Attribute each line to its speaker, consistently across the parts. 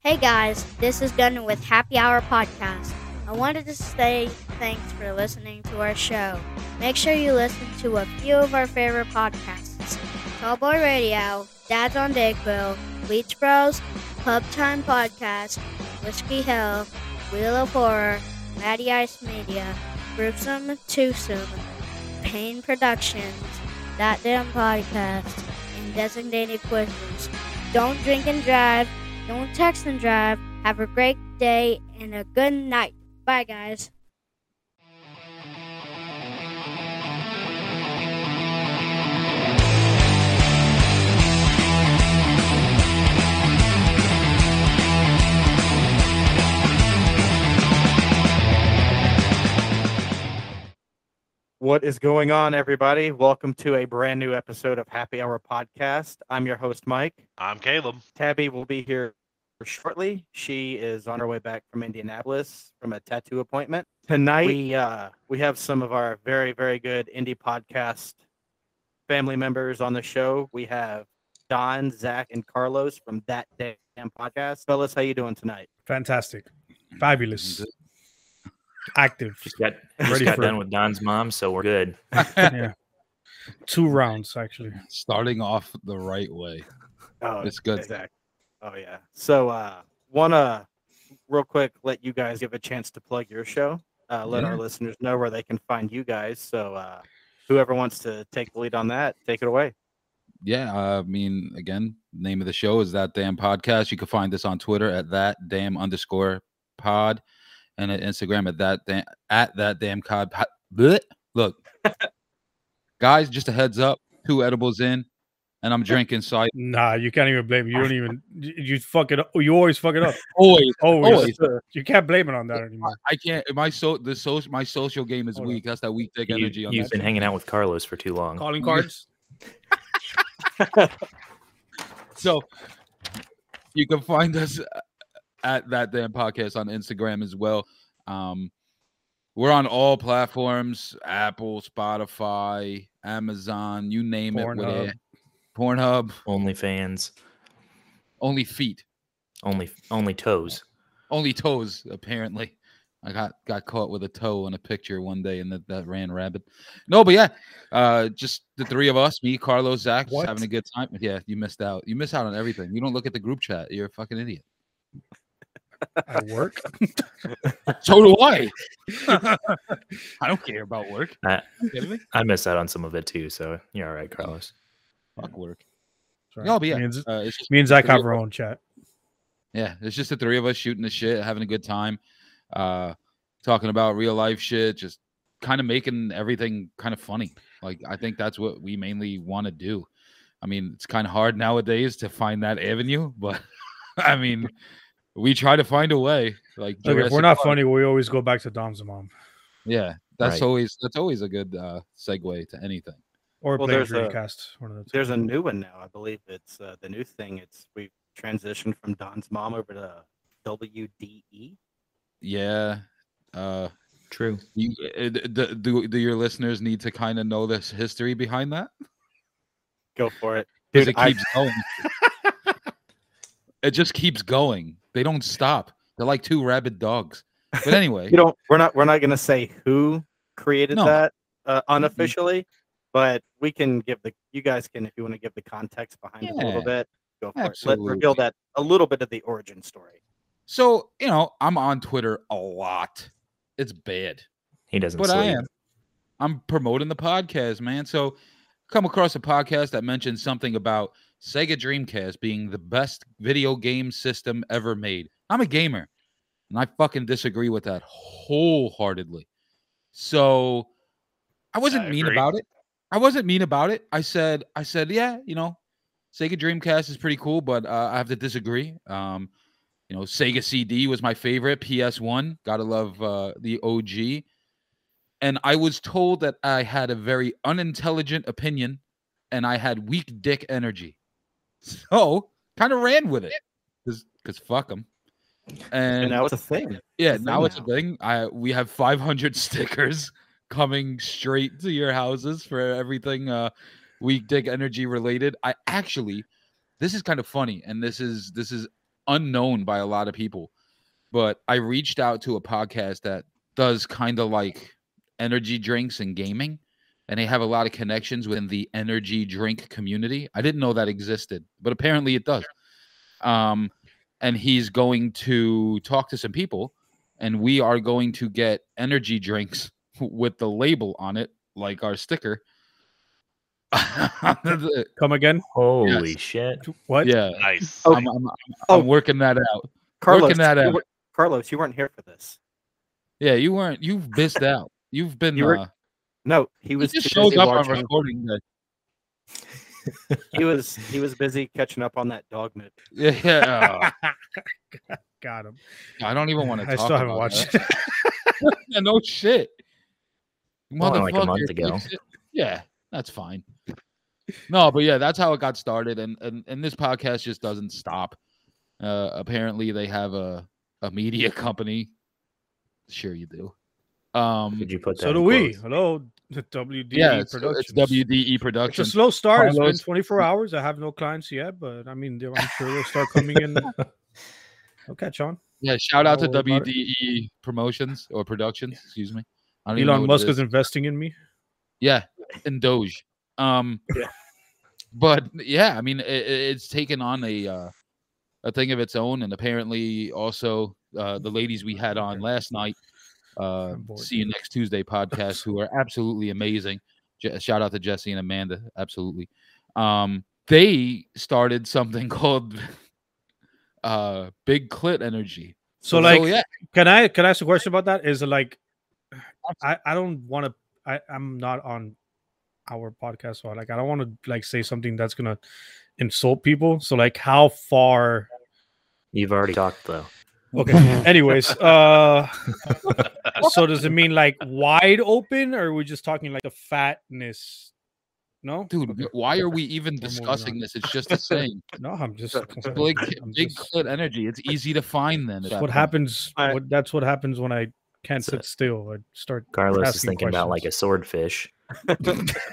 Speaker 1: Hey guys, this is Gunnar with Happy Hour Podcast. I wanted to say thanks for listening to our show. Make sure you listen to a few of our favorite podcasts Cowboy Radio, Dads on Dagville, Bleach Bros, Pub Time Podcast, Whiskey Hill, Wheel of Horror, Matty Ice Media, Groupsome Twosome, Pain Productions, That Damn Podcast, and Designated Quizzes. Don't drink and drive. Don't text and drive. Have a great day and a good night. Bye, guys.
Speaker 2: What is going on, everybody? Welcome to a brand new episode of Happy Hour Podcast. I'm your host, Mike.
Speaker 3: I'm Caleb.
Speaker 2: Tabby will be here shortly. She is on her way back from Indianapolis from a tattoo appointment. Tonight, we, uh, we have some of our very, very good indie podcast family members on the show. We have Don, Zach, and Carlos from That Damn Podcast. Fellas, how you doing tonight?
Speaker 4: Fantastic. Fabulous. Active.
Speaker 5: Just got just
Speaker 4: Ready
Speaker 5: got
Speaker 4: for-
Speaker 5: done with Don's mom, so we're good.
Speaker 4: Yeah. Two rounds, actually.
Speaker 6: starting off the right way.
Speaker 2: Oh,
Speaker 6: It's good.
Speaker 2: Exactly. Oh yeah. So uh wanna real quick let you guys give a chance to plug your show. Uh let our listeners know where they can find you guys. So uh whoever wants to take the lead on that, take it away.
Speaker 6: Yeah, I mean, again, name of the show is that damn podcast. You can find us on Twitter at that damn underscore pod, and at Instagram at that damn at that damn cod. pod- bleh. Look, guys, just a heads up: two edibles in, and I'm drinking. So I
Speaker 4: Nah, you can't even blame. You don't even. You you fuck it up. You always fuck it up.
Speaker 6: always,
Speaker 4: Always.
Speaker 6: always,
Speaker 4: You can't blame it on that anymore.
Speaker 6: I can't. My so the social my social game is
Speaker 4: Hold on.
Speaker 6: weak. That's that weak dick
Speaker 5: You,
Speaker 6: energy on
Speaker 5: have
Speaker 6: that.
Speaker 5: been hanging out with Carlos for too long.
Speaker 4: Calling
Speaker 6: cards? So you can find us uh, at that damn podcast on Instagram as well. Um, we're on all platforms: Apple, Spotify, Amazon, you name it. we're there. Pornhub,
Speaker 5: Only fans,
Speaker 6: only feet,
Speaker 5: only only toes.
Speaker 6: only toes. Apparently, I got got caught with a toe in a picture one day, and that, that ran rabbit. No, but yeah, uh, just the three of us: me, Carlos, Zach, just
Speaker 4: What?
Speaker 6: having a good time. Yeah, you missed out. You miss out on everything. You don't look at the group chat. You're a fucking idiot.
Speaker 4: At work.
Speaker 6: So do I. I don't care about work.
Speaker 4: Uh,
Speaker 5: I,
Speaker 6: You kidding me?
Speaker 5: I miss out on some of it too, so you're all right, Carlos.
Speaker 6: Fuck work.
Speaker 4: Sorry.
Speaker 6: No, but yeah,
Speaker 4: Me and, Z-
Speaker 6: Uh, it's just,
Speaker 4: me and Zach have our own chat.
Speaker 6: yeah, it's just the three of us shooting the shit, having a good time, uh, talking about real life shit, just kind of making everything kind of funny. Like I think that's what we mainly want to do. I mean, it's kind of hard nowadays to find that avenue, but I mean, we try to find a way. Like
Speaker 4: Look, if we're
Speaker 6: Jurassic
Speaker 4: not
Speaker 6: Park.
Speaker 4: funny, we always go back to Dom's mom
Speaker 6: yeah, that's
Speaker 5: Right.
Speaker 6: always that's always a good uh, segue to anything.
Speaker 4: or
Speaker 2: Well,
Speaker 4: play
Speaker 2: there's a-
Speaker 4: Dreamcast. One of the two.
Speaker 2: There's a new one now. I believe it's uh, the new thing. It's we've transitioned from Don's mom over to E. WDE.
Speaker 6: Yeah. Uh,
Speaker 5: True.
Speaker 6: You, uh, d- d- do, do your listeners need to kind of know this history behind that?
Speaker 2: Go for it.
Speaker 6: Because
Speaker 2: Dude,
Speaker 6: it
Speaker 2: I-
Speaker 6: keeps going. it just keeps going. They don't stop. They're like two rabid dogs. But anyway,
Speaker 2: you don't we're not we're not gonna say who created
Speaker 6: No.
Speaker 2: that uh, unofficially but we can give the you guys can if you want to give the context behind it a little
Speaker 6: Yeah,
Speaker 2: bit go for it let reveal
Speaker 6: absolutely.
Speaker 2: that a little bit of the origin story
Speaker 6: so you know, I'm on Twitter a lot. It's bad.
Speaker 5: He doesn't.
Speaker 6: But
Speaker 5: sleep.
Speaker 6: I am. I'm promoting the podcast, man. So come across a podcast that mentioned something about Sega Dreamcast being the best video game system ever made. I'm a gamer, and I fucking disagree with that wholeheartedly. So I wasn't
Speaker 3: I
Speaker 6: mean
Speaker 3: agree.
Speaker 6: about it. I wasn't mean about it. I said, I said, yeah, you know, Sega Dreamcast is pretty cool, but uh, I have to disagree. Um, you know, Sega CD was my favorite. PS1, gotta love uh, the OG. And I was told that I had a very unintelligent opinion, and I had weak dick energy. So kind of ran with it, cause, 'cause fuck them.
Speaker 2: and,
Speaker 6: And
Speaker 2: now it's a thing
Speaker 6: yeah,
Speaker 2: thing
Speaker 6: now it's
Speaker 2: now.
Speaker 6: a thing. I we have 500 stickers coming straight to your houses for everything uh weak dick energy related. I actually this is kind of funny and this is this is unknown by a lot of people. But I reached out to a podcast that does kind of like energy drinks and gaming, and they have a lot of connections within the energy drink community. I didn't know that existed, but apparently it does. Um, and he's going to talk to some people, and we are going to get energy drinks with the label on it, like our sticker.
Speaker 4: Come again?
Speaker 5: Holy shit.
Speaker 4: What?
Speaker 6: yeah,
Speaker 3: Nice.
Speaker 2: Oh.
Speaker 6: I'm, I'm, I'm working that out.
Speaker 2: Carlos,
Speaker 6: Working that
Speaker 2: you
Speaker 6: out.
Speaker 2: were- Carlos, you weren't here for this.
Speaker 6: Yeah, you weren't. You've missed out. You've been.
Speaker 2: You were-
Speaker 6: uh,
Speaker 2: No, he
Speaker 6: he
Speaker 2: was
Speaker 6: just
Speaker 2: too
Speaker 6: showed
Speaker 2: busy
Speaker 6: up on
Speaker 2: watching-
Speaker 6: recording. That.
Speaker 2: He was he was busy catching up on that dog movie.
Speaker 6: Yeah, yeah,
Speaker 4: Got him.
Speaker 6: oh, I don't even want to.
Speaker 4: I still haven't watched it.
Speaker 6: yeah, no shit.
Speaker 5: Only like a
Speaker 6: Motherfucker,
Speaker 5: month ago.
Speaker 6: fix it. Yeah, that's fine. No, but yeah, that's how it got started, and and, and this podcast just doesn't stop. Uh, apparently, they have a a media company. Sure, you do. Um,
Speaker 5: Did you E put that?
Speaker 4: So do
Speaker 5: in
Speaker 4: we.
Speaker 5: quotes?
Speaker 4: Hello, WDE
Speaker 6: yeah, it's,
Speaker 4: Productions.
Speaker 6: it's WDE
Speaker 4: It's a
Speaker 6: Productions.
Speaker 4: slow start. It's been
Speaker 6: Carlos-
Speaker 4: 24 hours. I have no clients yet, but I mean, they'll- I'm sure they'll start coming in. They'll catch on.
Speaker 6: Yeah, shout out to
Speaker 4: Don't worry about
Speaker 6: WDE Promotions or Productions, excuse me. I don't even know
Speaker 4: Elon
Speaker 6: what it
Speaker 4: Musk
Speaker 6: is.
Speaker 4: is investing in me.
Speaker 6: yeah, in Doge. Um,
Speaker 2: Yeah.
Speaker 6: but yeah, I mean, it, it's taken on a uh, a thing of its own, and apparently also uh, the ladies we had on last night, uh,
Speaker 4: I'm bored.
Speaker 6: see you next Tuesday podcast, who are absolutely amazing. Je- shout out to Jesse and Amanda, absolutely. Um, they started something called uh, Big Clit Energy.
Speaker 4: So, like,
Speaker 6: yeah,
Speaker 4: can I can I ask a question about that? Is it like, I I don't want to. I I'm not on our podcast, so like I don't want to like say something that's gonna insult people. So like, how far?
Speaker 5: You've already talked though.
Speaker 4: Okay.
Speaker 6: Mm-hmm.
Speaker 4: Anyways, uh, so does it mean like wide open, or are we just talking like the fatness? No,
Speaker 6: dude
Speaker 4: Okay.
Speaker 6: why are we even
Speaker 4: moving on.
Speaker 6: discussing this it's just the same
Speaker 4: no, I'm just
Speaker 2: Big
Speaker 6: big,
Speaker 4: I'm
Speaker 6: big
Speaker 4: just-
Speaker 6: clit energy it's easy to find then at
Speaker 4: That's
Speaker 6: that
Speaker 4: what
Speaker 6: point.
Speaker 4: happens.
Speaker 2: I-
Speaker 4: what, that's what happens when I can't
Speaker 5: That's
Speaker 4: sit
Speaker 5: it.
Speaker 4: still. I start.
Speaker 5: Carlos is
Speaker 4: asking
Speaker 5: thinking about like
Speaker 4: questions.
Speaker 5: a swordfish.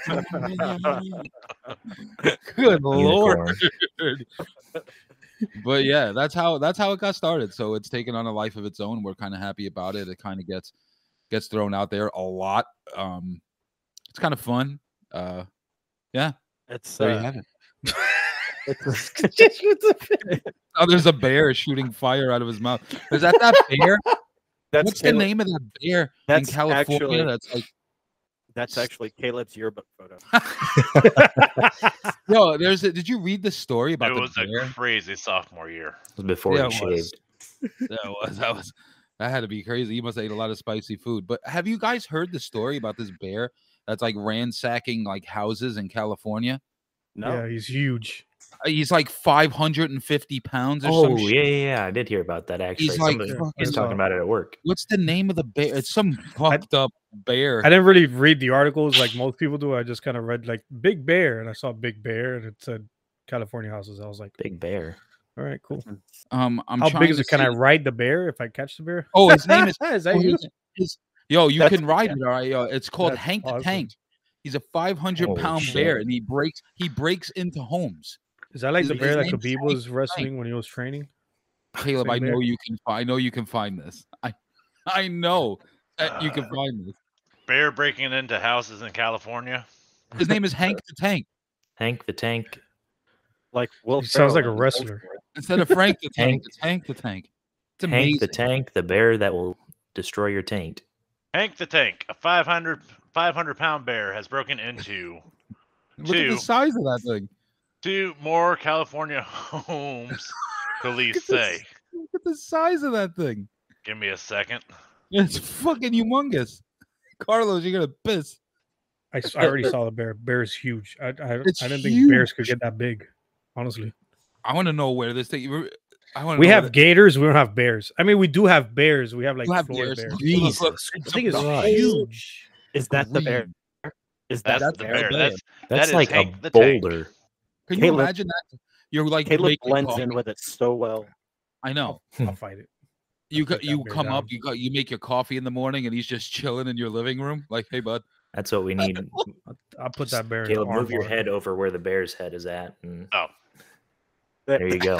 Speaker 6: good lord
Speaker 5: unicorn.
Speaker 6: but yeah that's how that's how it got started so it's taken on a life of its own we're kind of happy about it it kind of gets gets thrown out there a lot um it's kind of fun uh
Speaker 2: It's
Speaker 6: there you
Speaker 2: uh,
Speaker 6: have it
Speaker 2: it's,
Speaker 6: oh there's a bear shooting fire out of his mouth is that that bear
Speaker 2: that's
Speaker 6: what's
Speaker 2: Caleb-
Speaker 6: the name of that bear
Speaker 2: that's
Speaker 6: in california
Speaker 2: actually-
Speaker 6: that's like
Speaker 2: That's actually Caleb's yearbook photo.
Speaker 6: yo there's a, did you read the story about
Speaker 3: It
Speaker 6: the
Speaker 3: was
Speaker 6: bear?
Speaker 3: a crazy sophomore year.
Speaker 5: It was Before
Speaker 6: Yeah,
Speaker 5: he
Speaker 6: it was.
Speaker 5: shaved.
Speaker 6: that was that was that had to be crazy. You must have ate a lot of spicy food. But have you guys heard the story about this bear that's like ransacking like houses in California?
Speaker 2: No,
Speaker 4: Yeah, he's huge.
Speaker 6: Uh, He's like 550 pounds or
Speaker 5: Oh
Speaker 6: some shit.
Speaker 5: yeah, yeah, yeah, I did hear about that actually.
Speaker 6: He's like
Speaker 5: Somebody
Speaker 6: fucking- uh,
Speaker 5: was talking about it at work.
Speaker 6: What's the name of the bear? It's some fucked up bear.
Speaker 4: I didn't really read the articles like most people do. I just kind of read like Big Bear, and I saw Big Bear, and it said California houses. I was like,
Speaker 5: Big bear.
Speaker 4: all right, cool.
Speaker 6: Um, I'm
Speaker 4: How
Speaker 6: trying
Speaker 4: big is
Speaker 6: to
Speaker 4: it? Can
Speaker 6: see
Speaker 4: I
Speaker 6: the-
Speaker 4: ride the bear if I catch the bear?
Speaker 6: Oh, his name is.
Speaker 4: is
Speaker 6: oh,
Speaker 4: that you?
Speaker 6: his- his- yo, you
Speaker 2: That's-
Speaker 6: can ride it. All right, yo. It's called
Speaker 4: That's
Speaker 6: Hank the
Speaker 4: awesome. Oh,
Speaker 6: Tank. He's a 500
Speaker 5: Holy
Speaker 6: hundred pound
Speaker 5: shit.
Speaker 6: bear, and he breaks he breaks into homes.
Speaker 4: Is that like the
Speaker 6: His
Speaker 4: bear that
Speaker 6: name is
Speaker 4: Khabib
Speaker 6: Hank
Speaker 4: was wrestling when he was training?
Speaker 6: Caleb, I
Speaker 4: Same
Speaker 6: know
Speaker 4: there.
Speaker 6: you can. fi- I know you can find this. I, I know that you can find this.
Speaker 3: Bear breaking into houses in California.
Speaker 6: His name is Hank the Tank
Speaker 5: Hank the tank.
Speaker 2: like Will.
Speaker 4: He sounds like a
Speaker 2: Ferrell.
Speaker 4: wrestler.
Speaker 6: instead of Frank the Tank. It's Hank the Tank. It's amazing.
Speaker 5: Hank the tank, the bear that will destroy your taint.
Speaker 3: Hank the Tank, a 500, 500 pound bear, has broken into
Speaker 6: Look at the
Speaker 3: too.
Speaker 6: size of that thing.
Speaker 3: two more California homes, police say.
Speaker 6: Look at the size of that thing.
Speaker 3: Give me a second.
Speaker 6: It's fucking humongous. Carlos, you're gonna piss.
Speaker 4: I, s- I already saw the bear. Bear is huge. I, I, I didn't
Speaker 6: It's
Speaker 4: think bears could
Speaker 6: huge.
Speaker 4: get that big, honestly.
Speaker 6: I want to know where this thing. re- I want.
Speaker 4: We have gators. We don't have bears. I mean, we do have bears. We have like
Speaker 6: You have
Speaker 4: Florida
Speaker 6: bears.
Speaker 4: bears.
Speaker 6: Look, look, look.
Speaker 5: Jesus
Speaker 4: I think it's
Speaker 5: Christ.
Speaker 4: huge.
Speaker 2: Is that the bear? Is that
Speaker 3: That's,
Speaker 2: the
Speaker 3: the
Speaker 2: bear?
Speaker 3: bear.
Speaker 6: bear.
Speaker 3: That's that
Speaker 5: That's
Speaker 3: is
Speaker 5: like
Speaker 3: Hank
Speaker 5: a
Speaker 3: the Tank.
Speaker 5: boulder.
Speaker 6: Can you
Speaker 2: Caleb-
Speaker 6: imagine that? You're like
Speaker 2: Caleb
Speaker 6: making
Speaker 2: blends
Speaker 6: coffee.
Speaker 2: in with it so well.
Speaker 6: I know.
Speaker 4: I'll fight it.
Speaker 6: You co-
Speaker 4: put that
Speaker 6: you
Speaker 4: bear
Speaker 6: come up.
Speaker 4: down.
Speaker 6: You go, you make your coffee in the morning, and he's just chilling in your living room. Like, hey, bud.
Speaker 5: That's what we need.
Speaker 4: I'll put
Speaker 5: Just-
Speaker 4: that bear. in
Speaker 5: Caleb, move your
Speaker 4: armbar.
Speaker 5: head over where the bear's head is at. And
Speaker 3: Oh,
Speaker 5: There you go.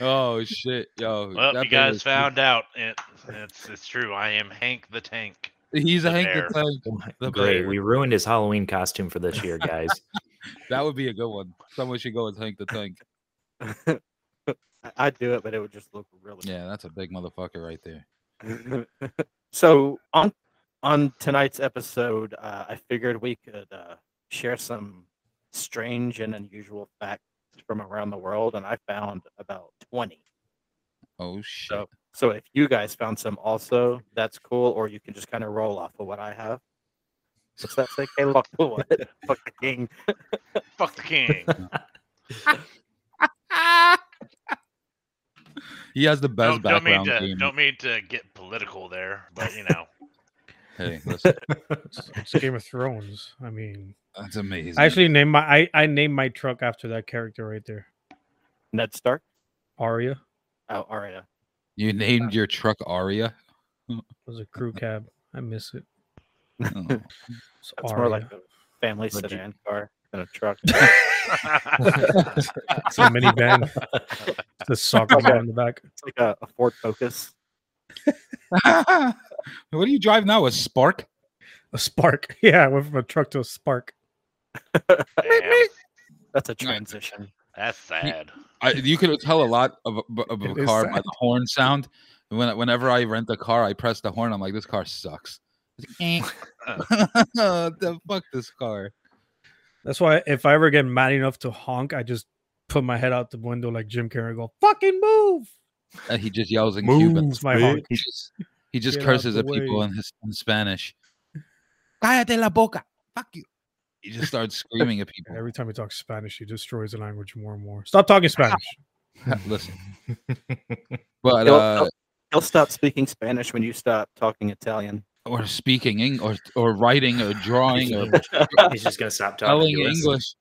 Speaker 6: oh shit, yo!
Speaker 3: Well,
Speaker 6: that
Speaker 3: you guys
Speaker 6: bear's-
Speaker 3: found out. It, it's it's true. I am Hank the Tank.
Speaker 6: He's a
Speaker 3: the
Speaker 6: Hank the
Speaker 3: bear.
Speaker 6: Tank. The
Speaker 5: Oh Great.
Speaker 6: bear.
Speaker 5: We ruined his Halloween costume for this year, guys.
Speaker 6: That would be a good one. Someone should go with Hank the Tank.
Speaker 2: I- I'd do it, but it would just look really
Speaker 6: Yeah, that's a big motherfucker right there.
Speaker 2: so on on tonight's episode, uh, I figured we could uh, share some strange and unusual facts from around the world, and I found about twenty.
Speaker 6: Oh shit!
Speaker 2: So, so if you guys found some also, that's cool, or you can just kind of roll off of what I have. What's that say, Caleb? Fuck the what? Fuck the king.
Speaker 3: Fuck the king.
Speaker 6: he has the best
Speaker 3: don't, don't mean
Speaker 6: background.
Speaker 3: to
Speaker 6: game.
Speaker 3: don't mean to get political there, but you know,
Speaker 6: Hey, listen,
Speaker 4: It's, it's Game of Thrones. I mean,
Speaker 6: that's amazing.
Speaker 4: I actually named my I, I named my truck after that character right there,
Speaker 2: Ned Stark.
Speaker 4: Arya.
Speaker 2: Oh, Arya.
Speaker 6: you named your truck Aria.
Speaker 4: It was a crew cab. I miss it.
Speaker 6: Oh.
Speaker 4: It's
Speaker 2: That's
Speaker 4: Aria.
Speaker 2: more like a family
Speaker 5: Legit.
Speaker 2: sedan car than a truck.
Speaker 4: it's a minivan. It's a soccer ball in the back.
Speaker 2: It's like a, a Ford Focus.
Speaker 6: what do you drive now? A Spark?
Speaker 4: A spark. Yeah, I went from a truck to a spark.
Speaker 3: Damn,
Speaker 2: That's a
Speaker 6: Yeah.
Speaker 2: transition.
Speaker 3: that's sad.
Speaker 6: I, you could tell a lot of, a- of
Speaker 4: It
Speaker 6: a
Speaker 4: is
Speaker 6: car by
Speaker 4: sad.
Speaker 6: the horn sound. When, whenever I rent a car, I press the horn. I'm like, this car sucks. the fuck this car.
Speaker 4: That's why if I ever get mad enough to honk, I just put my head out the window like Jim Carrey and go, fucking move.
Speaker 6: And Uh, he just yells in Cuban.
Speaker 4: Move, my honk.
Speaker 6: He just, he just
Speaker 4: Get out
Speaker 6: curses
Speaker 4: the
Speaker 6: at people
Speaker 4: way.
Speaker 6: in, his, in Spanish. Cállate la boca. Fuck you. He just starts screaming at people.
Speaker 4: Every time he talks Spanish, he destroys the language more and more. Stop talking Spanish.
Speaker 6: Listen. But
Speaker 2: He'll-
Speaker 6: uh,
Speaker 2: He'll stop speaking Spanish when you stop talking Italian.
Speaker 6: or speaking Eng- or or writing or drawing or
Speaker 5: He's just gonna stop
Speaker 6: telling
Speaker 5: talking. to us.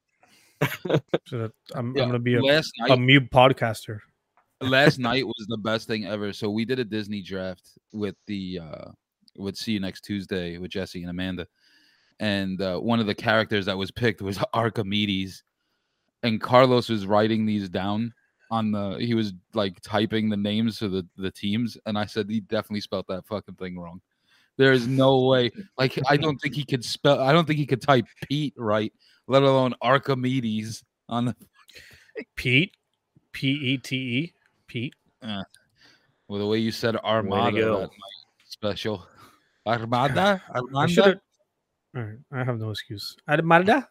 Speaker 6: English.
Speaker 4: So that I'm,
Speaker 6: Yeah,
Speaker 4: I'm gonna be a,
Speaker 6: last night,
Speaker 4: a mute podcaster.
Speaker 6: last night was the best thing ever. So we did a Disney draft with the uh with See You Next Tuesday with Jesse and Amanda. And uh, one of the characters that was picked was Archimedes. And Carlos was writing these down on the he was like typing the names of the, the teams. And I said he definitely spelt that fucking thing wrong. There is no way. Like I don't think he could spell I don't think he could type Pete right, let alone Archimedes on the
Speaker 4: Pete, P E T E, Pete.
Speaker 6: Well, the way you said
Speaker 5: to
Speaker 6: Armada,
Speaker 5: go.
Speaker 6: that might be special. Armada,
Speaker 4: I should.
Speaker 6: Armanda,
Speaker 4: All right, I have no excuse. Armada,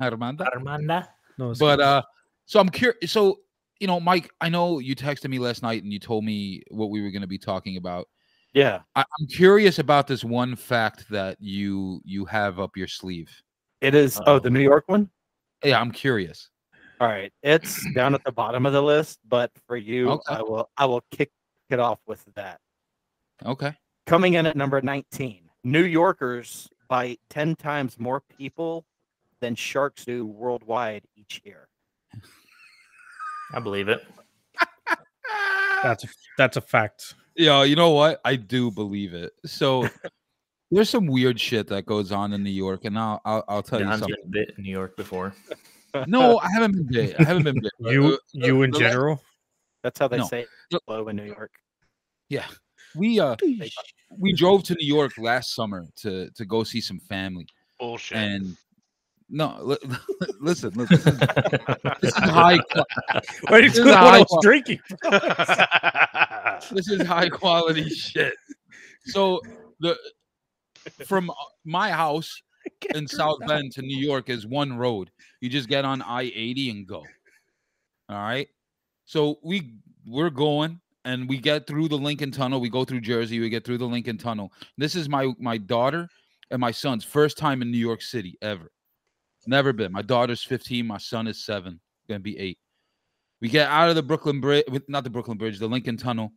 Speaker 6: Armanda.
Speaker 5: Armanda.
Speaker 4: no. Excuse.
Speaker 6: But uh, so I'm curious. So you know, Mike, I know you texted me last night and you told me what we were going to be talking about.
Speaker 2: Yeah,
Speaker 6: I- I'm curious about this one fact that you you have up your sleeve.
Speaker 2: it is. Oh, the
Speaker 5: Uh-oh.
Speaker 2: New York one.
Speaker 6: Yeah, I'm curious.
Speaker 2: All right, it's down at the bottom of the list, but for you,
Speaker 6: Okay.
Speaker 2: I will. I will kick it off with that.
Speaker 6: Okay.
Speaker 2: Coming in at number 19, New Yorkers bite 10 times more people than sharks do worldwide each year.
Speaker 5: I believe it.
Speaker 4: that's a, that's a fact.
Speaker 6: Yeah, you know what? I do believe it. So there's some weird shit that goes on in New York, and I'll I'll, I'll tell you
Speaker 5: Don's
Speaker 6: something.
Speaker 5: been bit in New York before.
Speaker 6: No, I haven't been bit. I haven't been bit. Uh,
Speaker 4: You you in
Speaker 6: the la-
Speaker 4: general.
Speaker 2: That's how they
Speaker 6: No.
Speaker 2: say
Speaker 6: No.
Speaker 2: it, low in New York.
Speaker 6: Yeah. We uh we drove to New York last summer to to go see some family.
Speaker 3: Bullshit.
Speaker 6: And no, li- listen, listen. This is, this is high qua-
Speaker 4: Wait,
Speaker 6: This
Speaker 4: it's
Speaker 6: is
Speaker 4: what
Speaker 6: a
Speaker 4: I
Speaker 6: high
Speaker 4: was
Speaker 6: one.
Speaker 4: drinking.
Speaker 6: this is high quality shit. So the from uh, my house in South Bend to New York is one road. You just get on I eighty and go. All right. So we we're going and we get through the Lincoln Tunnel. We go through Jersey. We get through the Lincoln Tunnel. This is my my daughter and my son's first time in New York City ever. Never been. My daughter's fifteen. My son is seven. Gonna be eight. We get out of the Brooklyn Bridge, not the Brooklyn Bridge, the Lincoln Tunnel,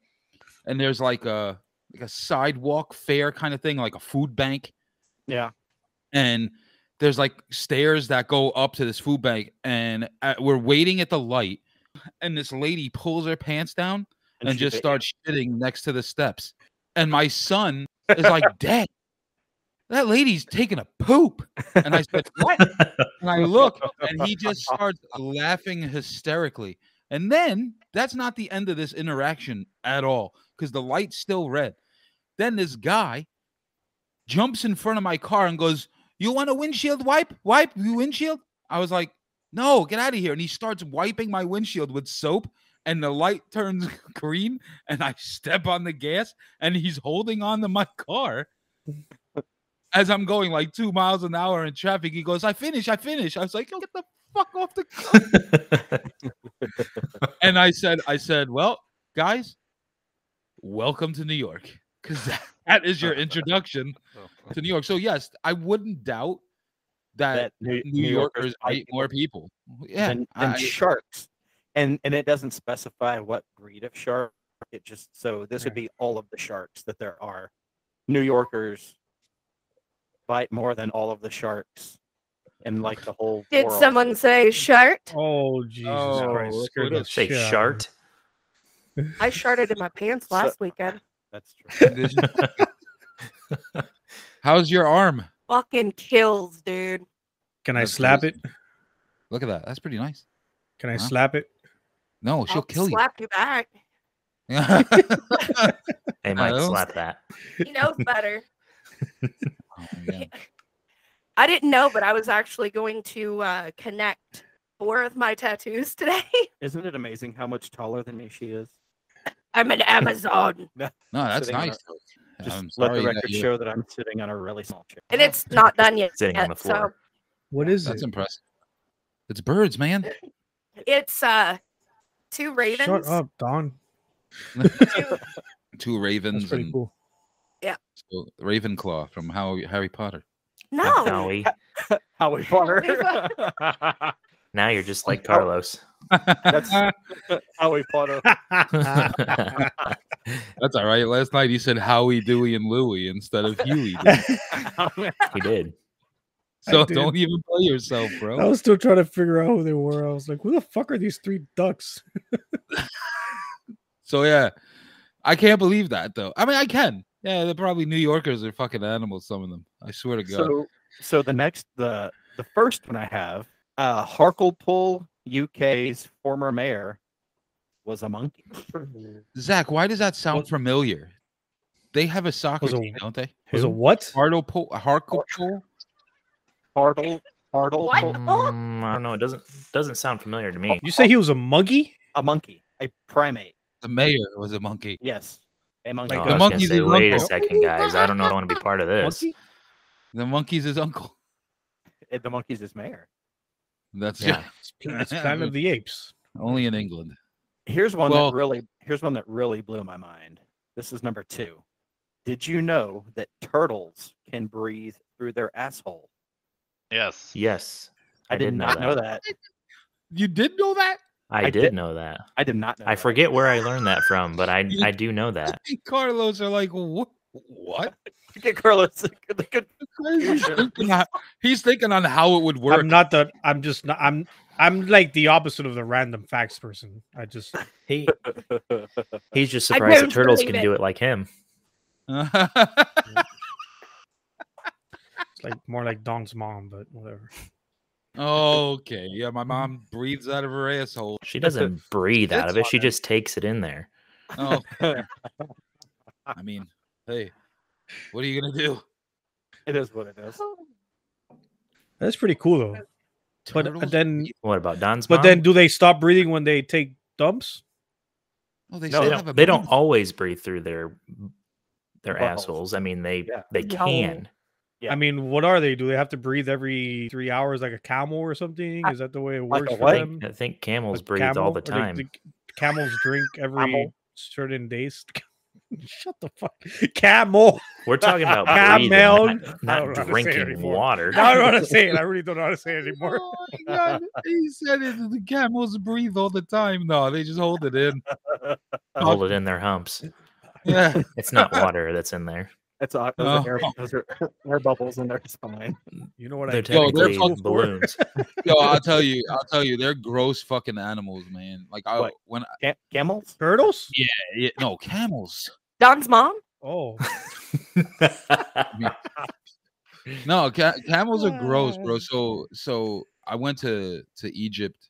Speaker 6: and there's like a like a sidewalk fair kind of thing, like a food bank
Speaker 2: Yeah.
Speaker 6: and there's like stairs that go up to this food bank and uh we're waiting at the light and this lady pulls her pants down and,
Speaker 2: she
Speaker 6: just
Speaker 2: bit-
Speaker 6: starts shitting next to the steps and my son is like dad that lady's taking a poop. And I said, What? and I look, and he just starts laughing hysterically. And then that's not the end of this interaction at all because the light's still red. Then this guy jumps in front of my car and goes, You want a windshield wipe? Wipe you windshield? I was like, No, get out of here. And he starts wiping my windshield with soap, and the light turns green. And I step on the gas, and he's holding on to my car as I'm going like two miles an hour in traffic. He goes, I finish, I finish. I was like, Yo, get the fuck off the car. and I said, I said, well, guys, welcome to New York because that, that is your introduction to New York. So yes, I wouldn't doubt that,
Speaker 2: that New,
Speaker 6: New, Yorkers bite more people. Yeah,
Speaker 2: than, than
Speaker 6: I-
Speaker 2: sharks, and and it doesn't specify what breed of shark. It just so this would be all of the sharks that there are. New Yorkers bite more than all of the sharks in like the whole
Speaker 7: Did
Speaker 2: world.
Speaker 7: someone say shirt?
Speaker 4: Oh Jesus
Speaker 6: Oh,
Speaker 4: Christ!
Speaker 6: look
Speaker 4: Scare
Speaker 6: what
Speaker 4: the
Speaker 6: it
Speaker 5: Say
Speaker 4: shit out of me.
Speaker 5: shart.
Speaker 7: I sharted in my pants
Speaker 2: So-
Speaker 7: last weekend.
Speaker 2: That's true.
Speaker 6: This- How's your arm?
Speaker 7: Fucking kills, dude.
Speaker 4: Can I
Speaker 6: That's
Speaker 4: slap it?
Speaker 6: crazy. Look at that. That's pretty nice.
Speaker 4: Can I
Speaker 6: Wow.
Speaker 4: slap it?
Speaker 6: No,
Speaker 7: I'll
Speaker 6: she'll kill you.
Speaker 7: slap you back.
Speaker 6: Oh,
Speaker 5: They might
Speaker 6: Oh.
Speaker 5: slap that.
Speaker 7: He knows better.
Speaker 6: my God.
Speaker 7: I didn't know, but I was actually going to uh, connect four of my tattoos today.
Speaker 2: Isn't it amazing how much taller than me she is?
Speaker 7: I'm an Amazon,
Speaker 6: No, that's
Speaker 2: Sitting on
Speaker 6: nice.
Speaker 2: a-
Speaker 6: though.
Speaker 2: Just
Speaker 6: I'm
Speaker 2: let
Speaker 6: sorry
Speaker 2: the
Speaker 6: that
Speaker 2: record
Speaker 6: you-
Speaker 2: show that I'm sitting on a really small chair.
Speaker 7: and it's not done yet.
Speaker 5: Sitting on the
Speaker 7: so
Speaker 5: floor.
Speaker 4: What is
Speaker 6: That's
Speaker 4: it?
Speaker 6: impressive. It's birds, man.
Speaker 7: it's uh, two ravens.
Speaker 4: Shut up, Don.
Speaker 7: Two,
Speaker 6: Two
Speaker 4: That's
Speaker 6: ravens
Speaker 4: pretty
Speaker 6: and
Speaker 4: cool.
Speaker 6: so Ravenclaw from How Harry Potter.
Speaker 7: no,
Speaker 5: Now, we-
Speaker 2: Howie Potter.
Speaker 7: Eva.
Speaker 5: now you're just like Carlos.
Speaker 2: That's Howie Potter.
Speaker 6: That's all right. Last night he said Howie, Dewey, and Louie instead of Huey. Dewey.
Speaker 5: he did.
Speaker 4: I
Speaker 6: So
Speaker 4: did.
Speaker 6: don't even play yourself,
Speaker 4: I
Speaker 6: bro.
Speaker 4: was still trying to figure out who they were. I was like, who the fuck are these three ducks?
Speaker 6: So yeah, I can't believe that though. I mean, I can. Yeah, they're probably New Yorkers are fucking animals. Some of them. I swear to God.
Speaker 2: So, so the next, the the first one I have, uh, Harklepool, UK's former mayor, was a monkey.
Speaker 6: Zach, why does that sound
Speaker 4: Was-
Speaker 6: familiar? They have a soccer
Speaker 4: Was a-
Speaker 6: team, don't they?
Speaker 4: Was it what?
Speaker 6: Hartlepool, Hartlepool.
Speaker 2: Hartle, Hartle,
Speaker 7: What?
Speaker 5: Mm, I don't know. It doesn't doesn't sound familiar to me.
Speaker 4: You say he was a muggy?
Speaker 2: a monkey, a primate.
Speaker 6: The mayor was a monkey.
Speaker 2: Yes, a monkey.
Speaker 5: Oh,
Speaker 4: Like
Speaker 5: I
Speaker 4: the
Speaker 5: was gonna
Speaker 6: monkeys
Speaker 5: say,
Speaker 6: is
Speaker 5: wait a
Speaker 6: uncle."
Speaker 5: second, guys. I don't know. if I want to be part of this.
Speaker 4: Monkey?
Speaker 6: The monkey's his uncle.
Speaker 2: Eh, the monkey's his mayor.
Speaker 6: That's
Speaker 5: Yeah.
Speaker 4: It's Planet of the Apes.
Speaker 6: only in England.
Speaker 2: Here's one
Speaker 6: Well-
Speaker 2: that really. Here's one that really blew my mind. This is number two. Did you know that turtles can breathe through their asshole?
Speaker 3: Yes.
Speaker 5: Yes,
Speaker 2: I, did
Speaker 5: did know
Speaker 2: not know that.
Speaker 6: You did know that?
Speaker 5: I,
Speaker 2: I
Speaker 5: did,
Speaker 2: did-
Speaker 5: know that.
Speaker 2: I did not. Know
Speaker 5: I
Speaker 2: that.
Speaker 5: forget where I learned that from, but I
Speaker 6: You-
Speaker 5: I do know that.
Speaker 6: Carlos are like, what? What?
Speaker 2: Forget Carlos. The good
Speaker 6: He's thinking ho- He's thinking on how it would work.
Speaker 4: I'm not the. I'm just not. I'm. I'm like the opposite of the random facts person. I just.
Speaker 5: He he's just
Speaker 7: I
Speaker 5: surprised that
Speaker 7: don't
Speaker 5: turtles
Speaker 7: believe
Speaker 5: can
Speaker 7: it.
Speaker 5: do it like him.
Speaker 4: It's like more like Don's mom, but whatever.
Speaker 6: okay. Yeah, my mom breathes out of her asshole.
Speaker 5: She doesn't breathe out of it.
Speaker 6: It's
Speaker 5: She just takes it in there.
Speaker 6: Oh. I mean, hey, what are you gonna do?
Speaker 2: It is what it is.
Speaker 4: That's pretty cool though. But uh,
Speaker 6: Turtles
Speaker 4: then-
Speaker 6: breathe-
Speaker 5: What about Don's
Speaker 4: But
Speaker 5: mom?
Speaker 4: then, do they stop breathing when they take dumps?
Speaker 6: oh, they,
Speaker 2: No,
Speaker 6: still
Speaker 5: they
Speaker 6: have a
Speaker 5: don't, they don't
Speaker 6: brain.
Speaker 5: always breathe through their their
Speaker 2: Buttholes.
Speaker 5: assholes. I mean, they
Speaker 2: Yeah.
Speaker 5: they
Speaker 7: No.
Speaker 5: can.
Speaker 2: Yeah.
Speaker 4: I mean, what are they? Do they have to breathe every three hours like a camel or something? Is that the way it
Speaker 2: Uh, Like a
Speaker 4: works for
Speaker 2: what?
Speaker 4: them?
Speaker 5: I think camels
Speaker 4: Like
Speaker 5: breathe
Speaker 4: camel?
Speaker 5: all
Speaker 4: Or
Speaker 5: the
Speaker 4: they-
Speaker 5: time.
Speaker 4: the camels drink every
Speaker 2: Camel.
Speaker 4: certain days. Shut the fuck, camel.
Speaker 5: We're talking about breathing,
Speaker 4: Camel. I
Speaker 5: not, not
Speaker 4: don't know how to say it
Speaker 5: drinking
Speaker 4: anymore.
Speaker 5: water.
Speaker 4: Now I don't want to say it. I really don't know how to say it anymore.
Speaker 6: Oh my God. He said it. The camels breathe all the time. No, they just hold it in.
Speaker 5: Hold it in their humps.
Speaker 6: Yeah.
Speaker 5: It's not water that's in there.
Speaker 2: That's odd. Those, are air,
Speaker 6: Oh.
Speaker 2: those are air bubbles in their spine.
Speaker 4: You know what
Speaker 5: They're
Speaker 4: I?
Speaker 6: Yo, they're
Speaker 5: technically
Speaker 6: fucking-
Speaker 5: balloons.
Speaker 6: Yo, I'll tell you, I'll tell you, they're gross fucking animals, man. Like I
Speaker 2: What?
Speaker 6: when I,
Speaker 2: Cam- camels?
Speaker 4: Turtles?
Speaker 6: yeah, no camels.
Speaker 2: Oh.
Speaker 7: Don's mom.
Speaker 4: Oh,
Speaker 6: No, ca- camels are gross, bro. So so I went to to Egypt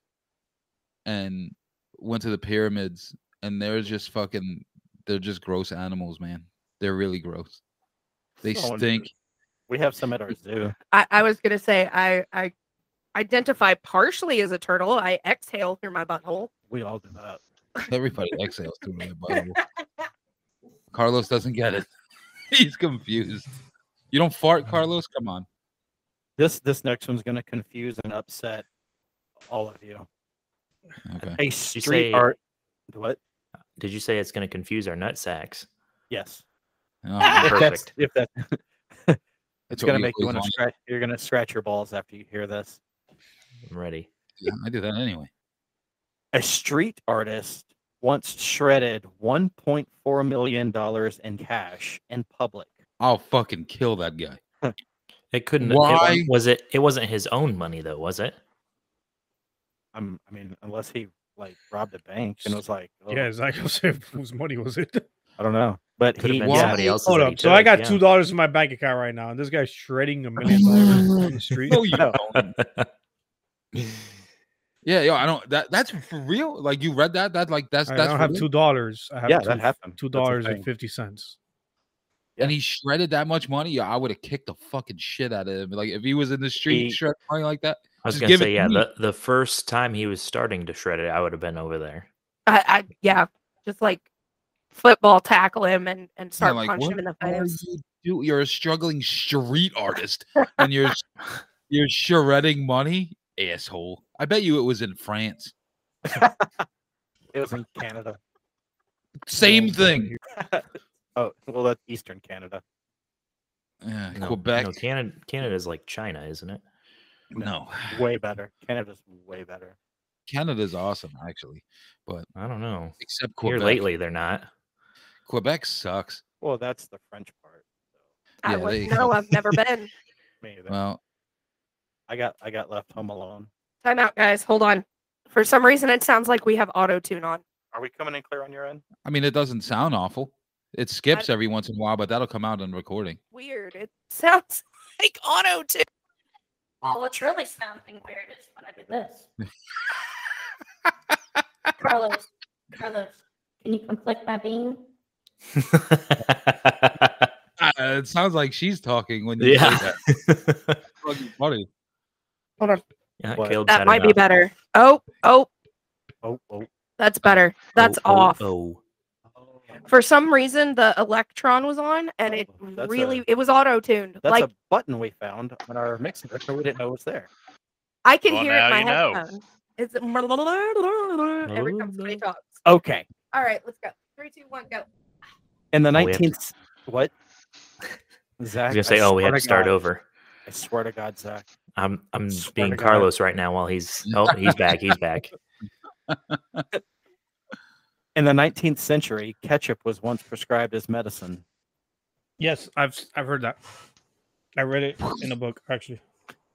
Speaker 6: and went to the pyramids and they're just fucking they're just gross animals, man. They're really gross. They
Speaker 2: Oh, no.
Speaker 6: stink.
Speaker 2: We have some at our zoo.
Speaker 7: I, I was gonna say I I identify partially as a turtle. I exhale through my butthole.
Speaker 2: We all do that.
Speaker 6: Everybody exhales through their butthole. Carlos doesn't get it. He's confused. You don't fart, Carlos? Come on.
Speaker 2: This this next one's gonna confuse and upset all of you.
Speaker 6: Okay.
Speaker 2: A
Speaker 5: you
Speaker 2: street
Speaker 5: say-
Speaker 2: art. What?
Speaker 5: Did you say it's going to confuse our nut sacks?
Speaker 2: Yes.
Speaker 6: Oh,
Speaker 2: If that's-
Speaker 5: Perfect.
Speaker 2: If that,
Speaker 6: that's
Speaker 2: it's
Speaker 6: what
Speaker 2: gonna
Speaker 6: we
Speaker 2: make you
Speaker 6: always
Speaker 2: want to
Speaker 6: want.
Speaker 2: scratch. You're gonna scratch your balls after you hear this.
Speaker 5: I'm ready.
Speaker 6: Yeah, I do that anyway.
Speaker 2: A street artist once shredded 1.4 million dollars in cash in public.
Speaker 6: I'll fucking kill that guy.
Speaker 5: It couldn't. it
Speaker 6: Why?
Speaker 5: wasn't- was it? It wasn't his own money though, was it?
Speaker 2: I'm, I mean, unless he like robbed a bank and was like, oh,
Speaker 4: Yeah, exactly. I was saying, Whose money was it?
Speaker 2: I don't know, but
Speaker 5: Could
Speaker 2: he
Speaker 5: have been
Speaker 6: why-
Speaker 5: somebody else's.
Speaker 4: Hold
Speaker 5: that he
Speaker 4: up. So I
Speaker 5: took,
Speaker 4: got
Speaker 5: yeah.
Speaker 4: two dollars in my bank account right now, and this guy's shredding a million dollars in the street.
Speaker 2: Oh,
Speaker 6: No, you don't. yeah, yo, I don't. That that's for real. Like you read that? That like that's
Speaker 4: I
Speaker 6: that's
Speaker 4: don't
Speaker 6: for
Speaker 4: have
Speaker 6: real?
Speaker 4: two dollars. I have
Speaker 2: Yeah,
Speaker 4: two,
Speaker 2: that happened.
Speaker 4: Two
Speaker 2: That's a
Speaker 4: dollars and
Speaker 2: thing.
Speaker 4: fifty cents.
Speaker 6: And he shredded that much money. Yeah, I would have kicked the fucking shit out of him. Like if he was in the street
Speaker 2: He-
Speaker 6: shredding money like that.
Speaker 5: I was
Speaker 6: Just
Speaker 5: gonna
Speaker 6: give it
Speaker 5: say
Speaker 6: to
Speaker 5: yeah.
Speaker 6: me.
Speaker 5: The, the first time he was starting to shred it, I would have been over there.
Speaker 7: I, I yeah, just like football tackle him and and
Speaker 6: yeah,
Speaker 7: start
Speaker 6: like,
Speaker 7: punching
Speaker 6: what
Speaker 7: him in the
Speaker 6: are
Speaker 7: face.
Speaker 6: you do? You're a struggling street artist, and you're you're shredding money, asshole. I bet you it was in France.
Speaker 2: It was in Canada.
Speaker 6: Same
Speaker 4: Oh,
Speaker 6: thing.
Speaker 2: Oh, well, that's Eastern Canada.
Speaker 6: Yeah,
Speaker 5: No,
Speaker 6: Quebec.
Speaker 5: No, Canada. Canada's like China, isn't it?
Speaker 6: no,
Speaker 2: Way better. Canada's way better.
Speaker 6: Canada's awesome actually,
Speaker 5: I don't know.
Speaker 6: except
Speaker 5: Here
Speaker 6: Quebec.
Speaker 5: lately, they're not.
Speaker 6: Quebec sucks.
Speaker 2: Well, that's the French part.
Speaker 7: I
Speaker 6: Yeah,
Speaker 7: was
Speaker 6: there you
Speaker 7: no,
Speaker 6: go.
Speaker 7: I've never been.
Speaker 2: Me either.
Speaker 6: Well,
Speaker 2: I got I got left home alone.
Speaker 7: Time out, guys. Hold on. For some reason, it sounds like we have auto tune on.
Speaker 2: Are we coming in clear on your end?
Speaker 6: I mean, it doesn't sound awful. It skips every once in a while, but that'll come out on recording.
Speaker 7: Weird. It sounds like auto tune.
Speaker 8: Well, what's really sounding weird is when I do this. Carlos, Carlos, can you come click my bean?
Speaker 6: Uh, it sounds like she's talking when you
Speaker 5: Ah, Yeah.
Speaker 6: say that. Fucking funny.
Speaker 7: Hold on.
Speaker 5: Yeah,
Speaker 2: What?
Speaker 5: Caleb's had
Speaker 7: That might be
Speaker 5: enough.
Speaker 7: better. Oh, oh,
Speaker 2: Oh, oh.
Speaker 7: that's better. That's
Speaker 5: Oh, oh,
Speaker 7: off.
Speaker 5: Oh,
Speaker 7: For some reason, the electron was on, and it
Speaker 2: Oh, that's
Speaker 7: really
Speaker 2: a-
Speaker 7: it was auto tuned.
Speaker 2: That's
Speaker 7: Like
Speaker 2: a button we found on our mixer. so We didn't know was there.
Speaker 7: I can
Speaker 3: Well,
Speaker 7: hear it
Speaker 3: now
Speaker 7: in my
Speaker 3: you know.
Speaker 7: headphone. It's every time somebody talks.
Speaker 2: Okay.
Speaker 7: All right, let's go. Three, two, one, go.
Speaker 2: In the
Speaker 5: Oh, we have to-
Speaker 2: nineteenth, what? Zach.
Speaker 5: I was gonna say, oh, we
Speaker 2: swear
Speaker 5: had to start
Speaker 2: God-
Speaker 5: over.
Speaker 2: I swear to God, Zach.
Speaker 5: I'm I'm
Speaker 2: Swear to
Speaker 5: being
Speaker 2: God.
Speaker 5: Carlos right now while he's oh he's back he's back.
Speaker 2: In the 19th century, ketchup was once prescribed as medicine.
Speaker 4: Yes, I've s- I've heard that. I read it in a book actually.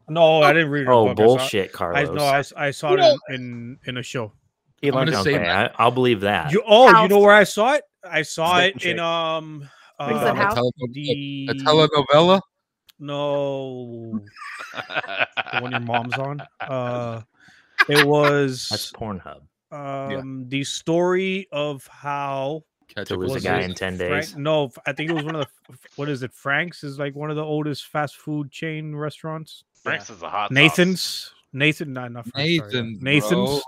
Speaker 4: No, I didn't read it. in a
Speaker 5: Oh
Speaker 4: book. I saw-
Speaker 5: bullshit,
Speaker 4: I
Speaker 5: Carlos.
Speaker 4: no, I, s- I saw it in, in in a show.
Speaker 2: He
Speaker 6: I'm
Speaker 2: learned
Speaker 6: gonna
Speaker 2: it
Speaker 6: say
Speaker 5: okay, I, I'll believe that.
Speaker 4: You oh, you
Speaker 7: House.
Speaker 4: know where I saw it? I saw
Speaker 2: Steak
Speaker 4: it
Speaker 2: and
Speaker 4: in
Speaker 2: Shake.
Speaker 4: um
Speaker 2: Like
Speaker 4: uh,
Speaker 7: that
Speaker 6: A,
Speaker 7: how-
Speaker 6: tele-
Speaker 4: the
Speaker 6: a telenovela?
Speaker 4: no the one your mom's on. Uh, it was
Speaker 5: That's Pornhub.
Speaker 4: um the story of how
Speaker 5: To
Speaker 6: Ketchup
Speaker 5: lose a
Speaker 4: was
Speaker 5: guy
Speaker 4: it
Speaker 5: in ten
Speaker 4: Frank,
Speaker 5: days.
Speaker 4: no, f- I think it was one of the f- what is it? Frank's is like one of the oldest fast food chain restaurants.
Speaker 3: Frank's is a hot sauce.
Speaker 4: Nathan's, Nathan, not, not Frank's, sorry,
Speaker 6: Nathan.
Speaker 4: uh, Nathan's.
Speaker 6: bro.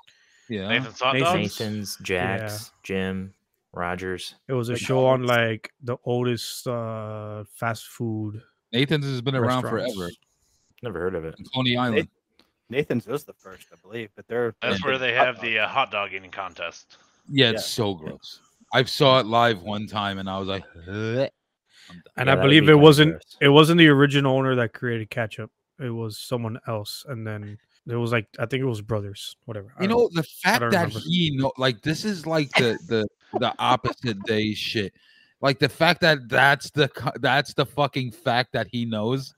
Speaker 6: Yeah.
Speaker 2: uh,
Speaker 3: Nathan's hot
Speaker 4: Nathan's.
Speaker 3: dogs.
Speaker 5: Nathan's, Jack's, Jim, Rogers.
Speaker 4: It was a
Speaker 6: Like,
Speaker 4: show on like the oldest uh fast food
Speaker 6: Nathan's has been around
Speaker 4: restaurants.
Speaker 6: forever.
Speaker 5: Never heard of it.
Speaker 6: in Coney Island.
Speaker 2: Nathan's was the first, I believe, but they're
Speaker 3: That's where they have the uh, hot dog eating contest.
Speaker 6: yeah, it's so gross. I saw it live one time and I was like,
Speaker 4: And
Speaker 6: "Bleh."
Speaker 5: Yeah,
Speaker 4: I
Speaker 5: that would
Speaker 4: believe
Speaker 5: be
Speaker 4: it
Speaker 5: kinda
Speaker 4: wasn't
Speaker 5: gross.
Speaker 4: it wasn't the original owner that created ketchup. It was someone else, and then there was like I think it was brothers, whatever. I
Speaker 6: you
Speaker 4: don't
Speaker 6: know, the fact
Speaker 4: don't
Speaker 6: that
Speaker 4: remember.
Speaker 6: he know, like this is like the the the opposite day shit. Like the fact that that's the co- that's the fucking fact that he knows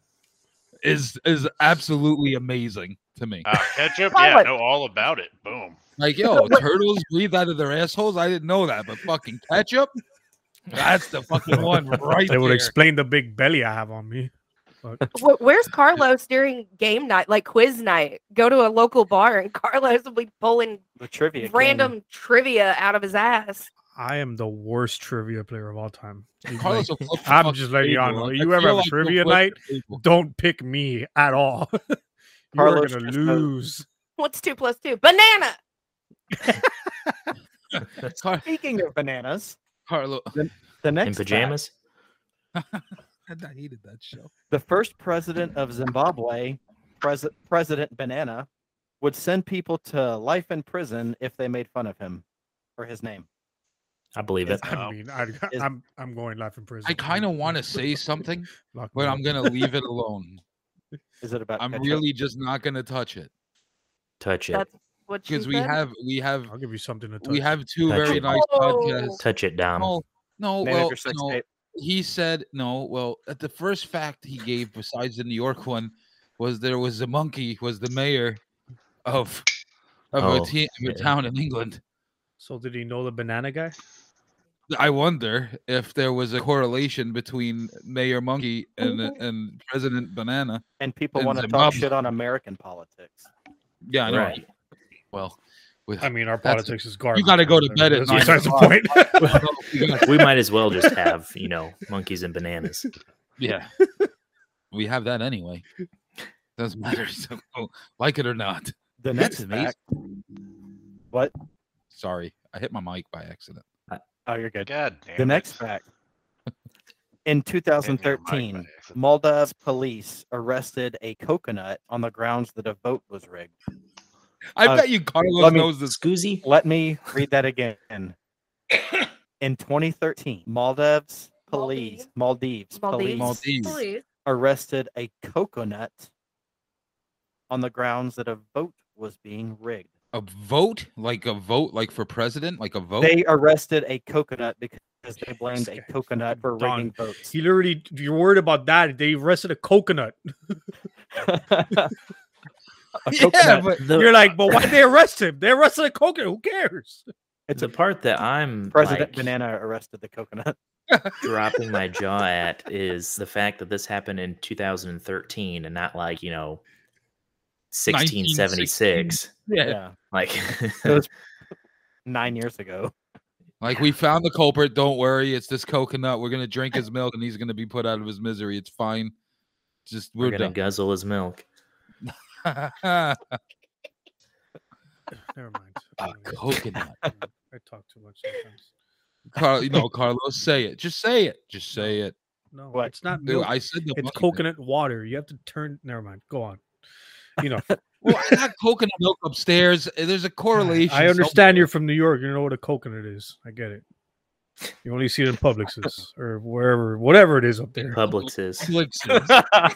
Speaker 6: is is absolutely amazing to me.
Speaker 3: Uh, ketchup, yeah, I know all about it. Boom.
Speaker 6: Like, yo, turtles breathe out of their assholes. I didn't know that, but fucking ketchup, that's the fucking one right
Speaker 4: They would
Speaker 6: there.
Speaker 4: explain the big belly I have on me. fuck.
Speaker 7: Wh- Where's Carlos during game night, like quiz night? Go to a local bar and Carlos will be pulling
Speaker 2: The trivia. king.
Speaker 7: random trivia out of his ass.
Speaker 4: I am the worst trivia player of all time. Like,
Speaker 6: Carlos will flip the
Speaker 4: I'm
Speaker 6: fucking
Speaker 4: just letting you
Speaker 6: table.
Speaker 4: all know,
Speaker 6: I
Speaker 4: you
Speaker 6: feel
Speaker 4: ever have
Speaker 6: like he'll
Speaker 4: trivia
Speaker 6: flip the
Speaker 4: night,
Speaker 6: table.
Speaker 4: don't pick me at all. You're
Speaker 2: Carlos
Speaker 4: gonna
Speaker 2: just knows.
Speaker 4: lose.
Speaker 7: What's two plus two? Banana.
Speaker 6: Car-
Speaker 2: Speaking of bananas,
Speaker 6: Carlo,
Speaker 2: the next
Speaker 5: in
Speaker 2: fact-
Speaker 5: pajamas.
Speaker 6: I needed that show.
Speaker 2: the first president of Zimbabwe, Pres- President Banana, would send people to life in prison if they made fun of him or his name.
Speaker 5: I believe it.
Speaker 4: I
Speaker 3: Oh.
Speaker 4: mean, I,
Speaker 2: Is-
Speaker 4: I'm I'm going life in prison.
Speaker 6: um, I kind of want to say something,
Speaker 4: Lock me
Speaker 6: but
Speaker 4: up.
Speaker 6: I'm gonna leave it alone.
Speaker 2: Is it about?
Speaker 6: I'm
Speaker 2: ketchup?
Speaker 6: really just not gonna touch it
Speaker 5: Touch it.
Speaker 7: That's what she
Speaker 6: because we
Speaker 7: said?
Speaker 6: have we have
Speaker 4: I'll give you something to touch.
Speaker 6: we have two
Speaker 5: Touch
Speaker 6: very
Speaker 5: it.
Speaker 6: nice podcasts.
Speaker 5: Touch it, Dom.
Speaker 6: No, no,
Speaker 2: Name of
Speaker 6: oh, well,
Speaker 2: your sex
Speaker 6: no,
Speaker 2: tape.
Speaker 6: he said no. Well, at the first fact he gave, besides the New York one, was there was a monkey was the mayor of of
Speaker 5: Oh,
Speaker 6: a, te- of a
Speaker 5: yeah.
Speaker 6: town in England.
Speaker 4: So did he know the banana guy?
Speaker 6: I wonder if there was a correlation between Mayor Monkey and
Speaker 2: Mm-hmm.
Speaker 6: and President Banana.
Speaker 2: And people
Speaker 6: in
Speaker 2: want to talk
Speaker 6: Zimbabwe.
Speaker 2: shit on American politics.
Speaker 6: Yeah, I know.
Speaker 5: Right.
Speaker 6: Well, with
Speaker 4: I mean, our
Speaker 6: That's-
Speaker 4: politics is garbage.
Speaker 6: gotta go to
Speaker 4: but
Speaker 6: bed at
Speaker 4: that's
Speaker 6: nine
Speaker 4: besides the
Speaker 6: o'clock.
Speaker 4: point.
Speaker 5: we might as well just have, you know, monkeys and bananas.
Speaker 6: yeah, we have that anyway. Doesn't matter, so, oh, like it or not.
Speaker 2: The
Speaker 6: That's
Speaker 2: next
Speaker 6: amazing.
Speaker 2: fact. What?
Speaker 6: Sorry, I hit my mic by accident.
Speaker 2: Oh, you're good.
Speaker 3: God damn.
Speaker 2: The
Speaker 3: it.
Speaker 2: next fact. In
Speaker 3: Hit me on the mic
Speaker 2: 2013,
Speaker 3: by accident.
Speaker 2: Moldav police arrested a coconut on the grounds that a vote was rigged.
Speaker 6: I
Speaker 2: Uh,
Speaker 6: bet you Carlos
Speaker 2: let me-
Speaker 6: knows this.
Speaker 5: Scoozy.
Speaker 2: Let me read that again. In 2013, Maldives police, Maldives, police
Speaker 7: Maldives.
Speaker 6: Maldives.
Speaker 8: Please.
Speaker 2: arrested a coconut on the grounds that a vote was being rigged.
Speaker 6: A vote, like a vote, like for president, like a vote.
Speaker 2: They arrested a coconut because they blamed
Speaker 4: guy
Speaker 2: a
Speaker 4: is
Speaker 2: coconut
Speaker 4: fucking
Speaker 2: for rigging votes.
Speaker 4: He literally, if you're worried about that, they arrested a coconut.
Speaker 2: a
Speaker 6: yeah,
Speaker 2: coconut.
Speaker 6: but
Speaker 5: The,
Speaker 4: You're like, but why they arrest him? They arrested a coconut. Who cares?
Speaker 5: the part that I'm
Speaker 2: President
Speaker 5: like,
Speaker 2: Banana arrested the coconut.
Speaker 5: dropping my jaw at is the fact that this happened in 2013 and not like, you know, 1676.
Speaker 6: yeah.
Speaker 2: Yeah.
Speaker 5: Like,
Speaker 2: It was nine years ago.
Speaker 6: Like we found the culprit. Don't worry, it's this coconut. We're gonna drink his milk, and he's gonna be put out of his misery. It's fine. Just
Speaker 5: we're
Speaker 6: we're,
Speaker 5: going to
Speaker 6: done.
Speaker 5: guzzle his milk.
Speaker 6: a
Speaker 4: Never mind.
Speaker 6: coconut.
Speaker 4: I talk too much sometimes.
Speaker 6: Carl, no, Carlos, say it. Just say it. Just say it.
Speaker 4: No,
Speaker 2: What?
Speaker 4: it's not
Speaker 6: Dude,
Speaker 4: milk.
Speaker 6: I said the
Speaker 4: it's
Speaker 6: monkey thing.
Speaker 4: coconut water. You have to turn. Never mind. Go on. You know,
Speaker 6: Well, I got coconut milk upstairs. and There's a correlation.
Speaker 4: I understand
Speaker 6: somewhere.
Speaker 4: you're from New York. You know what a coconut is. I get it. You only see it in Publix's or wherever, whatever it is up there.
Speaker 5: Publix is.
Speaker 6: Publix is-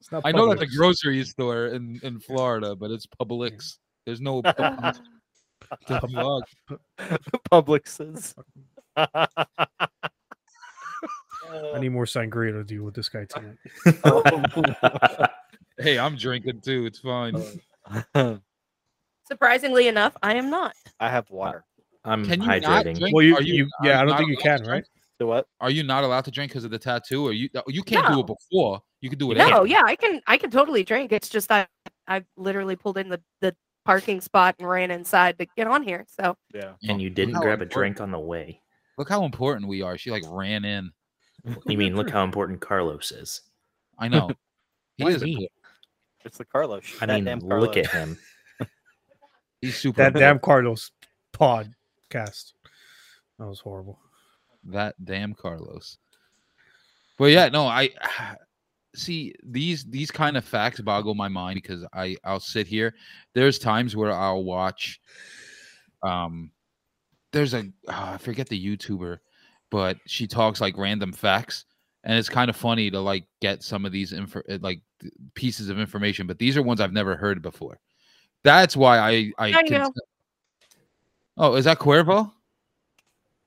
Speaker 4: It's not
Speaker 6: I know that's a
Speaker 4: Publix.
Speaker 6: grocery store in, in Florida, but it's Publix. There's no. Publix. The fuck?
Speaker 2: Publix's.
Speaker 4: I need more sangria to deal with this guy tonight.
Speaker 6: Hey, I'm drinking too. It's
Speaker 5: Oh,
Speaker 6: fine.
Speaker 2: I
Speaker 7: Surprisingly enough, I am not.
Speaker 2: have
Speaker 5: Uh,
Speaker 2: water.
Speaker 5: I'm
Speaker 6: Can you not
Speaker 5: hydrating.
Speaker 6: drink?
Speaker 4: Well, you,
Speaker 6: Are
Speaker 4: you, yeah,
Speaker 6: are
Speaker 4: I don't
Speaker 6: not
Speaker 4: think you
Speaker 6: allowed
Speaker 4: can,
Speaker 6: to
Speaker 4: right?
Speaker 6: drink?
Speaker 2: Do what?
Speaker 6: Are you not allowed to drink because of the tattoo? Or you you can't do
Speaker 7: No.
Speaker 6: it before. You can do it.
Speaker 7: No,
Speaker 6: after.
Speaker 7: yeah, I can I can totally drink. It's just I I literally pulled in the, the parking spot and ran inside to get on here. So
Speaker 2: Yeah.
Speaker 5: And you didn't
Speaker 6: how
Speaker 5: grab a
Speaker 6: important-
Speaker 5: drink on the way.
Speaker 6: Look how important we are. She like ran in.
Speaker 5: You mean look how important Carlos is?
Speaker 6: I know. He
Speaker 5: Why
Speaker 6: is.
Speaker 5: me?
Speaker 6: important.
Speaker 2: It's the Carlos.
Speaker 5: I
Speaker 2: that
Speaker 5: mean,
Speaker 2: damn
Speaker 5: look
Speaker 2: Carlos.
Speaker 5: at him.
Speaker 6: He's super.
Speaker 4: That damn
Speaker 6: important.
Speaker 4: Carlos podcast. That was horrible.
Speaker 6: That damn Carlos. But yeah, no, I see these these kind of facts boggle my mind because I I'll sit here. There's times where I'll watch. Um, there's a ah, I forget the YouTuber, but she talks like random facts, and it's kind of funny to like get some of these info like th- pieces of information. But these are ones I've never heard before. That's why I I.
Speaker 7: I know.
Speaker 6: Oh, is that Cuervo?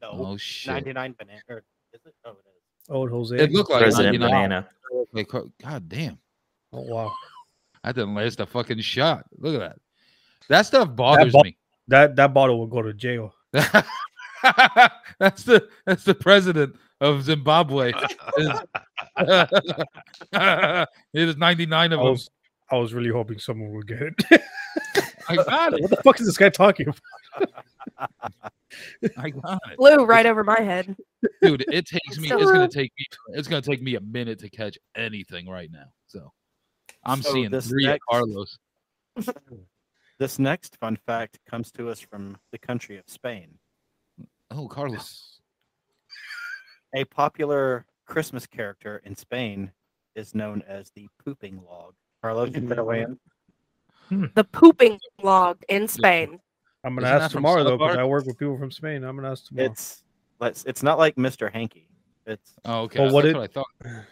Speaker 2: No.
Speaker 6: Oh shit!
Speaker 2: 99 banana. Or is it? Oh, it is.
Speaker 4: Old Jose.
Speaker 6: It looked like
Speaker 5: President
Speaker 6: 99.
Speaker 5: Banana.
Speaker 6: Like, Cuer- God damn.
Speaker 4: oh, wow.
Speaker 6: That didn't last a fucking shot. Look at that. That stuff bothers
Speaker 4: bo-
Speaker 6: me.
Speaker 4: That that bottle will go to jail.
Speaker 6: that's the that's the president of Zimbabwe. Is it is 99
Speaker 4: I
Speaker 6: of them.
Speaker 4: was, I was really hoping someone would get it.
Speaker 6: I got it.
Speaker 4: what the fuck is this guy talking about?
Speaker 6: I got it.
Speaker 7: Flew right over my head.
Speaker 6: Dude, it takes me
Speaker 7: So-
Speaker 6: it's gonna take me it's gonna take me a minute to catch anything right now. So I'm
Speaker 2: So
Speaker 6: seeing
Speaker 2: this
Speaker 6: three at
Speaker 2: next-
Speaker 6: Carlos.
Speaker 2: This next fun fact comes to us from the country of Spain.
Speaker 6: Oh Carlos.
Speaker 2: A popular Christmas character in Spain is known as the pooping log. Carlos, you better weigh in.
Speaker 7: The pooping log in Spain.
Speaker 4: I'm gonna
Speaker 6: Isn't that
Speaker 4: ask
Speaker 6: from
Speaker 4: tomorrow though, because
Speaker 6: Svalbard?
Speaker 4: I work with people from Spain. I'm gonna ask tomorrow.
Speaker 2: It's let's. It's not like Mr. Hanky. It's
Speaker 6: Oh okay.
Speaker 4: Well, what
Speaker 6: that's
Speaker 4: it-
Speaker 6: what I thought.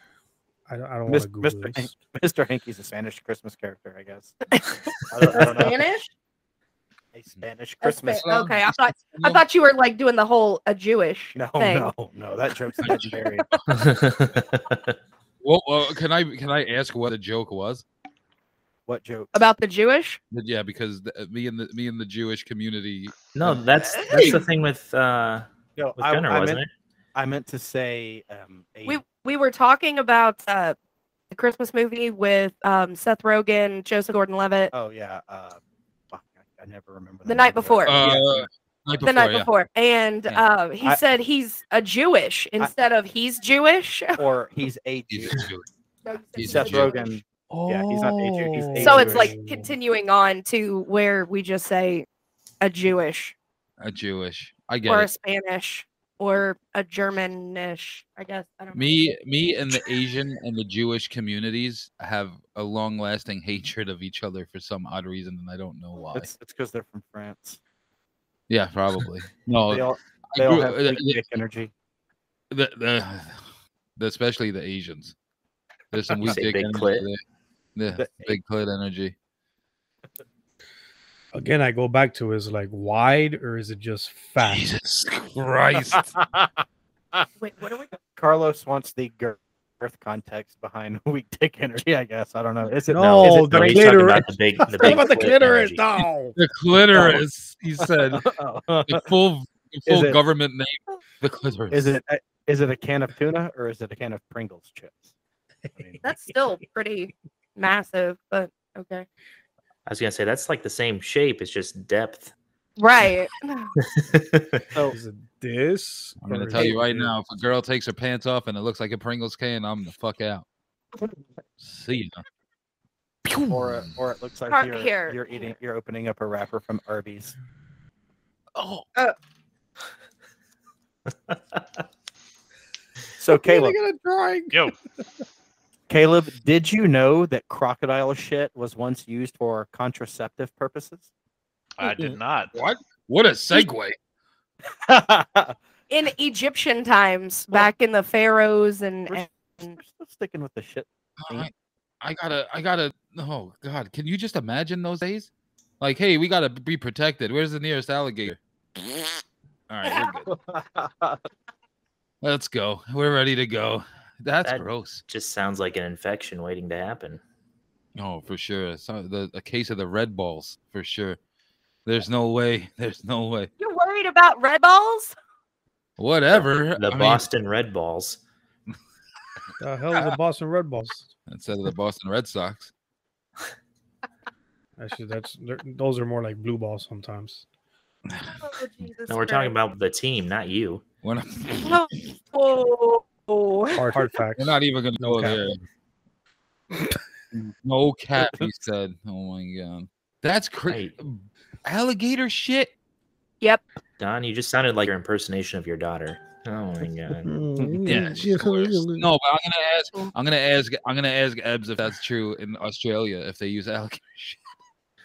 Speaker 4: I don't, I don't want
Speaker 2: Mis-
Speaker 4: to Google
Speaker 2: Mr.
Speaker 4: this.
Speaker 2: Mr. Hanky's a Spanish Christmas character, I guess. I don't, I don't know.
Speaker 8: Spanish?
Speaker 2: A Spanish
Speaker 8: That's
Speaker 2: Christmas.
Speaker 8: fair.
Speaker 6: Um,
Speaker 7: Okay, I thought I thought you were like doing the whole a Jewish
Speaker 2: No,
Speaker 7: thing.
Speaker 2: no, no. That joke's legendary.
Speaker 6: well, well, can I can I ask what the joke was?
Speaker 2: what joke?
Speaker 7: About the Jewish?
Speaker 6: But yeah, because the, uh, me and the me and the Jewish community
Speaker 5: no, that's that's the thing with uh
Speaker 2: No,
Speaker 5: with
Speaker 2: I,
Speaker 5: Gunner,
Speaker 2: I
Speaker 5: wasn't
Speaker 2: meant,
Speaker 5: it?
Speaker 2: I meant to say um, a
Speaker 7: We we were talking about uh the Christmas movie with um Seth Rogen, Joseph Gordon Levitt
Speaker 2: Oh yeah. Uh, fuck, I, I never remember.
Speaker 7: The night
Speaker 2: name of it.
Speaker 7: before.
Speaker 6: Uh,
Speaker 2: yeah.
Speaker 6: night before,
Speaker 7: the night
Speaker 6: yeah.
Speaker 7: before. And
Speaker 6: Yeah.
Speaker 7: uh, he
Speaker 2: I-
Speaker 7: said he's a Jewish instead of he's Jewish.
Speaker 2: Or he's a
Speaker 6: He's
Speaker 2: Jew.
Speaker 6: a Jew. He's
Speaker 2: Seth
Speaker 6: Jewish.
Speaker 2: Rogen. Yeah, he's not a Jew, he's a
Speaker 7: So it's like
Speaker 4: Jewish.
Speaker 7: continuing on to where we just say a Jewish
Speaker 6: A Jewish. I get
Speaker 7: or
Speaker 6: it.
Speaker 7: a Spanish or a Germanish, I guess. I don't know.
Speaker 6: me me and the asian and the jewish communities have a long lasting hatred of each other for some odd reason and i don't know why
Speaker 2: It's it's because they're from France.
Speaker 6: yeah probably no
Speaker 2: They all
Speaker 6: Oh, I
Speaker 2: they all
Speaker 6: grew-
Speaker 2: have
Speaker 6: uh,
Speaker 2: big dick energy.
Speaker 6: the, the, the- especially the asians there's some
Speaker 5: You
Speaker 6: weak
Speaker 5: say
Speaker 6: dick
Speaker 5: big
Speaker 6: energy
Speaker 5: clit?
Speaker 6: there. yeah
Speaker 2: The-
Speaker 6: big clit energy
Speaker 4: Again, I go back to is it like wide or is it just fat?
Speaker 6: jesus christ
Speaker 7: Wait, what are we?
Speaker 2: Carlos wants the girth context behind weak dick energy. I guess I don't know. Is it
Speaker 4: No,
Speaker 2: is
Speaker 4: Oh,
Speaker 2: it
Speaker 4: the
Speaker 5: No, he's
Speaker 2: really-
Speaker 5: talking
Speaker 4: clitoris.
Speaker 5: about the big, the
Speaker 4: Talking
Speaker 5: big
Speaker 4: about the
Speaker 5: clit
Speaker 4: clitoris,
Speaker 5: energy.
Speaker 4: no.
Speaker 6: the clitoris he said the full the
Speaker 2: Uh, Is
Speaker 6: full
Speaker 2: it-
Speaker 6: government name the clitoris
Speaker 2: Oh. Is it a, is it a can of tuna or is it a can of Pringles chips? I mean,
Speaker 7: That's still pretty massive, but okay.
Speaker 5: I was gonna say that's like the same shape. It's just depth.
Speaker 7: Right.
Speaker 2: so
Speaker 4: Is it this?
Speaker 6: I'm gonna
Speaker 4: or
Speaker 6: tell
Speaker 4: is
Speaker 6: you
Speaker 4: it
Speaker 6: right
Speaker 4: this?
Speaker 6: now, if a girl takes her pants off and it looks like a Pringles can, I'm the fuck out. See ya.
Speaker 2: or it- or it looks like
Speaker 7: Part
Speaker 2: you're
Speaker 7: here,
Speaker 2: you're eating you're opening up a wrapper from Arby's.
Speaker 6: Oh,
Speaker 2: So
Speaker 4: Look
Speaker 2: Caleb,
Speaker 4: at a drawing.
Speaker 3: Yo,
Speaker 2: Caleb, did you know that crocodile shit was once used for contraceptive purposes?
Speaker 3: I did not.
Speaker 6: what? What a segue.
Speaker 2: We're
Speaker 7: In Egyptian times, back in the pharaohs and,
Speaker 2: We're-
Speaker 7: and
Speaker 2: still sticking with the shit.
Speaker 6: I, I gotta, I gotta. Oh God, can you just imagine those days? Like, hey, we gotta be protected. Where's the nearest alligator? All right, we're good. Let's go. We're ready to go. That's
Speaker 5: That-
Speaker 6: gross.
Speaker 5: just sounds like an infection waiting to happen.
Speaker 6: Oh, for sure. So the a case of the red balls for sure. There's no way. There's no way.
Speaker 7: you're worried about red balls?
Speaker 6: Whatever.
Speaker 5: The
Speaker 6: Uh, I mean,
Speaker 5: Boston Red Balls.
Speaker 4: The hell is the Boston Red Balls?
Speaker 6: instead of the Boston Red Sox.
Speaker 4: Actually, that's they're- those are more like blue balls sometimes.
Speaker 7: Oh, Jesus
Speaker 5: No, we're talking about the team, not you.
Speaker 6: We're not,
Speaker 7: about. Oh, oh.
Speaker 4: Hard, hard facts.
Speaker 6: we're not even gonna
Speaker 4: No
Speaker 6: go
Speaker 4: cap.
Speaker 6: there. no cap, he said. Oh my god, that's crazy. Alligator shit.
Speaker 7: Yep.
Speaker 5: Don, you just sounded like your impersonation of your daughter. Oh my god.
Speaker 6: mm,
Speaker 4: Mm,
Speaker 6: Yeah, she's the worst. no, but I'm gonna ask. I'm gonna ask. I'm gonna ask Ebs if that's true in Australia if they use alligator shit.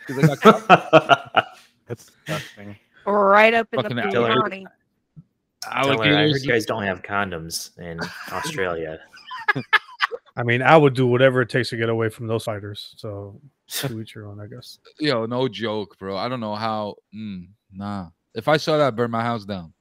Speaker 6: 'Cause they got
Speaker 2: That's disgusting.
Speaker 7: Right up in
Speaker 6: Fucking
Speaker 7: the
Speaker 5: Taylor.
Speaker 7: county.
Speaker 5: Tell her, I heard
Speaker 6: alligators.
Speaker 5: you guys don't have condoms in Australia.
Speaker 4: I mean, I would do whatever it takes to get away from those fighters. So to each your own, I guess.
Speaker 6: Yo, no joke, bro. I don't know how. Mm, nah, if I saw that, burn my house down.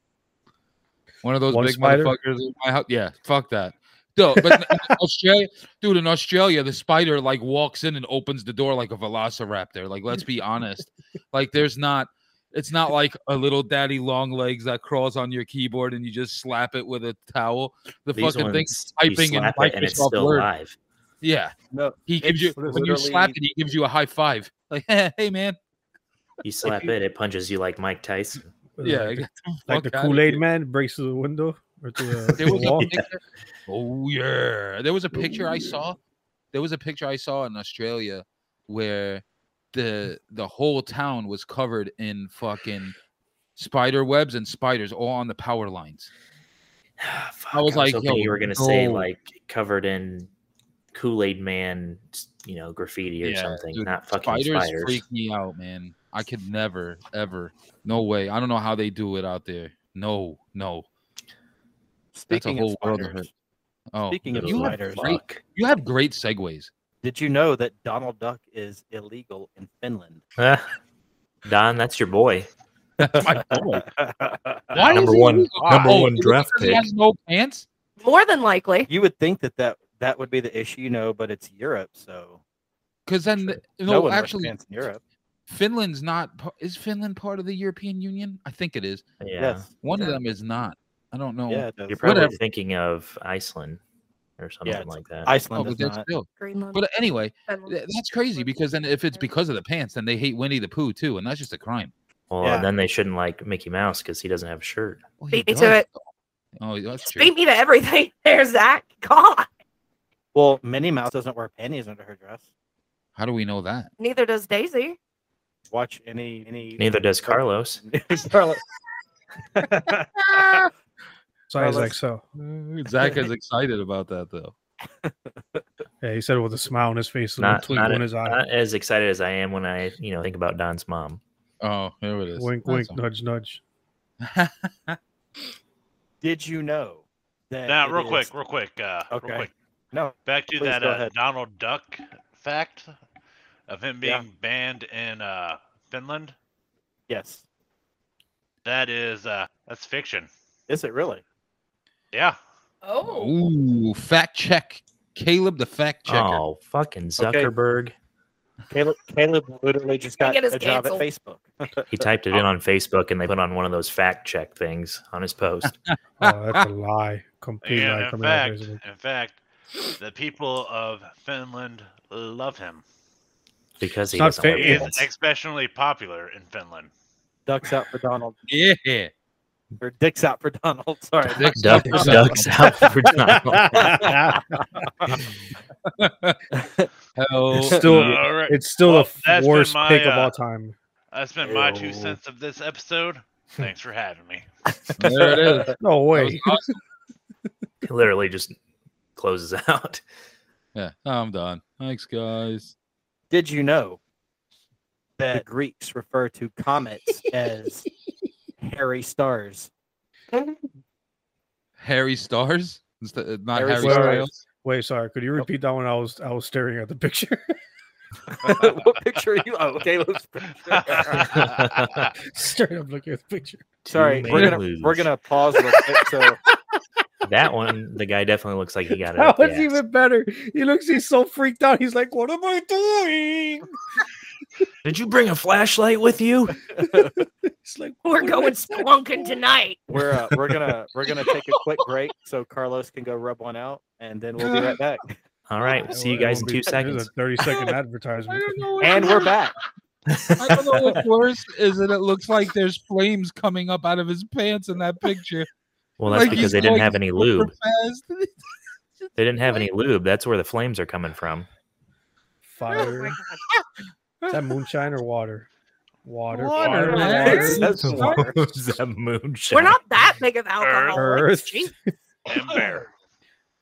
Speaker 6: One of those
Speaker 4: One
Speaker 6: big
Speaker 4: spider?
Speaker 6: motherfuckers in my house. Yeah, fuck that. Dude, but in Australia, dude, in Australia, the spider like walks in and opens the door like a velociraptor. Like, let's be honest. Like, there's not. It's not like a little daddy long legs that crawls on your keyboard and you just slap it with a towel. The fucking thing.
Speaker 5: you
Speaker 6: typing in
Speaker 5: slap it and it's
Speaker 6: Microsoft
Speaker 5: still
Speaker 6: Word.
Speaker 5: live.
Speaker 6: Yeah.
Speaker 2: No,
Speaker 6: He gives you
Speaker 2: It's
Speaker 6: when you slap it,
Speaker 2: literally-
Speaker 6: he gives you a high five. Like, hey man.
Speaker 5: You slap
Speaker 2: you-
Speaker 5: it, it punches you like Mike Tyson.
Speaker 6: Yeah.
Speaker 4: like,
Speaker 6: get
Speaker 4: the-
Speaker 6: the
Speaker 4: like the
Speaker 6: fuck outta
Speaker 4: Kool Aid
Speaker 6: here.
Speaker 4: Man breaks through the window or through the,
Speaker 6: There
Speaker 4: through
Speaker 6: was
Speaker 4: the
Speaker 6: a
Speaker 4: wall.
Speaker 6: picture. Oh yeah. There was a picture I saw. There was a picture I saw in Australia where the the whole town was covered in fucking spider webs and spiders all on the power lines.
Speaker 5: Ah, Fuck,
Speaker 6: was like,
Speaker 5: hoping
Speaker 6: yo,
Speaker 5: you were gonna say
Speaker 6: no.
Speaker 5: like covered in Kool Aid Man, you know, graffiti or
Speaker 6: Yeah,
Speaker 5: something.
Speaker 6: dude,
Speaker 5: not fucking spiders.
Speaker 6: spiders freak me out, man. I could never, ever. No way. I don't know how they do it out there. No, no.
Speaker 2: Speaking
Speaker 6: whole
Speaker 2: of
Speaker 6: world of
Speaker 2: spiders,
Speaker 6: Oh,
Speaker 2: Speaking of
Speaker 6: you have
Speaker 2: spiders,
Speaker 6: great-
Speaker 5: Fuck.
Speaker 6: you have great segues.
Speaker 2: did you know that Donald Duck is illegal in Finland?
Speaker 5: Ah, Don, that's your boy.
Speaker 6: My boy.
Speaker 2: Why?
Speaker 5: Number
Speaker 6: he
Speaker 5: one-
Speaker 6: illegal?
Speaker 5: number one
Speaker 6: because
Speaker 5: draft
Speaker 6: He has no pants.
Speaker 7: More than likely.
Speaker 2: You would think that, that that would be the issue, you know, but it's Europe, so
Speaker 6: Because then,
Speaker 2: Sure.
Speaker 6: no,
Speaker 2: no one wears
Speaker 6: actually,
Speaker 2: pants in Europe.
Speaker 6: Finland's not. pa- Is Finland part of the European Union? I think it is.
Speaker 5: Yeah.
Speaker 2: Yes,
Speaker 6: One of
Speaker 2: Yeah.
Speaker 6: them is not. I don't know.
Speaker 2: yeah, it
Speaker 5: You're
Speaker 2: does.
Speaker 5: probably
Speaker 6: Oh, Whatever.
Speaker 5: thinking of Iceland or something
Speaker 2: it's
Speaker 5: like that.
Speaker 6: Oh,
Speaker 2: Iceland
Speaker 6: but
Speaker 2: is
Speaker 6: that's
Speaker 2: not.
Speaker 6: still.
Speaker 7: Greenland.
Speaker 6: But uh, anyway,
Speaker 7: Finland.
Speaker 6: th- that's crazy because then if it's because of the pants, then they hate Winnie the Pooh too, and that's just a crime.
Speaker 5: well,
Speaker 2: yeah.
Speaker 5: then they shouldn't like Mickey Mouse because he doesn't have a shirt.
Speaker 6: Well, he
Speaker 7: Beat me to
Speaker 6: does,
Speaker 7: it.
Speaker 6: though. Oh, that's
Speaker 7: Just
Speaker 6: true.
Speaker 7: beat me to everything there, Zach. God.
Speaker 2: Well, Minnie Mouse doesn't wear panties under her dress.
Speaker 6: How do we know that?
Speaker 7: Neither does Daisy.
Speaker 2: Watch any any.
Speaker 5: Neither does Carlos.
Speaker 2: Carlos.
Speaker 4: So I was
Speaker 2: Carlos-
Speaker 4: like, so.
Speaker 6: Zach is excited about that though.
Speaker 4: Yeah, he said it with a smile on his face, a little
Speaker 5: Not-
Speaker 4: twinkle
Speaker 5: not
Speaker 4: in his eye.
Speaker 5: Not as excited as I am when I, you know, think about Don's mom.
Speaker 6: Oh, here it is.
Speaker 4: Wink,
Speaker 6: That's
Speaker 4: wink,
Speaker 6: all.
Speaker 4: nudge, nudge.
Speaker 2: Did you know that?
Speaker 3: Now,
Speaker 2: it
Speaker 3: real quick,
Speaker 2: is-
Speaker 3: real quick, uh,
Speaker 2: Okay.
Speaker 3: real quick.
Speaker 2: No,
Speaker 3: Back to
Speaker 2: Please
Speaker 3: that
Speaker 2: go
Speaker 3: uh,
Speaker 2: ahead.
Speaker 3: Donald Duck fact of him being
Speaker 2: Yeah.
Speaker 3: banned in uh, Finland.
Speaker 2: yes,
Speaker 3: That is uh, that's fiction.
Speaker 2: is it really?
Speaker 3: Yeah.
Speaker 8: Oh,
Speaker 6: Ooh, fact check. Caleb, the fact checker.
Speaker 5: Oh, fucking
Speaker 2: Okay.
Speaker 5: Zuckerberg.
Speaker 2: Caleb, Caleb literally just
Speaker 8: Gonna
Speaker 2: got
Speaker 8: get us
Speaker 2: a job at
Speaker 8: canceled.
Speaker 2: Facebook.
Speaker 5: He typed it in on Facebook and they put on one of those fact check things on his post.
Speaker 4: Oh, that's a lie. Complete
Speaker 3: And
Speaker 4: lie
Speaker 3: in
Speaker 4: coming out
Speaker 3: fact,
Speaker 4: of his mouth.
Speaker 3: in fact, the people of Finland love him.
Speaker 5: Because he
Speaker 4: It's not
Speaker 5: doesn't wear
Speaker 4: fair.
Speaker 3: He is
Speaker 5: pants.
Speaker 3: exceptionally popular in Finland.
Speaker 2: Ducks out for Donald,
Speaker 6: Yeah.
Speaker 2: or dicks out for Donald. Sorry,
Speaker 6: Dick's
Speaker 5: Duck,
Speaker 6: up for
Speaker 5: ducks out for Donald.
Speaker 6: Hell
Speaker 4: It's still-
Speaker 6: yeah.
Speaker 3: All right.
Speaker 4: It's still
Speaker 3: Well,
Speaker 4: the
Speaker 3: that's been
Speaker 4: worst
Speaker 3: my,
Speaker 4: pick of
Speaker 3: uh,
Speaker 4: all time.
Speaker 3: That's been my two
Speaker 5: Ew.
Speaker 3: cents of this episode. Thanks for having me.
Speaker 6: there it is. That
Speaker 4: No
Speaker 6: was
Speaker 4: way.
Speaker 6: awesome.
Speaker 5: He literally just closes out.
Speaker 6: Yeah, I'm done. Thanks, guys.
Speaker 2: Did you know that the Greeks refer to comets as hairy stars?
Speaker 6: Harry Stars? Instead, uh, not
Speaker 2: Harry
Speaker 6: Harry
Speaker 4: Stars.
Speaker 6: Styles.
Speaker 4: Wait, sorry. Could you
Speaker 5: Oh.
Speaker 4: repeat that one? I was I was staring at the picture.
Speaker 2: what picture are you? Oh, Caleb's picture.
Speaker 4: Straight up looking at the picture.
Speaker 2: Sorry,
Speaker 5: Two
Speaker 2: we're gonna
Speaker 5: man
Speaker 2: we're
Speaker 5: moves.
Speaker 2: gonna pause real quick. So
Speaker 5: That one, the guy definitely looks like he got it.
Speaker 4: That
Speaker 5: up the
Speaker 4: was
Speaker 5: ass.
Speaker 4: even better. He looks he's so freaked out. He's like, What am I doing?
Speaker 5: Did you bring a flashlight with you?
Speaker 4: It's like
Speaker 7: We're
Speaker 4: "What
Speaker 7: going
Speaker 4: is that for?"
Speaker 7: splunking tonight.
Speaker 2: we're uh, we're gonna we're gonna take a quick break so Carlos can go rub one out, and then we'll be right back.
Speaker 5: All right, we'll see you guys in two
Speaker 4: It was
Speaker 5: seconds. Oh
Speaker 4: a 30 second
Speaker 6: I
Speaker 4: advertisement.
Speaker 6: don't know. what-
Speaker 2: And we're back.
Speaker 6: I don't know what's worse is that it looks like there's flames coming up out of his pants in that picture.
Speaker 5: Well, that's
Speaker 6: Like,
Speaker 5: because
Speaker 6: he's
Speaker 5: they didn't
Speaker 6: going
Speaker 5: have any lube.
Speaker 6: Fast.
Speaker 5: They didn't have any lube. That's where the flames are coming from.
Speaker 4: Fire. Is that moonshine or water? Water. fire,
Speaker 6: Water, man.
Speaker 4: water.
Speaker 6: It's-
Speaker 2: That's water.
Speaker 5: that moonshine?
Speaker 7: We're not that big of alcoholics.
Speaker 4: Earth.
Speaker 7: Jeez.
Speaker 3: and bear.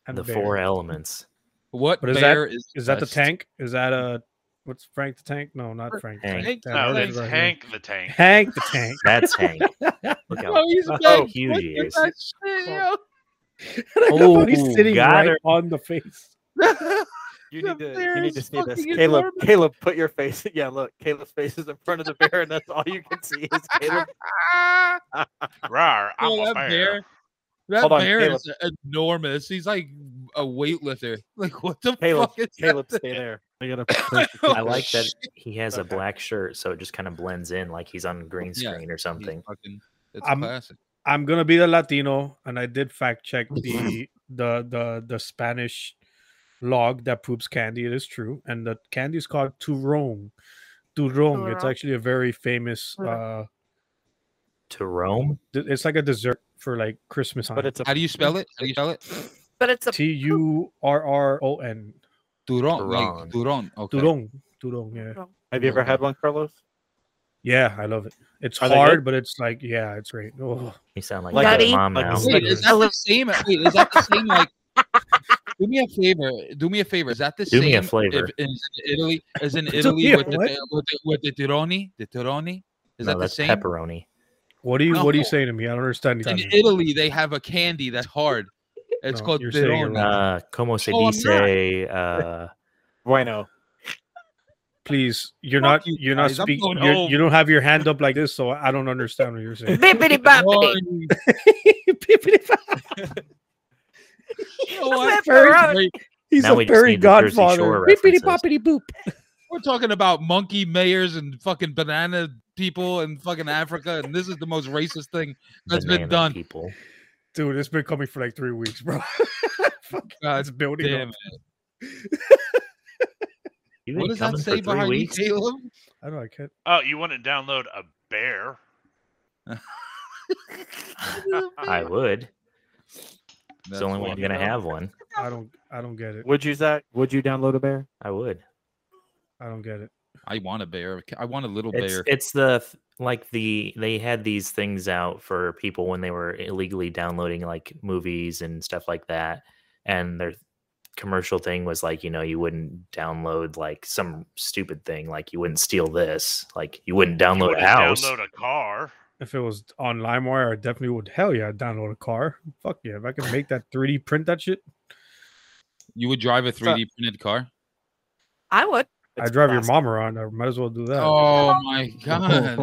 Speaker 4: and
Speaker 5: the
Speaker 4: bear.
Speaker 5: four elements.
Speaker 6: What
Speaker 4: But is
Speaker 6: bear is
Speaker 4: Is that the
Speaker 6: best?
Speaker 4: tank? Is that a what's Frank the Tank? No, not Frank. the
Speaker 5: Hank.
Speaker 4: That
Speaker 3: No,
Speaker 4: bird
Speaker 3: it's
Speaker 4: is right here.
Speaker 3: Hank the Tank.
Speaker 4: Hank the Tank.
Speaker 5: That's Hank. Look how
Speaker 6: Oh, he's
Speaker 5: fucking
Speaker 6: big.
Speaker 5: huge he
Speaker 6: Look
Speaker 5: is.
Speaker 6: at that
Speaker 4: oh, he's
Speaker 5: Oh,
Speaker 4: sitting
Speaker 5: got
Speaker 4: right
Speaker 5: her.
Speaker 4: on the face.
Speaker 6: shit, yo.
Speaker 2: You
Speaker 6: The
Speaker 2: need to
Speaker 6: bear
Speaker 2: you need to
Speaker 6: is
Speaker 2: see this,
Speaker 6: fucking
Speaker 2: Caleb.
Speaker 6: enormous.
Speaker 2: Caleb, put your face. Yeah, look, Caleb's face is in front of the bear, and that's all you can see is Caleb.
Speaker 6: Ah,
Speaker 3: Rawr, I'm
Speaker 6: oh,
Speaker 3: a
Speaker 6: that
Speaker 3: bear.
Speaker 6: bear. That
Speaker 2: Hold on,
Speaker 6: bear is enormous. He's like a weightlifter. Like what the
Speaker 2: Caleb,
Speaker 6: fuck is
Speaker 2: Caleb, stay there. I gotta. post the
Speaker 5: I
Speaker 2: picture.
Speaker 5: like that he has a
Speaker 2: Okay.
Speaker 5: black shirt, so it just kind of blends in like he's on green
Speaker 6: Yeah,
Speaker 5: screen or
Speaker 6: He's
Speaker 5: something.
Speaker 6: fucking- It's
Speaker 4: I'm-
Speaker 6: a classic.
Speaker 4: I'm gonna be the Latino, and I did fact check the the the the Spanish log that poops candy. It is true, and the candy is called turrón. Turrón. It's
Speaker 7: Turrón.
Speaker 4: actually a very famous. Uh,
Speaker 5: To Rome?
Speaker 4: d- it's like a dessert for like Christmas
Speaker 2: But
Speaker 4: time.
Speaker 2: it's a
Speaker 6: How do you spell it? How do you spell it?
Speaker 7: But it's a
Speaker 4: T U R R O N.
Speaker 6: Turon. Like
Speaker 5: Turon.
Speaker 6: Turon. Okay.
Speaker 4: Turrón. Turrón. Yeah.
Speaker 2: Have you ever had one, Carlos?
Speaker 4: Yeah, I love it. It's
Speaker 2: Are they good?
Speaker 4: hard, but it's like yeah, it's great. Oh.
Speaker 5: You sound like,
Speaker 2: Like
Speaker 5: like
Speaker 7: a-
Speaker 5: mom
Speaker 2: like a
Speaker 5: now.
Speaker 2: snake.
Speaker 6: Wait, is that the same? Wait, is that the same? Like, do me a favor. Do me a favor. Is that the
Speaker 5: Do
Speaker 6: same?
Speaker 5: me a flavor.
Speaker 6: If, is in Italy, is in
Speaker 4: Do me
Speaker 6: Italy
Speaker 4: a
Speaker 6: with the,
Speaker 4: what?
Speaker 6: with the with the tironi, the tironi. Is
Speaker 5: no,
Speaker 6: that the
Speaker 5: that's
Speaker 6: same?
Speaker 5: pepperoni.
Speaker 4: What are you What are you
Speaker 6: No.
Speaker 4: saying to me? I don't understand.
Speaker 6: In
Speaker 4: Italian.
Speaker 6: Italy, they have a candy that's hard. It's
Speaker 4: No,
Speaker 6: called
Speaker 4: you're saying it
Speaker 6: tironi.
Speaker 4: wrong.
Speaker 5: Uh, como se
Speaker 6: Oh, I'm
Speaker 5: dice? Uh,
Speaker 2: Bueno.
Speaker 4: Please, you're
Speaker 6: Fuck
Speaker 4: not.
Speaker 6: you
Speaker 4: You are not
Speaker 6: guys, I'm
Speaker 4: speaking.
Speaker 6: going
Speaker 4: You
Speaker 6: home.
Speaker 4: you don't have your hand up like this, so I don't understand what you're saying.
Speaker 7: bippity boppity.
Speaker 6: Tironi. You know what?
Speaker 7: Pepperoni.
Speaker 6: Wait,
Speaker 4: He's
Speaker 5: Now
Speaker 4: a
Speaker 5: we just
Speaker 4: fairy
Speaker 5: need the Jersey
Speaker 4: godfather.
Speaker 5: Shore
Speaker 4: Bippity
Speaker 5: references.
Speaker 4: boppity boop.
Speaker 6: We're talking about monkey mayors and fucking banana people in fucking Africa, and this is the most racist thing that's
Speaker 5: banana
Speaker 6: been done.
Speaker 5: People.
Speaker 4: Dude, it's been coming for like three weeks, bro. Fuck,
Speaker 6: God
Speaker 4: it's building
Speaker 6: Damn
Speaker 4: up.
Speaker 6: it.
Speaker 5: You've
Speaker 6: What
Speaker 5: been
Speaker 6: does that
Speaker 5: coming for
Speaker 6: say
Speaker 5: three
Speaker 6: behind
Speaker 5: weeks?
Speaker 6: you, Caleb?
Speaker 4: I don't know. I can't.
Speaker 3: Oh, you want to download a bear?
Speaker 5: I would. It's the only way I'm gonna have one.
Speaker 4: I don't. I don't get it.
Speaker 2: Would you, Zach? Would you download a bear?
Speaker 5: I would.
Speaker 4: I don't get it.
Speaker 6: I want a bear. I want a little
Speaker 5: It's,
Speaker 6: bear.
Speaker 5: it's the f- like the they had these things out for people when they were illegally downloading like movies and stuff like that, and their commercial thing was like you know you wouldn't download like some stupid thing like you wouldn't steal this like you wouldn't
Speaker 3: You
Speaker 5: download
Speaker 3: wanna
Speaker 5: a house
Speaker 3: Download a car.
Speaker 4: If it was on LimeWire, I definitely would. Hell yeah, I'd download a car. Fuck yeah, if I could make that 3D print that shit,
Speaker 6: You would drive a 3D printed car?
Speaker 7: I would.
Speaker 4: I drive your mom around. I might as well do that.
Speaker 6: Oh my god.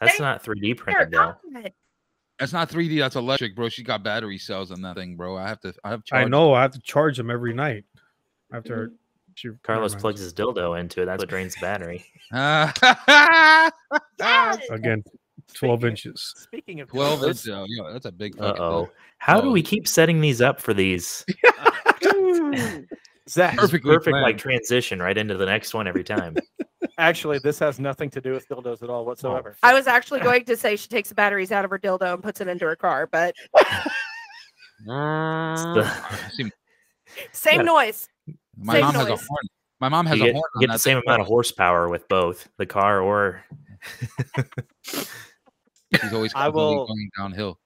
Speaker 5: that's not 3D printed though
Speaker 6: That's not 3D, that's electric, bro. She got battery cells on that thing, bro. I have to I have
Speaker 4: I
Speaker 6: charged.
Speaker 4: know. I have to charge them Mm-hmm. every night. After she, never
Speaker 5: Carlos
Speaker 4: mind.
Speaker 5: plugs his dildo into it that's what drains the battery
Speaker 6: Ah,
Speaker 4: again. Twelve inches.
Speaker 2: Speaking of
Speaker 6: 12 inch.
Speaker 2: dildos,
Speaker 6: Yo, yo, that's a big
Speaker 5: uh
Speaker 6: fucking
Speaker 5: oh
Speaker 6: thing.
Speaker 5: how do
Speaker 6: Oh.
Speaker 5: we keep setting these up for these
Speaker 2: Zach,
Speaker 6: Perfectly
Speaker 5: perfect like
Speaker 6: planned.
Speaker 5: transition right into the next one every time
Speaker 2: actually, this has nothing to do with dildos at
Speaker 6: Oh.
Speaker 2: all whatsoever.
Speaker 7: I was actually going to say she takes the batteries out of her dildo and puts it into her car, but
Speaker 5: It's
Speaker 6: Mm.
Speaker 5: the-
Speaker 6: See,
Speaker 7: same
Speaker 5: Yeah.
Speaker 7: noise.
Speaker 6: My
Speaker 7: Same
Speaker 6: mom has a
Speaker 7: noise.
Speaker 6: horn. My mom has
Speaker 5: you
Speaker 6: a
Speaker 5: get,
Speaker 6: horn. on
Speaker 5: get the
Speaker 6: that
Speaker 5: same
Speaker 6: thing,
Speaker 5: amount of
Speaker 6: bro.
Speaker 5: horsepower with both the car or
Speaker 6: She's always
Speaker 2: I
Speaker 6: constantly
Speaker 2: will-
Speaker 6: going downhill.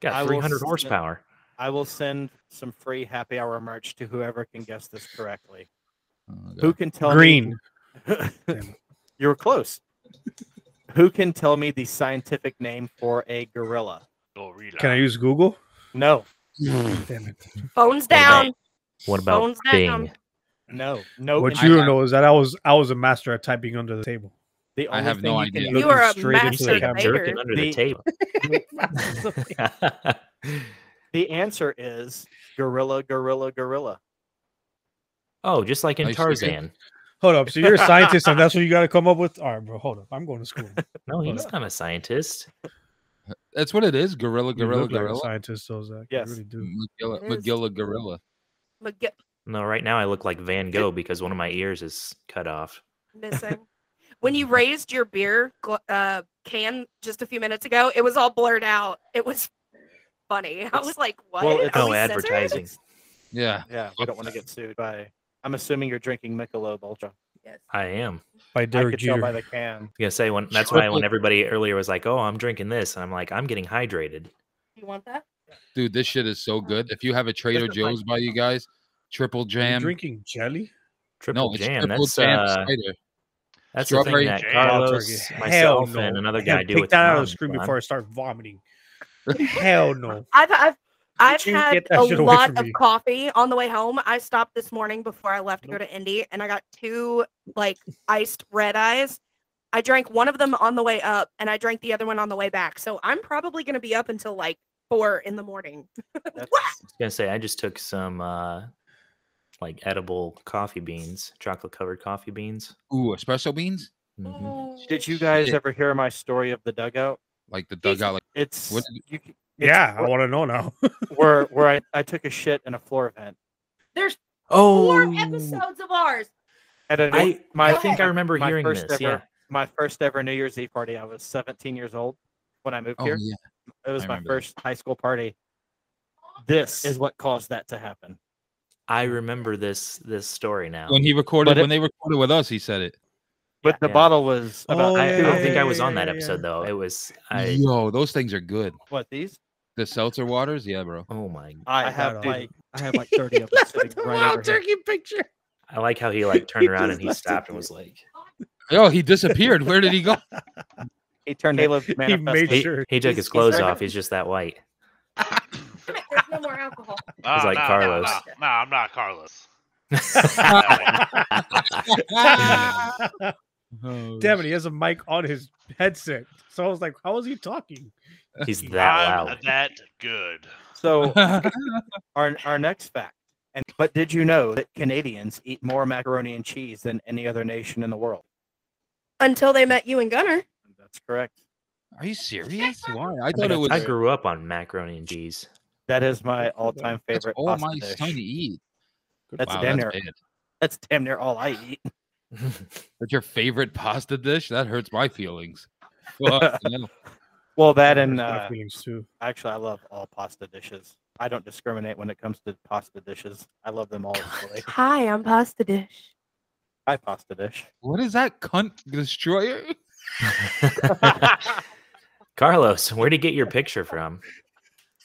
Speaker 5: got
Speaker 2: I will
Speaker 5: 300
Speaker 2: submit-
Speaker 5: horsepower.
Speaker 2: I will send some free happy hour merch to whoever can guess this correctly.
Speaker 6: Oh, my
Speaker 2: Who
Speaker 6: God.
Speaker 2: can tell
Speaker 4: Green.
Speaker 2: Me... you were close. Who can tell me the scientific name for a gorilla?
Speaker 3: Gorilla.
Speaker 4: Can I use Google?
Speaker 2: No, Mm.
Speaker 4: Damn it.
Speaker 5: What
Speaker 7: Phones
Speaker 5: about-
Speaker 7: down.
Speaker 5: What about
Speaker 7: Phones down.
Speaker 5: Bing?
Speaker 2: no, no.
Speaker 4: What
Speaker 2: and
Speaker 4: you
Speaker 2: I-
Speaker 4: don't know is that I was I was a master at typing under the table.
Speaker 2: the
Speaker 6: I
Speaker 2: only
Speaker 6: have no
Speaker 2: thing you can
Speaker 6: idea.
Speaker 7: You
Speaker 4: Looking
Speaker 7: are a
Speaker 4: straight into
Speaker 5: You
Speaker 4: the
Speaker 7: master
Speaker 5: said
Speaker 4: camera.
Speaker 7: debater.
Speaker 5: jerking under the
Speaker 2: The-
Speaker 5: table.
Speaker 2: The answer is gorilla, gorilla, gorilla.
Speaker 5: oh, just like in
Speaker 6: Nice to meet you.
Speaker 5: Tarzan.
Speaker 4: Hold up. So you're a scientist and that's what you got to come up with? All right, bro. Hold up. I'm going to school.
Speaker 5: No,
Speaker 4: Hold
Speaker 5: he's not a scientist.
Speaker 6: That's what it is. Gorilla,
Speaker 4: You
Speaker 6: gorilla,
Speaker 4: look like a
Speaker 6: gorilla.
Speaker 4: scientist, so Zach.
Speaker 2: Yes.
Speaker 4: You really
Speaker 5: Mm.
Speaker 4: do.
Speaker 6: Magilla,
Speaker 7: It is.
Speaker 6: Magilla gorilla.
Speaker 7: Mag-
Speaker 5: No, right now I look like Van Gogh because one of my ears is cut off.
Speaker 7: missing. when you raised your beer gl- uh, can just a few minutes ago, it was all blurred out. It was funny. I
Speaker 2: It's-
Speaker 7: was like, "What?"
Speaker 2: well,
Speaker 7: Are
Speaker 2: it's-
Speaker 7: we
Speaker 5: Oh,
Speaker 7: censored?
Speaker 5: advertising.
Speaker 6: Yeah.
Speaker 2: Yeah, we
Speaker 6: What
Speaker 2: don't want to get sued by. I'm assuming you're drinking Michelob Ultra.
Speaker 5: I am.
Speaker 4: By
Speaker 2: I
Speaker 4: Derek
Speaker 2: could tell by
Speaker 4: Jeter.
Speaker 2: the can.
Speaker 5: I was gonna say when that's why when
Speaker 6: Triple-
Speaker 5: everybody earlier was like, "Oh, I'm drinking this," and I'm like, "I'm getting hydrated."
Speaker 7: You want that?
Speaker 6: Dude, this shit is so good. If you have a
Speaker 2: is
Speaker 6: Trader
Speaker 2: like-
Speaker 6: Joe's by you guys, triple
Speaker 4: Are you
Speaker 6: jam.
Speaker 4: drinking jelly?
Speaker 5: Triple
Speaker 6: no, it's
Speaker 5: jam.
Speaker 6: triple
Speaker 5: that's
Speaker 6: jam
Speaker 5: uh,
Speaker 6: cider.
Speaker 5: that's the thing
Speaker 6: strawberry
Speaker 5: that
Speaker 3: jam.
Speaker 5: Carlos,
Speaker 4: Hell
Speaker 5: myself,
Speaker 4: no.
Speaker 5: and another
Speaker 4: Damn,
Speaker 5: guy do
Speaker 4: Take
Speaker 5: with
Speaker 4: that out of
Speaker 5: mom,
Speaker 4: the screen
Speaker 5: Ron.
Speaker 4: before I start vomiting. Hell no.
Speaker 7: I've I've I've
Speaker 4: you
Speaker 7: had
Speaker 4: get that
Speaker 7: a
Speaker 4: shit away
Speaker 7: lot
Speaker 4: from
Speaker 7: of
Speaker 4: me?
Speaker 7: coffee on the way home. I stopped this morning before I left to go to Indy, and I got two like iced red eyes. I drank one of them on the way up, and I drank the other one on the way back. So I'm probably going to be up until like four in the morning.
Speaker 2: That's-
Speaker 5: I was gonna say I just took some uh like edible coffee beans, chocolate covered coffee beans.
Speaker 6: Ooh, espresso beans?
Speaker 4: Oh,
Speaker 5: Mhm.
Speaker 6: Mm-hmm.
Speaker 2: Did you guys
Speaker 6: Shit.
Speaker 2: ever hear my story of the dugout?
Speaker 6: Like the dugout, like
Speaker 2: It's
Speaker 6: What-
Speaker 2: you c- it's
Speaker 4: Yeah, I
Speaker 2: where-
Speaker 4: want to know now.
Speaker 2: where where I, I took a shit in a floor vent
Speaker 8: There's four
Speaker 5: Oh,
Speaker 8: episodes of ours.
Speaker 2: at a,
Speaker 5: I
Speaker 2: my
Speaker 5: I think I remember
Speaker 2: my
Speaker 5: hearing
Speaker 2: first
Speaker 5: this.
Speaker 2: ever
Speaker 5: Yeah.
Speaker 2: my first ever New Year's Eve party. I was 17 years old when I moved
Speaker 6: oh
Speaker 2: here.
Speaker 6: yeah.
Speaker 2: It was
Speaker 6: I
Speaker 2: my
Speaker 6: remember that.
Speaker 2: first high school party. This is what caused that to happen.
Speaker 5: I remember this this story now.
Speaker 6: When he recorded,
Speaker 2: But it-
Speaker 6: when they recorded with us, he said it.
Speaker 2: But the
Speaker 5: yeah.
Speaker 2: bottle was about.
Speaker 4: Oh,
Speaker 5: I, I
Speaker 4: yeah,
Speaker 5: don't think
Speaker 4: yeah,
Speaker 5: I was
Speaker 4: yeah,
Speaker 5: on that
Speaker 4: yeah,
Speaker 5: episode
Speaker 4: yeah.
Speaker 5: though. It was I.
Speaker 6: Yo, those things are good.
Speaker 2: What these?
Speaker 6: The seltzer waters, yeah, bro.
Speaker 5: Oh my!
Speaker 2: I,
Speaker 4: I
Speaker 2: have
Speaker 4: got all-
Speaker 2: like I have like 30 of them sitting right over here.
Speaker 6: picture.
Speaker 5: I like how he like turned
Speaker 4: He
Speaker 5: around
Speaker 4: just
Speaker 5: and he
Speaker 4: left it
Speaker 5: stopped and
Speaker 4: there.
Speaker 5: was like,
Speaker 6: Yo, he disappeared. Where did he go?
Speaker 2: He turned Caleb
Speaker 4: made
Speaker 2: manifested.
Speaker 5: he,
Speaker 4: Sure.
Speaker 5: he took his
Speaker 4: He's- he's
Speaker 5: clothes
Speaker 4: right
Speaker 5: off. He's just that white.
Speaker 8: Damn it, There's no more alcohol.
Speaker 3: Ah,
Speaker 5: like
Speaker 3: nah,
Speaker 5: Carlos.
Speaker 3: Nah, nah, I'm not Carlos.
Speaker 6: Oh,
Speaker 4: Damn it, he has a mic on his headset. So I was like, how is he talking?
Speaker 5: He's that
Speaker 3: I'm
Speaker 5: loud.
Speaker 3: that good.
Speaker 2: So our our next fact. And but did you know that Canadians eat more macaroni and cheese than any other nation in the world?
Speaker 7: Until they met you and Gunner.
Speaker 2: That's correct.
Speaker 6: Are you serious? Why? I thought
Speaker 5: I,
Speaker 6: it was.
Speaker 5: I grew up on macaroni and cheese.
Speaker 2: That is my all-time
Speaker 6: That's
Speaker 2: favorite
Speaker 6: all
Speaker 2: pasta
Speaker 6: my
Speaker 2: dish.
Speaker 6: son to eat.
Speaker 2: That's
Speaker 6: wow,
Speaker 2: damn
Speaker 6: that's
Speaker 2: near
Speaker 6: bad.
Speaker 2: that's damn near all I eat.
Speaker 6: That's your favorite pasta dish? That hurts my feelings. Fuck, no.
Speaker 2: Well, that and
Speaker 4: Hurts my
Speaker 2: uh,
Speaker 4: feelings too.
Speaker 2: actually, I love all pasta dishes. I don't discriminate when it comes to pasta dishes. I love them all equally.
Speaker 7: Hi, I'm Pasta Dish.
Speaker 2: Hi, pasta dish.
Speaker 6: What is that cunt destroyer?
Speaker 5: Carlos, where would you get your picture from?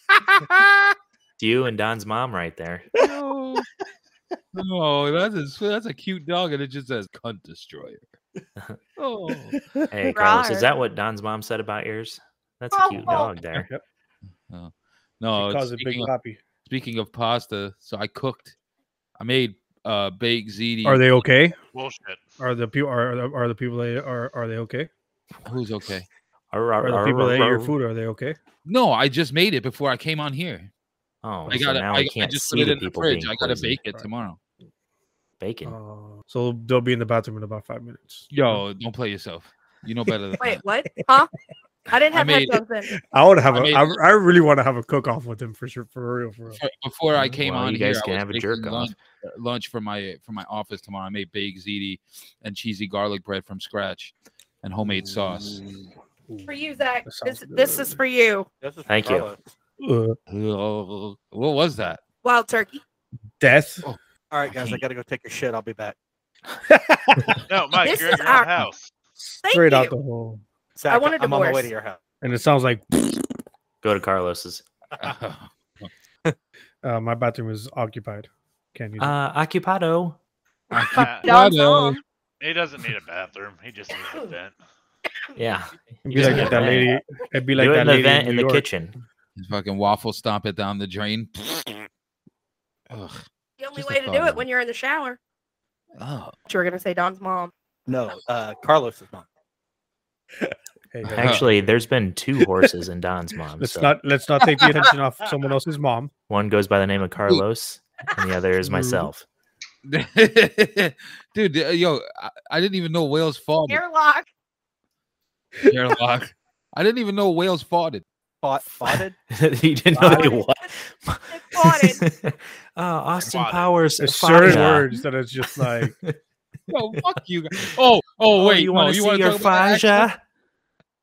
Speaker 5: It's you and Don's mom right there.
Speaker 6: No. No, that's a, that's a cute dog, and it just says cunt destroyer. Oh,
Speaker 5: Hey, Carlos,
Speaker 7: Rawr.
Speaker 5: is that what Don's mom said about yours? That's a
Speaker 8: Oh,
Speaker 5: cute
Speaker 8: oh.
Speaker 5: dog there.
Speaker 6: no.
Speaker 4: It
Speaker 6: Oh, it's-
Speaker 4: caused a big
Speaker 6: speaking, of,
Speaker 4: copy.
Speaker 6: speaking of pasta, so I cooked. I made uh baked ziti.
Speaker 4: Are they okay?
Speaker 3: Bullshit.
Speaker 4: Are the people are the, are the people that are are they okay?
Speaker 6: Who's okay?
Speaker 5: Arr,
Speaker 4: Are
Speaker 5: arr,
Speaker 4: the
Speaker 5: arr,
Speaker 4: people that ate
Speaker 5: arr.
Speaker 4: your food are they okay?
Speaker 6: No, I just made it before I came on here.
Speaker 5: Oh,
Speaker 6: I
Speaker 5: so
Speaker 6: got it.
Speaker 5: now
Speaker 6: I,
Speaker 5: we
Speaker 6: I
Speaker 5: can't
Speaker 6: just put
Speaker 5: see
Speaker 6: it
Speaker 5: the
Speaker 6: in the
Speaker 5: people
Speaker 6: fridge.
Speaker 5: being
Speaker 6: I gotta
Speaker 5: poisoned.
Speaker 6: bake it
Speaker 4: Right.
Speaker 6: tomorrow.
Speaker 5: Bacon.
Speaker 4: Oh, so they'll be in the bathroom in about five minutes.
Speaker 6: Yo, don't play yourself. You know better than
Speaker 7: Wait,
Speaker 6: that.
Speaker 7: what? Huh? I didn't
Speaker 6: I
Speaker 7: have
Speaker 6: made-
Speaker 7: headphones in.
Speaker 4: I want to have
Speaker 6: I
Speaker 4: a.
Speaker 6: mean-
Speaker 4: I, I really want to have a cook off with him for sure. For real. For real.
Speaker 6: Before- Before I came
Speaker 5: Mm-hmm. Well,
Speaker 6: on,
Speaker 5: you guys
Speaker 6: here, I
Speaker 5: can
Speaker 6: was
Speaker 5: have a
Speaker 6: making
Speaker 5: jerk off.
Speaker 6: lunch, uh, lunch for my for my office tomorrow. I made baked ziti and cheesy garlic bread from scratch and homemade sauce.
Speaker 8: For you, Zach.
Speaker 4: That sounds
Speaker 7: This, this is
Speaker 4: good.
Speaker 7: for you.
Speaker 2: This is for
Speaker 5: Thank you.
Speaker 2: Carlos.
Speaker 4: Uh,
Speaker 5: Mm.
Speaker 6: Ugh, What was that?
Speaker 7: Wild turkey.
Speaker 4: death.
Speaker 2: All right, guys, I
Speaker 6: hate-
Speaker 2: gotta go take a shit. I'll be back.
Speaker 3: No, Mike,
Speaker 7: This
Speaker 3: you're at
Speaker 7: is
Speaker 3: your own
Speaker 7: our-
Speaker 3: house.
Speaker 7: Thank
Speaker 4: Straight
Speaker 7: you.
Speaker 4: out the hole.
Speaker 2: Zach,
Speaker 7: want a
Speaker 2: I'm on my way
Speaker 7: divorce.
Speaker 2: to your house.
Speaker 4: And it sounds like
Speaker 5: Go to Carlos's.
Speaker 6: Uh,
Speaker 4: uh, my bathroom is occupied. Can't use it.
Speaker 5: Uh, occupado.
Speaker 3: Uh,
Speaker 7: Don's
Speaker 6: Righto.
Speaker 7: mom.
Speaker 3: he doesn't need a bathroom. He just needs a vent.
Speaker 5: Yeah.
Speaker 4: It'd be
Speaker 5: Just
Speaker 4: like
Speaker 5: do it
Speaker 4: that
Speaker 5: in-
Speaker 4: lady. It'd be like
Speaker 5: do it
Speaker 4: that
Speaker 5: in the
Speaker 4: lady
Speaker 5: vent
Speaker 4: in,
Speaker 5: in,
Speaker 4: New
Speaker 5: the
Speaker 4: York.
Speaker 5: kitchen.
Speaker 6: fucking waffle stomp it down the drain. Ugh.
Speaker 7: The only
Speaker 6: Just a
Speaker 7: way
Speaker 6: thought,
Speaker 7: to do
Speaker 6: man.
Speaker 7: it when you're in the shower.
Speaker 6: Oh.
Speaker 7: You were gonna say Don's mom.
Speaker 2: No, uh, Carlos is not.
Speaker 4: Hey,
Speaker 6: Uh-huh.
Speaker 4: guys,
Speaker 5: Actually, there's been two horses in Don's mom.
Speaker 4: let's
Speaker 5: so
Speaker 4: not let's not take the attention off someone else's mom.
Speaker 5: one goes by the name of Carlos, and the other is
Speaker 4: True.
Speaker 5: myself.
Speaker 6: Dude, uh, yo, I, I didn't even know whales farted.
Speaker 8: Airlock.
Speaker 6: Airlock. I didn't even know whales farted.
Speaker 2: Fought, foughted?
Speaker 5: you didn't know they
Speaker 8: Farted.
Speaker 5: what?
Speaker 8: Farted.
Speaker 5: uh, Austin
Speaker 3: Farted.
Speaker 5: Powers.
Speaker 4: There's
Speaker 5: farted.
Speaker 4: certain words that it's just like
Speaker 6: Yo, fuck you. guys. Oh, oh, wait.
Speaker 5: you
Speaker 6: no,
Speaker 5: want to see
Speaker 6: wanna
Speaker 5: your
Speaker 6: talk about my accent?
Speaker 5: faja?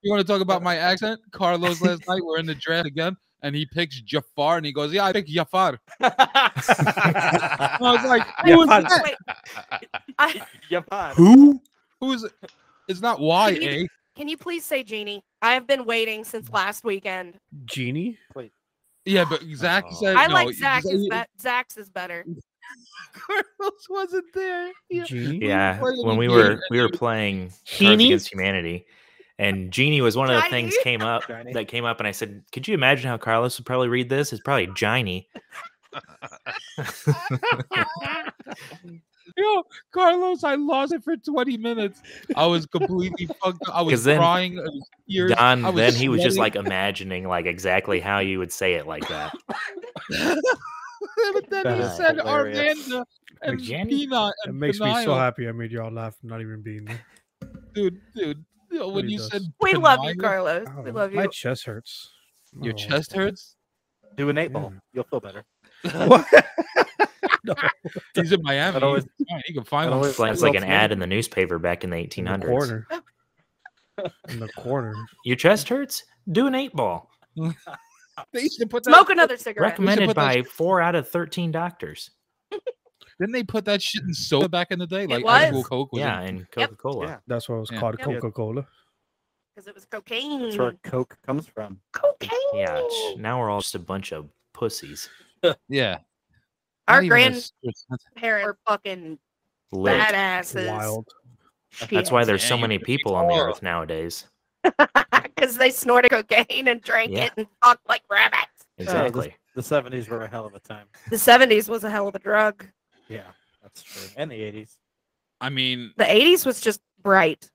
Speaker 6: You want to talk about my accent? Carlos last night, we're in the draft again, and he picks Jafar, and he goes, "Yeah, I pick Jafar." I was like, "Who is
Speaker 4: Jafar.
Speaker 6: that?
Speaker 7: Wait, I,
Speaker 2: Yeah, fine.
Speaker 4: who?
Speaker 6: Who's? It's not Y eh?
Speaker 7: Can
Speaker 6: A.
Speaker 7: you- can you please say Jeannie? I have been waiting since last weekend.
Speaker 4: Genie.
Speaker 6: Yeah, but Zach
Speaker 5: Oh.
Speaker 6: said
Speaker 7: I
Speaker 6: no,
Speaker 7: like Zach's.
Speaker 6: Zach-
Speaker 7: Is be- Zach's is better.
Speaker 6: Carlos wasn't there. Yeah.
Speaker 4: Genie.
Speaker 5: Yeah,
Speaker 6: played in
Speaker 5: when
Speaker 6: the
Speaker 5: we
Speaker 6: theater
Speaker 5: were we were playing Cards
Speaker 4: Genie?
Speaker 5: Against Humanity, and Genie was one of the things
Speaker 7: Genie?
Speaker 5: came up
Speaker 2: Genie.
Speaker 5: that came up, and I said, "Could you imagine how Carlos would probably read this? It's probably Giny."
Speaker 6: Yo, Carlos, I lost it for 20 minutes. I was completely fucked up. I
Speaker 5: 'Cause
Speaker 6: was
Speaker 5: then
Speaker 6: crying. I was tears.
Speaker 5: Don,
Speaker 6: I was
Speaker 5: then he was just
Speaker 6: sweating.
Speaker 5: like imagining like exactly how you would say it like that.
Speaker 6: but then
Speaker 2: That
Speaker 6: he
Speaker 2: is
Speaker 6: said
Speaker 2: hilarious.
Speaker 6: Armanda,
Speaker 5: And Jenny?
Speaker 6: Deni-
Speaker 4: It
Speaker 6: and
Speaker 4: makes me so
Speaker 6: denial.
Speaker 4: happy I made y'all laugh, not even being there.
Speaker 6: dude, dude. you know, When
Speaker 4: Really
Speaker 6: you
Speaker 4: does.
Speaker 6: said
Speaker 7: We love you,
Speaker 6: denial,
Speaker 7: Carlos.
Speaker 4: Ow,
Speaker 7: We love
Speaker 4: Oh, My
Speaker 7: you.
Speaker 4: chest hurts.
Speaker 6: your
Speaker 4: Oh.
Speaker 6: chest hurts.
Speaker 2: Do an eight ball. You'll feel better.
Speaker 4: What? no,
Speaker 6: He's in Miami.
Speaker 2: always-
Speaker 6: He's fine. He can find
Speaker 2: that
Speaker 6: one.
Speaker 2: always-
Speaker 5: It's like, it's like an ad in the newspaper back in the
Speaker 4: in the
Speaker 5: 1800s.
Speaker 4: corner. In the corner.
Speaker 5: Your chest hurts? Do an eight ball.
Speaker 6: They used to put that.
Speaker 7: Smoke another cigarette.
Speaker 5: Recommended
Speaker 6: put those-
Speaker 5: by four out of 13 doctors.
Speaker 6: Didn't they put that shit in soda back in the day? Like
Speaker 7: was.
Speaker 6: actual Coke was in-
Speaker 5: Yeah, and
Speaker 7: Yep.
Speaker 5: Coca Cola.
Speaker 2: Yeah.
Speaker 4: That's what it was
Speaker 6: Yeah.
Speaker 4: called
Speaker 7: Yeah.
Speaker 4: Coca Cola.
Speaker 7: Because it was cocaine.
Speaker 2: That's where Coke comes from.
Speaker 7: Cocaine.
Speaker 5: Yeah,
Speaker 6: Oh.
Speaker 5: it's- now we're all just a bunch of pussies.
Speaker 6: Yeah.
Speaker 7: Our
Speaker 6: Not even a
Speaker 7: grand-
Speaker 6: s-
Speaker 7: Parents were fucking
Speaker 5: Lit.
Speaker 7: badasses.
Speaker 4: Wild.
Speaker 5: That's why there's
Speaker 6: Yeah,
Speaker 5: so
Speaker 6: you
Speaker 5: many
Speaker 6: could be
Speaker 5: people on the
Speaker 6: tall.
Speaker 5: earth nowadays.
Speaker 7: Because they snorted cocaine and drank
Speaker 5: Yeah.
Speaker 7: it and talked like rabbits.
Speaker 5: Exactly.
Speaker 2: The 70s were a hell of a time.
Speaker 7: The 70s was a hell of a drug.
Speaker 2: Yeah, that's true. And the 80s.
Speaker 6: I mean,
Speaker 7: The 80s was just bright.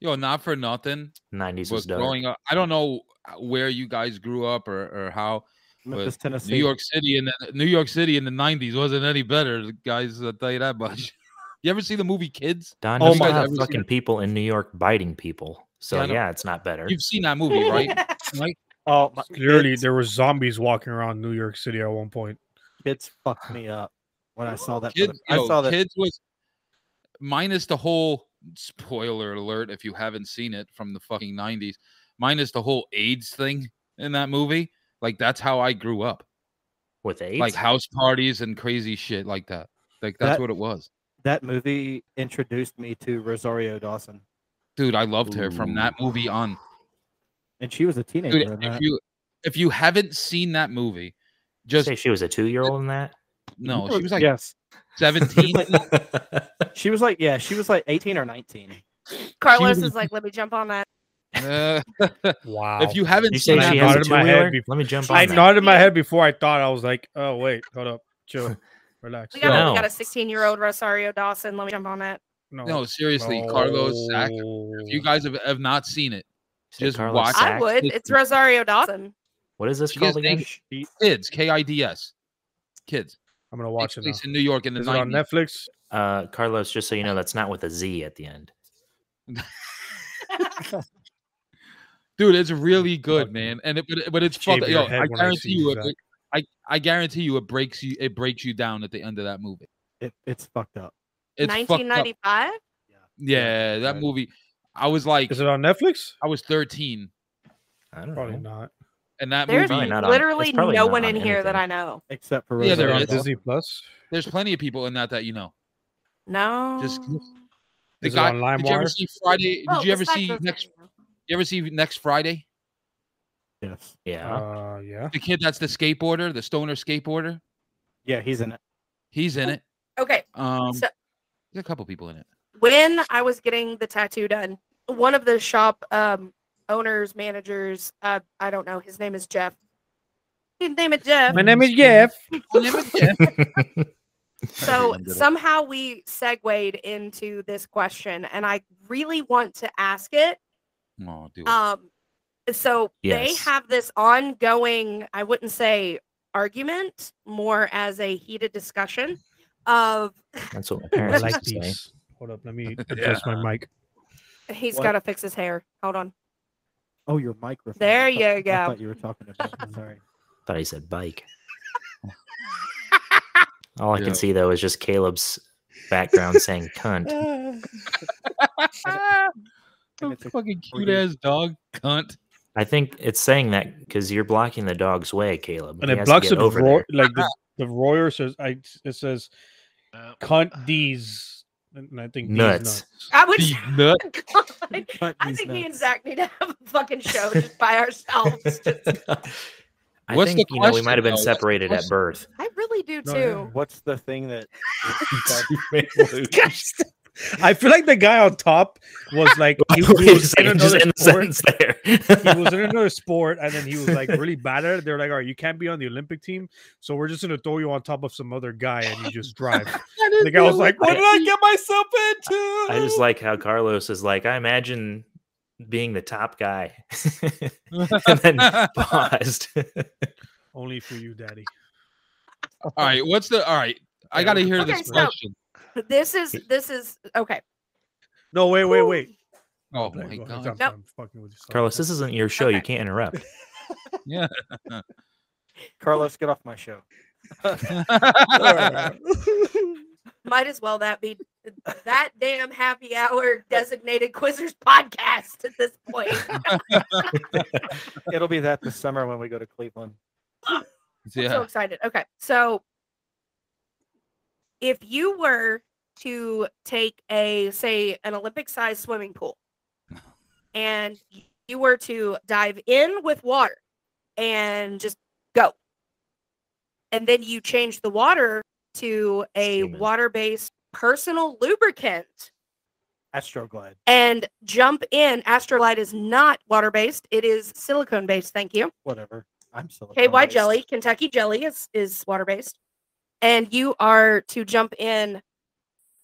Speaker 6: yo, not for nothing.
Speaker 5: 90s was
Speaker 6: But
Speaker 5: dope.
Speaker 6: growing up, I don't know uh, where you guys grew up or, or how
Speaker 2: Memphis, Tennessee.
Speaker 6: New York City in the New York City in the '90s wasn't any better, guys. I'll tell you that much. You ever see the movie Kids?
Speaker 5: Don,
Speaker 4: Oh
Speaker 5: oh my
Speaker 4: my
Speaker 6: God,
Speaker 5: have
Speaker 6: I've seen
Speaker 5: fucking
Speaker 6: it.
Speaker 5: people in New York biting people. So
Speaker 6: Yeah, I
Speaker 5: yeah,
Speaker 6: know.
Speaker 5: it's not better.
Speaker 6: You've seen that movie, right? Mike?
Speaker 2: Oh, my
Speaker 4: Clearly,
Speaker 2: kids,
Speaker 4: there were zombies walking around New York City at one point.
Speaker 2: kids fucked me up when I saw that. for
Speaker 6: Kids,
Speaker 2: the- I
Speaker 6: yo,
Speaker 2: saw that.
Speaker 6: Kids was minus the whole spoiler alert if you haven't seen it from the fucking '90s, minus the whole AIDS thing in that movie. Like that's how I grew up,
Speaker 5: With AIDS?
Speaker 6: like house parties and crazy shit like that. Like that's
Speaker 2: That-
Speaker 6: what it was.
Speaker 2: That movie introduced me to Rosario Dawson,
Speaker 6: Dude, I loved her from that movie on.
Speaker 2: and she was a teenager.
Speaker 6: Dude,
Speaker 2: in
Speaker 6: if
Speaker 2: that.
Speaker 6: you if you haven't seen that
Speaker 5: Did
Speaker 6: movie,
Speaker 5: you
Speaker 6: just
Speaker 5: say she was a two year old in that?
Speaker 6: no, she was like
Speaker 2: yes,
Speaker 6: seventeen.
Speaker 2: she was like yeah, she was like eighteen or nineteen.
Speaker 7: Carlos is like, let me jump on that.
Speaker 6: Uh,
Speaker 4: Wow.
Speaker 6: if you haven't
Speaker 5: you
Speaker 6: seen
Speaker 5: say
Speaker 4: I
Speaker 5: she
Speaker 6: that,
Speaker 5: has a
Speaker 4: nodded
Speaker 5: two
Speaker 4: my head
Speaker 5: wheeler?
Speaker 4: before-
Speaker 5: Let me jump on
Speaker 4: I
Speaker 5: that.
Speaker 4: nodded my head before I thought. I was like, oh, wait, hold up. Chill. Relax.
Speaker 7: We got, a,
Speaker 5: No.
Speaker 7: we got a 16 year old Rosario Dawson. Let me jump on that.
Speaker 6: no, seriously, Carlos Zach, if you guys have, have not seen it,
Speaker 5: Say
Speaker 6: just
Speaker 5: Carlos
Speaker 6: watch-
Speaker 7: I
Speaker 5: Sacks?
Speaker 7: would. It's Rosario Dawson.
Speaker 5: What is this
Speaker 6: She
Speaker 5: called
Speaker 6: is
Speaker 5: again?
Speaker 2: She,
Speaker 6: kids, K I D S, kids,
Speaker 4: Oh. I'm going to
Speaker 6: takes
Speaker 4: watch it. Now.
Speaker 6: place in New York in the
Speaker 4: Is it on
Speaker 6: nineties.
Speaker 4: Netflix?
Speaker 5: Uh, Carlos, just so you know, that's not with a Z at the end.
Speaker 6: Dude, it's really good,
Speaker 4: Fuck.
Speaker 6: man, and it, but, it- but it's
Speaker 4: Shave
Speaker 6: fucked.
Speaker 4: your
Speaker 6: Yo,
Speaker 4: head
Speaker 6: I
Speaker 4: when I
Speaker 6: guarantee
Speaker 4: see you,
Speaker 6: you, it,
Speaker 4: Zach.
Speaker 6: it- I I guarantee you, it breaks you, it breaks you down at the end of that movie.
Speaker 2: it, it's fucked up.
Speaker 6: It's fucked up.
Speaker 7: 1995?
Speaker 6: Yeah, that
Speaker 2: Right.
Speaker 6: movie. I was like,
Speaker 4: Is it on Netflix?
Speaker 6: I was thirteen,
Speaker 5: I don't
Speaker 4: Probably
Speaker 5: know.
Speaker 4: not.
Speaker 6: and that
Speaker 7: There's
Speaker 5: Probably
Speaker 6: movie.
Speaker 5: not on-
Speaker 7: literally
Speaker 5: it's probably
Speaker 7: no
Speaker 5: not
Speaker 7: one
Speaker 5: on
Speaker 7: in here that
Speaker 5: anything.
Speaker 7: I know.
Speaker 2: Except for
Speaker 6: Yeah,
Speaker 4: Is
Speaker 6: there
Speaker 4: it
Speaker 2: Rosario
Speaker 4: on
Speaker 6: is.
Speaker 2: Dawson.
Speaker 4: Disney Plus?
Speaker 6: There's plenty of people in that that you know.
Speaker 7: No.
Speaker 6: Just- The
Speaker 4: Is it
Speaker 6: guy-
Speaker 4: on
Speaker 6: did you ever
Speaker 4: LimeWire?
Speaker 6: see Friday?
Speaker 7: Oh,
Speaker 6: did you ever
Speaker 7: besides
Speaker 6: see
Speaker 7: those
Speaker 6: next?
Speaker 7: guys, no.
Speaker 6: You ever see next Friday?
Speaker 2: Yes.
Speaker 5: Yeah.
Speaker 4: Uh, yeah.
Speaker 6: The kid that's the skateboarder, the stoner skateboarder.
Speaker 2: Yeah, he's in it.
Speaker 6: He's in it.
Speaker 7: Okay.
Speaker 6: Um,
Speaker 7: So-
Speaker 6: there's a couple people in it.
Speaker 7: When I was getting the tattoo done, one of the shop um, owners, managers, uh, I don't know, his name is Jeff. His name is Jeff.
Speaker 4: My name is Jeff.
Speaker 7: So
Speaker 6: Everyone did it.
Speaker 7: somehow we segued into this question, and I really want to ask it.
Speaker 6: Oh, dude.
Speaker 7: Um, so they
Speaker 5: Yes.
Speaker 7: have this ongoing, I wouldn't say argument, more as a heated discussion of
Speaker 5: That's what my
Speaker 4: I
Speaker 5: parents
Speaker 4: like
Speaker 5: used to say.
Speaker 4: these. Hold up. Let me adjust my mic.
Speaker 7: he's
Speaker 2: What?
Speaker 7: got to fix his hair. Hold on.
Speaker 2: Oh, your microphone.
Speaker 7: There
Speaker 2: I
Speaker 7: you
Speaker 2: thought-
Speaker 7: go.
Speaker 2: I thought you were talking about. Sorry.
Speaker 5: Thought he said bike. All I
Speaker 6: Yeah.
Speaker 5: can see though is just Caleb's background saying cunt.
Speaker 6: Ah,
Speaker 2: And
Speaker 6: the
Speaker 2: it's a
Speaker 6: fucking
Speaker 2: free-
Speaker 6: cute ass dog, cunt.
Speaker 5: I think it's saying that because you're blocking the dog's way, Caleb.
Speaker 4: And
Speaker 5: He
Speaker 4: it
Speaker 5: has to
Speaker 4: blocks
Speaker 5: get
Speaker 4: it
Speaker 5: over
Speaker 4: roar,
Speaker 5: there.
Speaker 4: like the, the royer says, I, it says,
Speaker 3: Uh,
Speaker 4: cunt these. And I think these
Speaker 5: Nuts.
Speaker 7: I would.
Speaker 6: The nut.
Speaker 7: God,
Speaker 2: Cut
Speaker 7: I
Speaker 2: these
Speaker 7: think me and
Speaker 2: nuts.
Speaker 7: Zach need to have a fucking show just by ourselves. Just-
Speaker 5: I
Speaker 6: What's the
Speaker 5: think you know we
Speaker 6: question,
Speaker 5: might have been
Speaker 6: though? What's the
Speaker 5: separated at
Speaker 6: question?
Speaker 5: birth.
Speaker 7: I really do
Speaker 4: No,
Speaker 7: too.
Speaker 2: What's the thing that?
Speaker 4: Disgusting. I feel like the guy on top was like he, he was
Speaker 5: Just
Speaker 4: in
Speaker 5: end
Speaker 4: another
Speaker 5: the
Speaker 4: sport.
Speaker 5: sentence there.
Speaker 4: He was in another sport, and then he was like really bad at it. They're like, "All right, you can't be on the Olympic team, so we're just gonna throw you on top of some other guy, and you just drive." The guy was like, "What did I get myself into?"
Speaker 5: I just like how Carlos is like, I imagine being the top guy. and then paused.
Speaker 4: Only for you, Daddy.
Speaker 6: All right, what's the all right? I gotta hear
Speaker 7: Okay,
Speaker 6: this
Speaker 7: so-
Speaker 6: question.
Speaker 7: This is this is okay.
Speaker 4: No, wait, wait, wait.
Speaker 6: Oh
Speaker 4: There
Speaker 6: my
Speaker 4: you go.
Speaker 6: god.
Speaker 4: I'm-
Speaker 7: Nope.
Speaker 4: I'm fucking with you. Sorry.
Speaker 5: Carlos, this isn't your show. You
Speaker 7: Okay.
Speaker 5: can't interrupt.
Speaker 2: Carlos, get off my show.
Speaker 7: Might as well that be that damn happy hour designated quizzers podcast at this point.
Speaker 2: It'll be that this summer when we go to Cleveland.
Speaker 7: I'm so
Speaker 6: yeah.
Speaker 7: excited. Okay. So if you were to take a say an Olympic sized swimming pool and you were to dive in with water and just go. And then you change the water to a
Speaker 5: Semen.
Speaker 7: water based personal lubricant
Speaker 2: Astroglide.
Speaker 7: and jump in. Astrolite is not water based, it is silicone based. Thank you.
Speaker 2: Whatever. I'm still.
Speaker 7: KY jelly, Kentucky jelly is is water based, and you are to jump in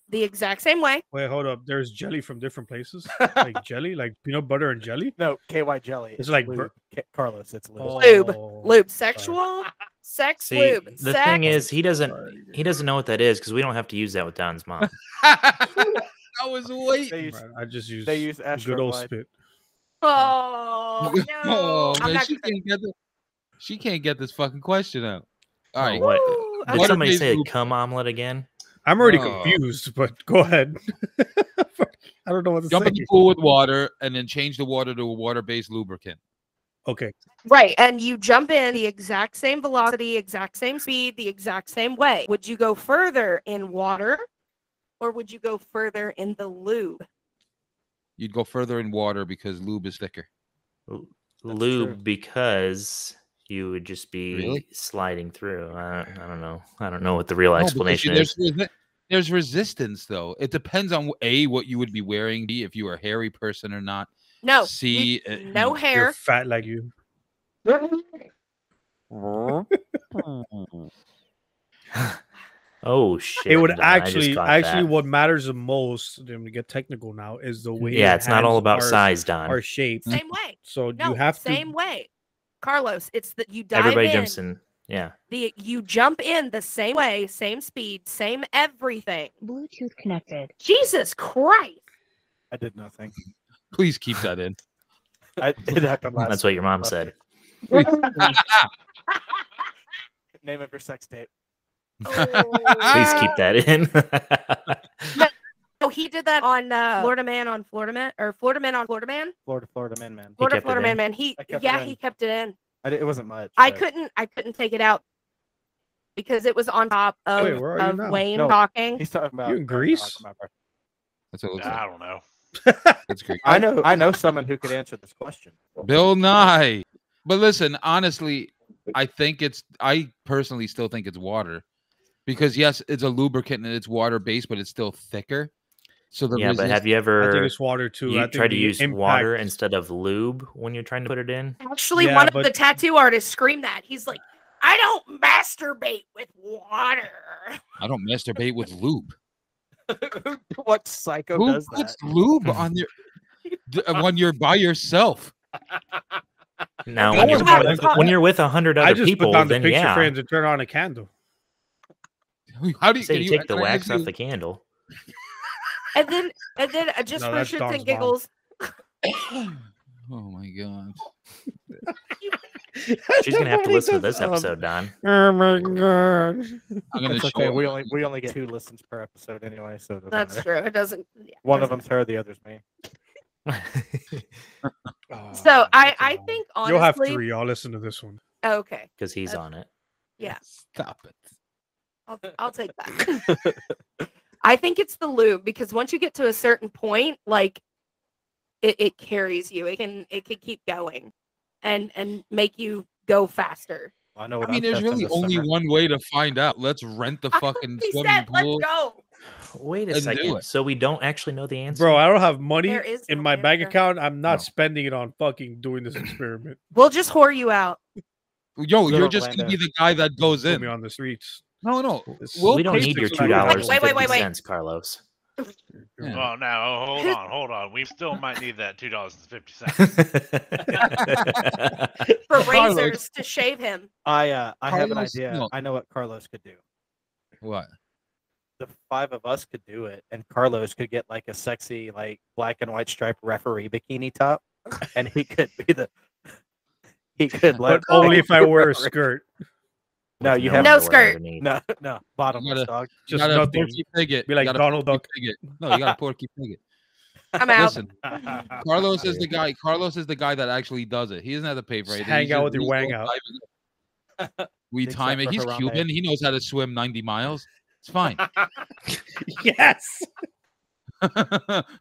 Speaker 7: the exact same way.
Speaker 4: Wait, hold up. There's jelly from different places, like jelly, like peanut butter and jelly.
Speaker 2: No, KY jelly.
Speaker 4: It's like
Speaker 2: lube.
Speaker 4: ver-
Speaker 2: Ca- Carlos. It's lube.
Speaker 7: Lube.
Speaker 4: Oh,
Speaker 7: Lube, sexual, sex
Speaker 5: See,
Speaker 7: lube.
Speaker 5: the
Speaker 7: sex.
Speaker 5: thing is, he doesn't he doesn't know what that is because we don't have to use that with Don's mom.
Speaker 6: I was waiting.
Speaker 2: They use
Speaker 4: right, I Oh, just use
Speaker 2: they use
Speaker 4: good old
Speaker 2: Astroglide.
Speaker 4: spit.
Speaker 7: oh no,
Speaker 6: Oh,
Speaker 7: I'm
Speaker 6: man,
Speaker 7: not
Speaker 6: she
Speaker 7: gonna.
Speaker 6: can't get this. She can't get this fucking question out. All
Speaker 5: Oh,
Speaker 6: right.
Speaker 5: what?
Speaker 7: Ooh,
Speaker 5: Did
Speaker 7: okay.
Speaker 5: somebody
Speaker 6: Water-based
Speaker 5: say
Speaker 6: lube.
Speaker 5: cum omelet again?
Speaker 4: I'm already
Speaker 6: Oh.
Speaker 4: confused, but go ahead. I don't know what to
Speaker 6: Jump
Speaker 4: say.
Speaker 6: in the pool with water and then change the water to a water-based lubricant.
Speaker 4: Okay,
Speaker 7: Right, and you jump in the exact same velocity, exact same speed, the exact same way. Would you go further in water, or would you go further in the lube?
Speaker 6: You'd go further in water because lube is thicker.
Speaker 5: L-
Speaker 2: That's
Speaker 5: Lube
Speaker 2: true.
Speaker 5: because you would just be
Speaker 6: Really?
Speaker 5: sliding through. I don't, I don't know. I don't know what the real
Speaker 6: No, because
Speaker 5: explanation
Speaker 6: you-
Speaker 5: is.
Speaker 6: there's, resi- there's resistance though. It depends on wh- a what you would be wearing, b if you were a hairy person or not.
Speaker 7: No, you-
Speaker 6: C uh,
Speaker 7: no
Speaker 4: you're
Speaker 7: hair.
Speaker 4: fat like you.
Speaker 5: Oh shit!
Speaker 4: it would
Speaker 5: Don, I just
Speaker 4: actually,
Speaker 5: caught
Speaker 4: actually,
Speaker 5: that.
Speaker 4: what matters the most. Then we get technical now. Is the way.
Speaker 5: Yeah,
Speaker 4: your
Speaker 5: it's not all
Speaker 4: hands
Speaker 5: about
Speaker 4: are-
Speaker 5: size, Don.
Speaker 4: Are shaped.
Speaker 7: Same way.
Speaker 4: So
Speaker 7: No,
Speaker 4: you have to.
Speaker 7: same way. Carlos, it's that you dive
Speaker 5: Everybody
Speaker 7: in,
Speaker 5: jumps in. Yeah.
Speaker 7: The you jump in the same way, same speed, same everything.
Speaker 9: Bluetooth connected.
Speaker 7: Jesus Christ.
Speaker 2: I did nothing.
Speaker 6: Please keep that in.
Speaker 2: I, it happened last.
Speaker 5: That's what your mom said.
Speaker 2: Name of your sex tape.
Speaker 7: Oh.
Speaker 5: Please
Speaker 7: Ah!
Speaker 5: keep that in.
Speaker 7: So Oh, he did that on
Speaker 4: Oh.
Speaker 7: uh, Florida Man on Florida Man or Florida Man on Florida Man.
Speaker 2: Florida, Florida Man, man.
Speaker 7: Florida
Speaker 5: kept it
Speaker 7: Florida Man
Speaker 5: in?
Speaker 7: Man. He
Speaker 2: I kept it
Speaker 7: yeah,
Speaker 2: in.
Speaker 7: he kept it in.
Speaker 2: I di- it wasn't much.
Speaker 7: I
Speaker 2: but-
Speaker 7: couldn't I couldn't take it out because it was on top of,
Speaker 4: Wait, where are you
Speaker 7: of
Speaker 4: now?
Speaker 7: Wayne
Speaker 2: No.
Speaker 7: talking.
Speaker 2: He's talking about
Speaker 4: in
Speaker 2: I don't
Speaker 4: Greece?
Speaker 2: remember.
Speaker 6: That's what it looks like.
Speaker 5: Ah.
Speaker 3: I don't know.
Speaker 6: That's great.
Speaker 2: I know. I know someone who could answer this question.
Speaker 5: Ah.
Speaker 6: Bill Nye. But listen, honestly, I think it's I personally still think it's water. Because yes, it's a lubricant and it's water based, but it's still thicker. So the
Speaker 5: yeah, but have you
Speaker 4: I think
Speaker 5: ever
Speaker 4: it's water too. I
Speaker 5: you
Speaker 4: think
Speaker 5: try to
Speaker 4: the
Speaker 5: use water
Speaker 4: impact-
Speaker 5: instead of lube when you're trying to put it in?
Speaker 7: Actually,
Speaker 4: Yeah,
Speaker 7: one of
Speaker 4: but-
Speaker 7: the tattoo artists screamed that. He's like, I don't masturbate with water.
Speaker 6: I don't masturbate with lube.
Speaker 2: what psycho
Speaker 6: Who
Speaker 2: does that?
Speaker 6: puts
Speaker 2: Hmm.
Speaker 6: lube on your d- uh, when you're by yourself?
Speaker 5: Now,
Speaker 4: I
Speaker 5: when
Speaker 4: was
Speaker 5: you're,
Speaker 4: about to
Speaker 5: with-
Speaker 4: talk-
Speaker 5: when you're with a hundred
Speaker 4: I
Speaker 5: other
Speaker 4: just
Speaker 5: people,
Speaker 4: put down the
Speaker 5: then
Speaker 4: picture
Speaker 5: yeah,
Speaker 4: frames and turn on a candle.
Speaker 6: How do you,
Speaker 5: say
Speaker 6: can
Speaker 5: you
Speaker 6: you-
Speaker 5: take the
Speaker 6: can I
Speaker 5: wax
Speaker 6: give
Speaker 5: off
Speaker 6: you-
Speaker 5: the candle.
Speaker 7: And then, and then, uh, just
Speaker 4: No,
Speaker 7: for
Speaker 4: that's
Speaker 7: shits
Speaker 4: Don's mom.
Speaker 7: and giggles,
Speaker 6: Oh my god.
Speaker 5: She's gonna have to listen to this episode, Don.
Speaker 4: Oh my god!
Speaker 6: I'm gonna
Speaker 2: Um, It's
Speaker 6: show
Speaker 2: okay.
Speaker 6: it.
Speaker 2: We only we only get two listens per episode anyway, so it doesn't
Speaker 7: That's
Speaker 2: matter.
Speaker 7: true. It doesn't. yeah,
Speaker 2: One of
Speaker 7: doesn't-
Speaker 2: them's her, the other's me.
Speaker 4: Oh.
Speaker 6: Oh,
Speaker 7: So I, I think honestly.
Speaker 4: you'll have three. I'll listen to this one.
Speaker 7: Okay,
Speaker 5: Because he's
Speaker 7: That's-
Speaker 5: on it.
Speaker 6: Stop it.
Speaker 7: I'll, I'll take that. I think it's the lube because once you get to a certain point, like it, it carries you. It can it can keep going, and and make you go faster.
Speaker 2: I know.
Speaker 6: I
Speaker 2: What
Speaker 6: mean,
Speaker 2: I'm
Speaker 6: there's
Speaker 2: testing
Speaker 6: really
Speaker 2: this
Speaker 6: only
Speaker 2: summer.
Speaker 6: one way to find out. Let's rent the fucking
Speaker 7: He
Speaker 6: swimming
Speaker 7: said, "Let's
Speaker 6: pool.
Speaker 7: go."
Speaker 5: Wait a
Speaker 6: And do
Speaker 5: second.
Speaker 6: it.
Speaker 5: So we don't actually know the answer,
Speaker 4: Bro, I don't have money
Speaker 7: There is
Speaker 4: in
Speaker 7: no
Speaker 4: my bank
Speaker 7: answer.
Speaker 4: account. I'm not
Speaker 6: No.
Speaker 4: spending it on fucking doing this experiment.
Speaker 7: We'll just whore you out.
Speaker 6: Yo,
Speaker 2: Good
Speaker 6: you're just gonna be
Speaker 2: Orlando.
Speaker 6: the guy that goes
Speaker 4: Put
Speaker 6: in.
Speaker 4: me on the streets.
Speaker 6: No, no.
Speaker 4: It's-
Speaker 6: We'll
Speaker 5: we don't
Speaker 6: pay
Speaker 5: need
Speaker 6: for
Speaker 5: your
Speaker 6: the
Speaker 5: two
Speaker 4: Wait,
Speaker 5: dollars and
Speaker 7: wait, wait,
Speaker 5: fifty
Speaker 7: wait, wait.
Speaker 5: cents, Carlos.
Speaker 6: Yeah.
Speaker 3: Oh no, hold on, hold on. We still might need that two dollars and fifty cents.
Speaker 5: Wait,
Speaker 7: for
Speaker 6: Carlos.
Speaker 7: razors to shave him.
Speaker 2: I uh, I have an
Speaker 6: Carlos,
Speaker 2: idea.
Speaker 6: no.
Speaker 2: I know what Carlos could do.
Speaker 6: What?
Speaker 2: the five of us could do it, and Carlos could get like a sexy like black and white striped referee bikini top, and he could be the he could
Speaker 4: But
Speaker 2: like
Speaker 5: "Oh,
Speaker 4: only if I wear a skirt.
Speaker 2: No,
Speaker 5: with
Speaker 2: you have-
Speaker 7: No
Speaker 5: underwear
Speaker 7: skirt.
Speaker 5: underneath.
Speaker 2: no no bottomless
Speaker 6: gotta-
Speaker 2: dog.
Speaker 6: You
Speaker 4: Just
Speaker 6: got a
Speaker 4: nothing.
Speaker 6: Porky Piglet.
Speaker 4: Be
Speaker 6: You
Speaker 4: like
Speaker 6: got a
Speaker 4: Donald
Speaker 6: Porky
Speaker 4: Duck.
Speaker 6: Piglet. No, you got a Porky Piglet.
Speaker 7: I'm out.
Speaker 6: Listen, Carlos is the guy. Carlos is the guy that actually does it. He doesn't have to pay for
Speaker 4: Just
Speaker 6: it.
Speaker 4: hang out with your wang out.
Speaker 6: We
Speaker 2: Except
Speaker 6: time it.
Speaker 2: for
Speaker 6: He's
Speaker 2: Harambe.
Speaker 6: Cuban. He knows how to swim 90 miles. It's fine.
Speaker 4: Yes.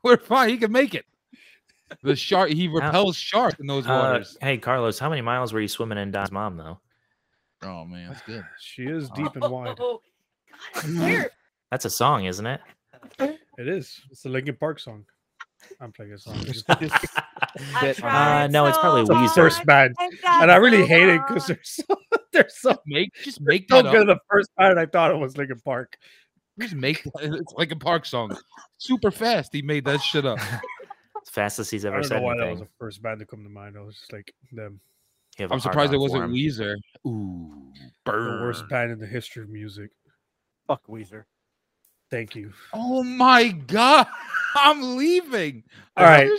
Speaker 6: We're fine. He can make it. The shark. He repels sharks in those
Speaker 5: Uh,
Speaker 6: waters.
Speaker 5: hey, Carlos, how many miles were you swimming in Don's mom though?
Speaker 6: Oh man, that's good.
Speaker 4: She is deep and wide.
Speaker 8: God, I swear.
Speaker 5: That's a song, isn't it?
Speaker 4: It is. It's the Linkin Park song. I'm playing a song. It's
Speaker 8: I
Speaker 2: Sit on
Speaker 8: tried
Speaker 5: Uh, no, it's
Speaker 8: so
Speaker 5: probably
Speaker 8: hard
Speaker 4: the
Speaker 5: Weezer.
Speaker 4: first band.
Speaker 8: got
Speaker 4: And I really
Speaker 8: so
Speaker 4: hate it because
Speaker 8: hard.
Speaker 4: they're so they're so,
Speaker 6: Make just make
Speaker 4: so
Speaker 6: that
Speaker 4: good
Speaker 6: up.
Speaker 4: the first band I thought it was Linkin Park.
Speaker 6: Just make that- it's like a park song. Super fast. He made that shit up.
Speaker 5: It's fastest he's
Speaker 4: I
Speaker 5: ever
Speaker 4: don't know
Speaker 5: said
Speaker 4: why that was
Speaker 5: anything.
Speaker 4: the first band to come to mind. I was just like them
Speaker 5: You have a
Speaker 6: I'm
Speaker 5: hard
Speaker 6: surprised it
Speaker 5: on for
Speaker 6: wasn't
Speaker 5: him.
Speaker 6: Weezer. Ooh,
Speaker 4: the worst
Speaker 6: burn.
Speaker 4: band in the history of music.
Speaker 2: Fuck Weezer.
Speaker 4: Thank you.
Speaker 6: Oh my god. I'm leaving.
Speaker 4: All right.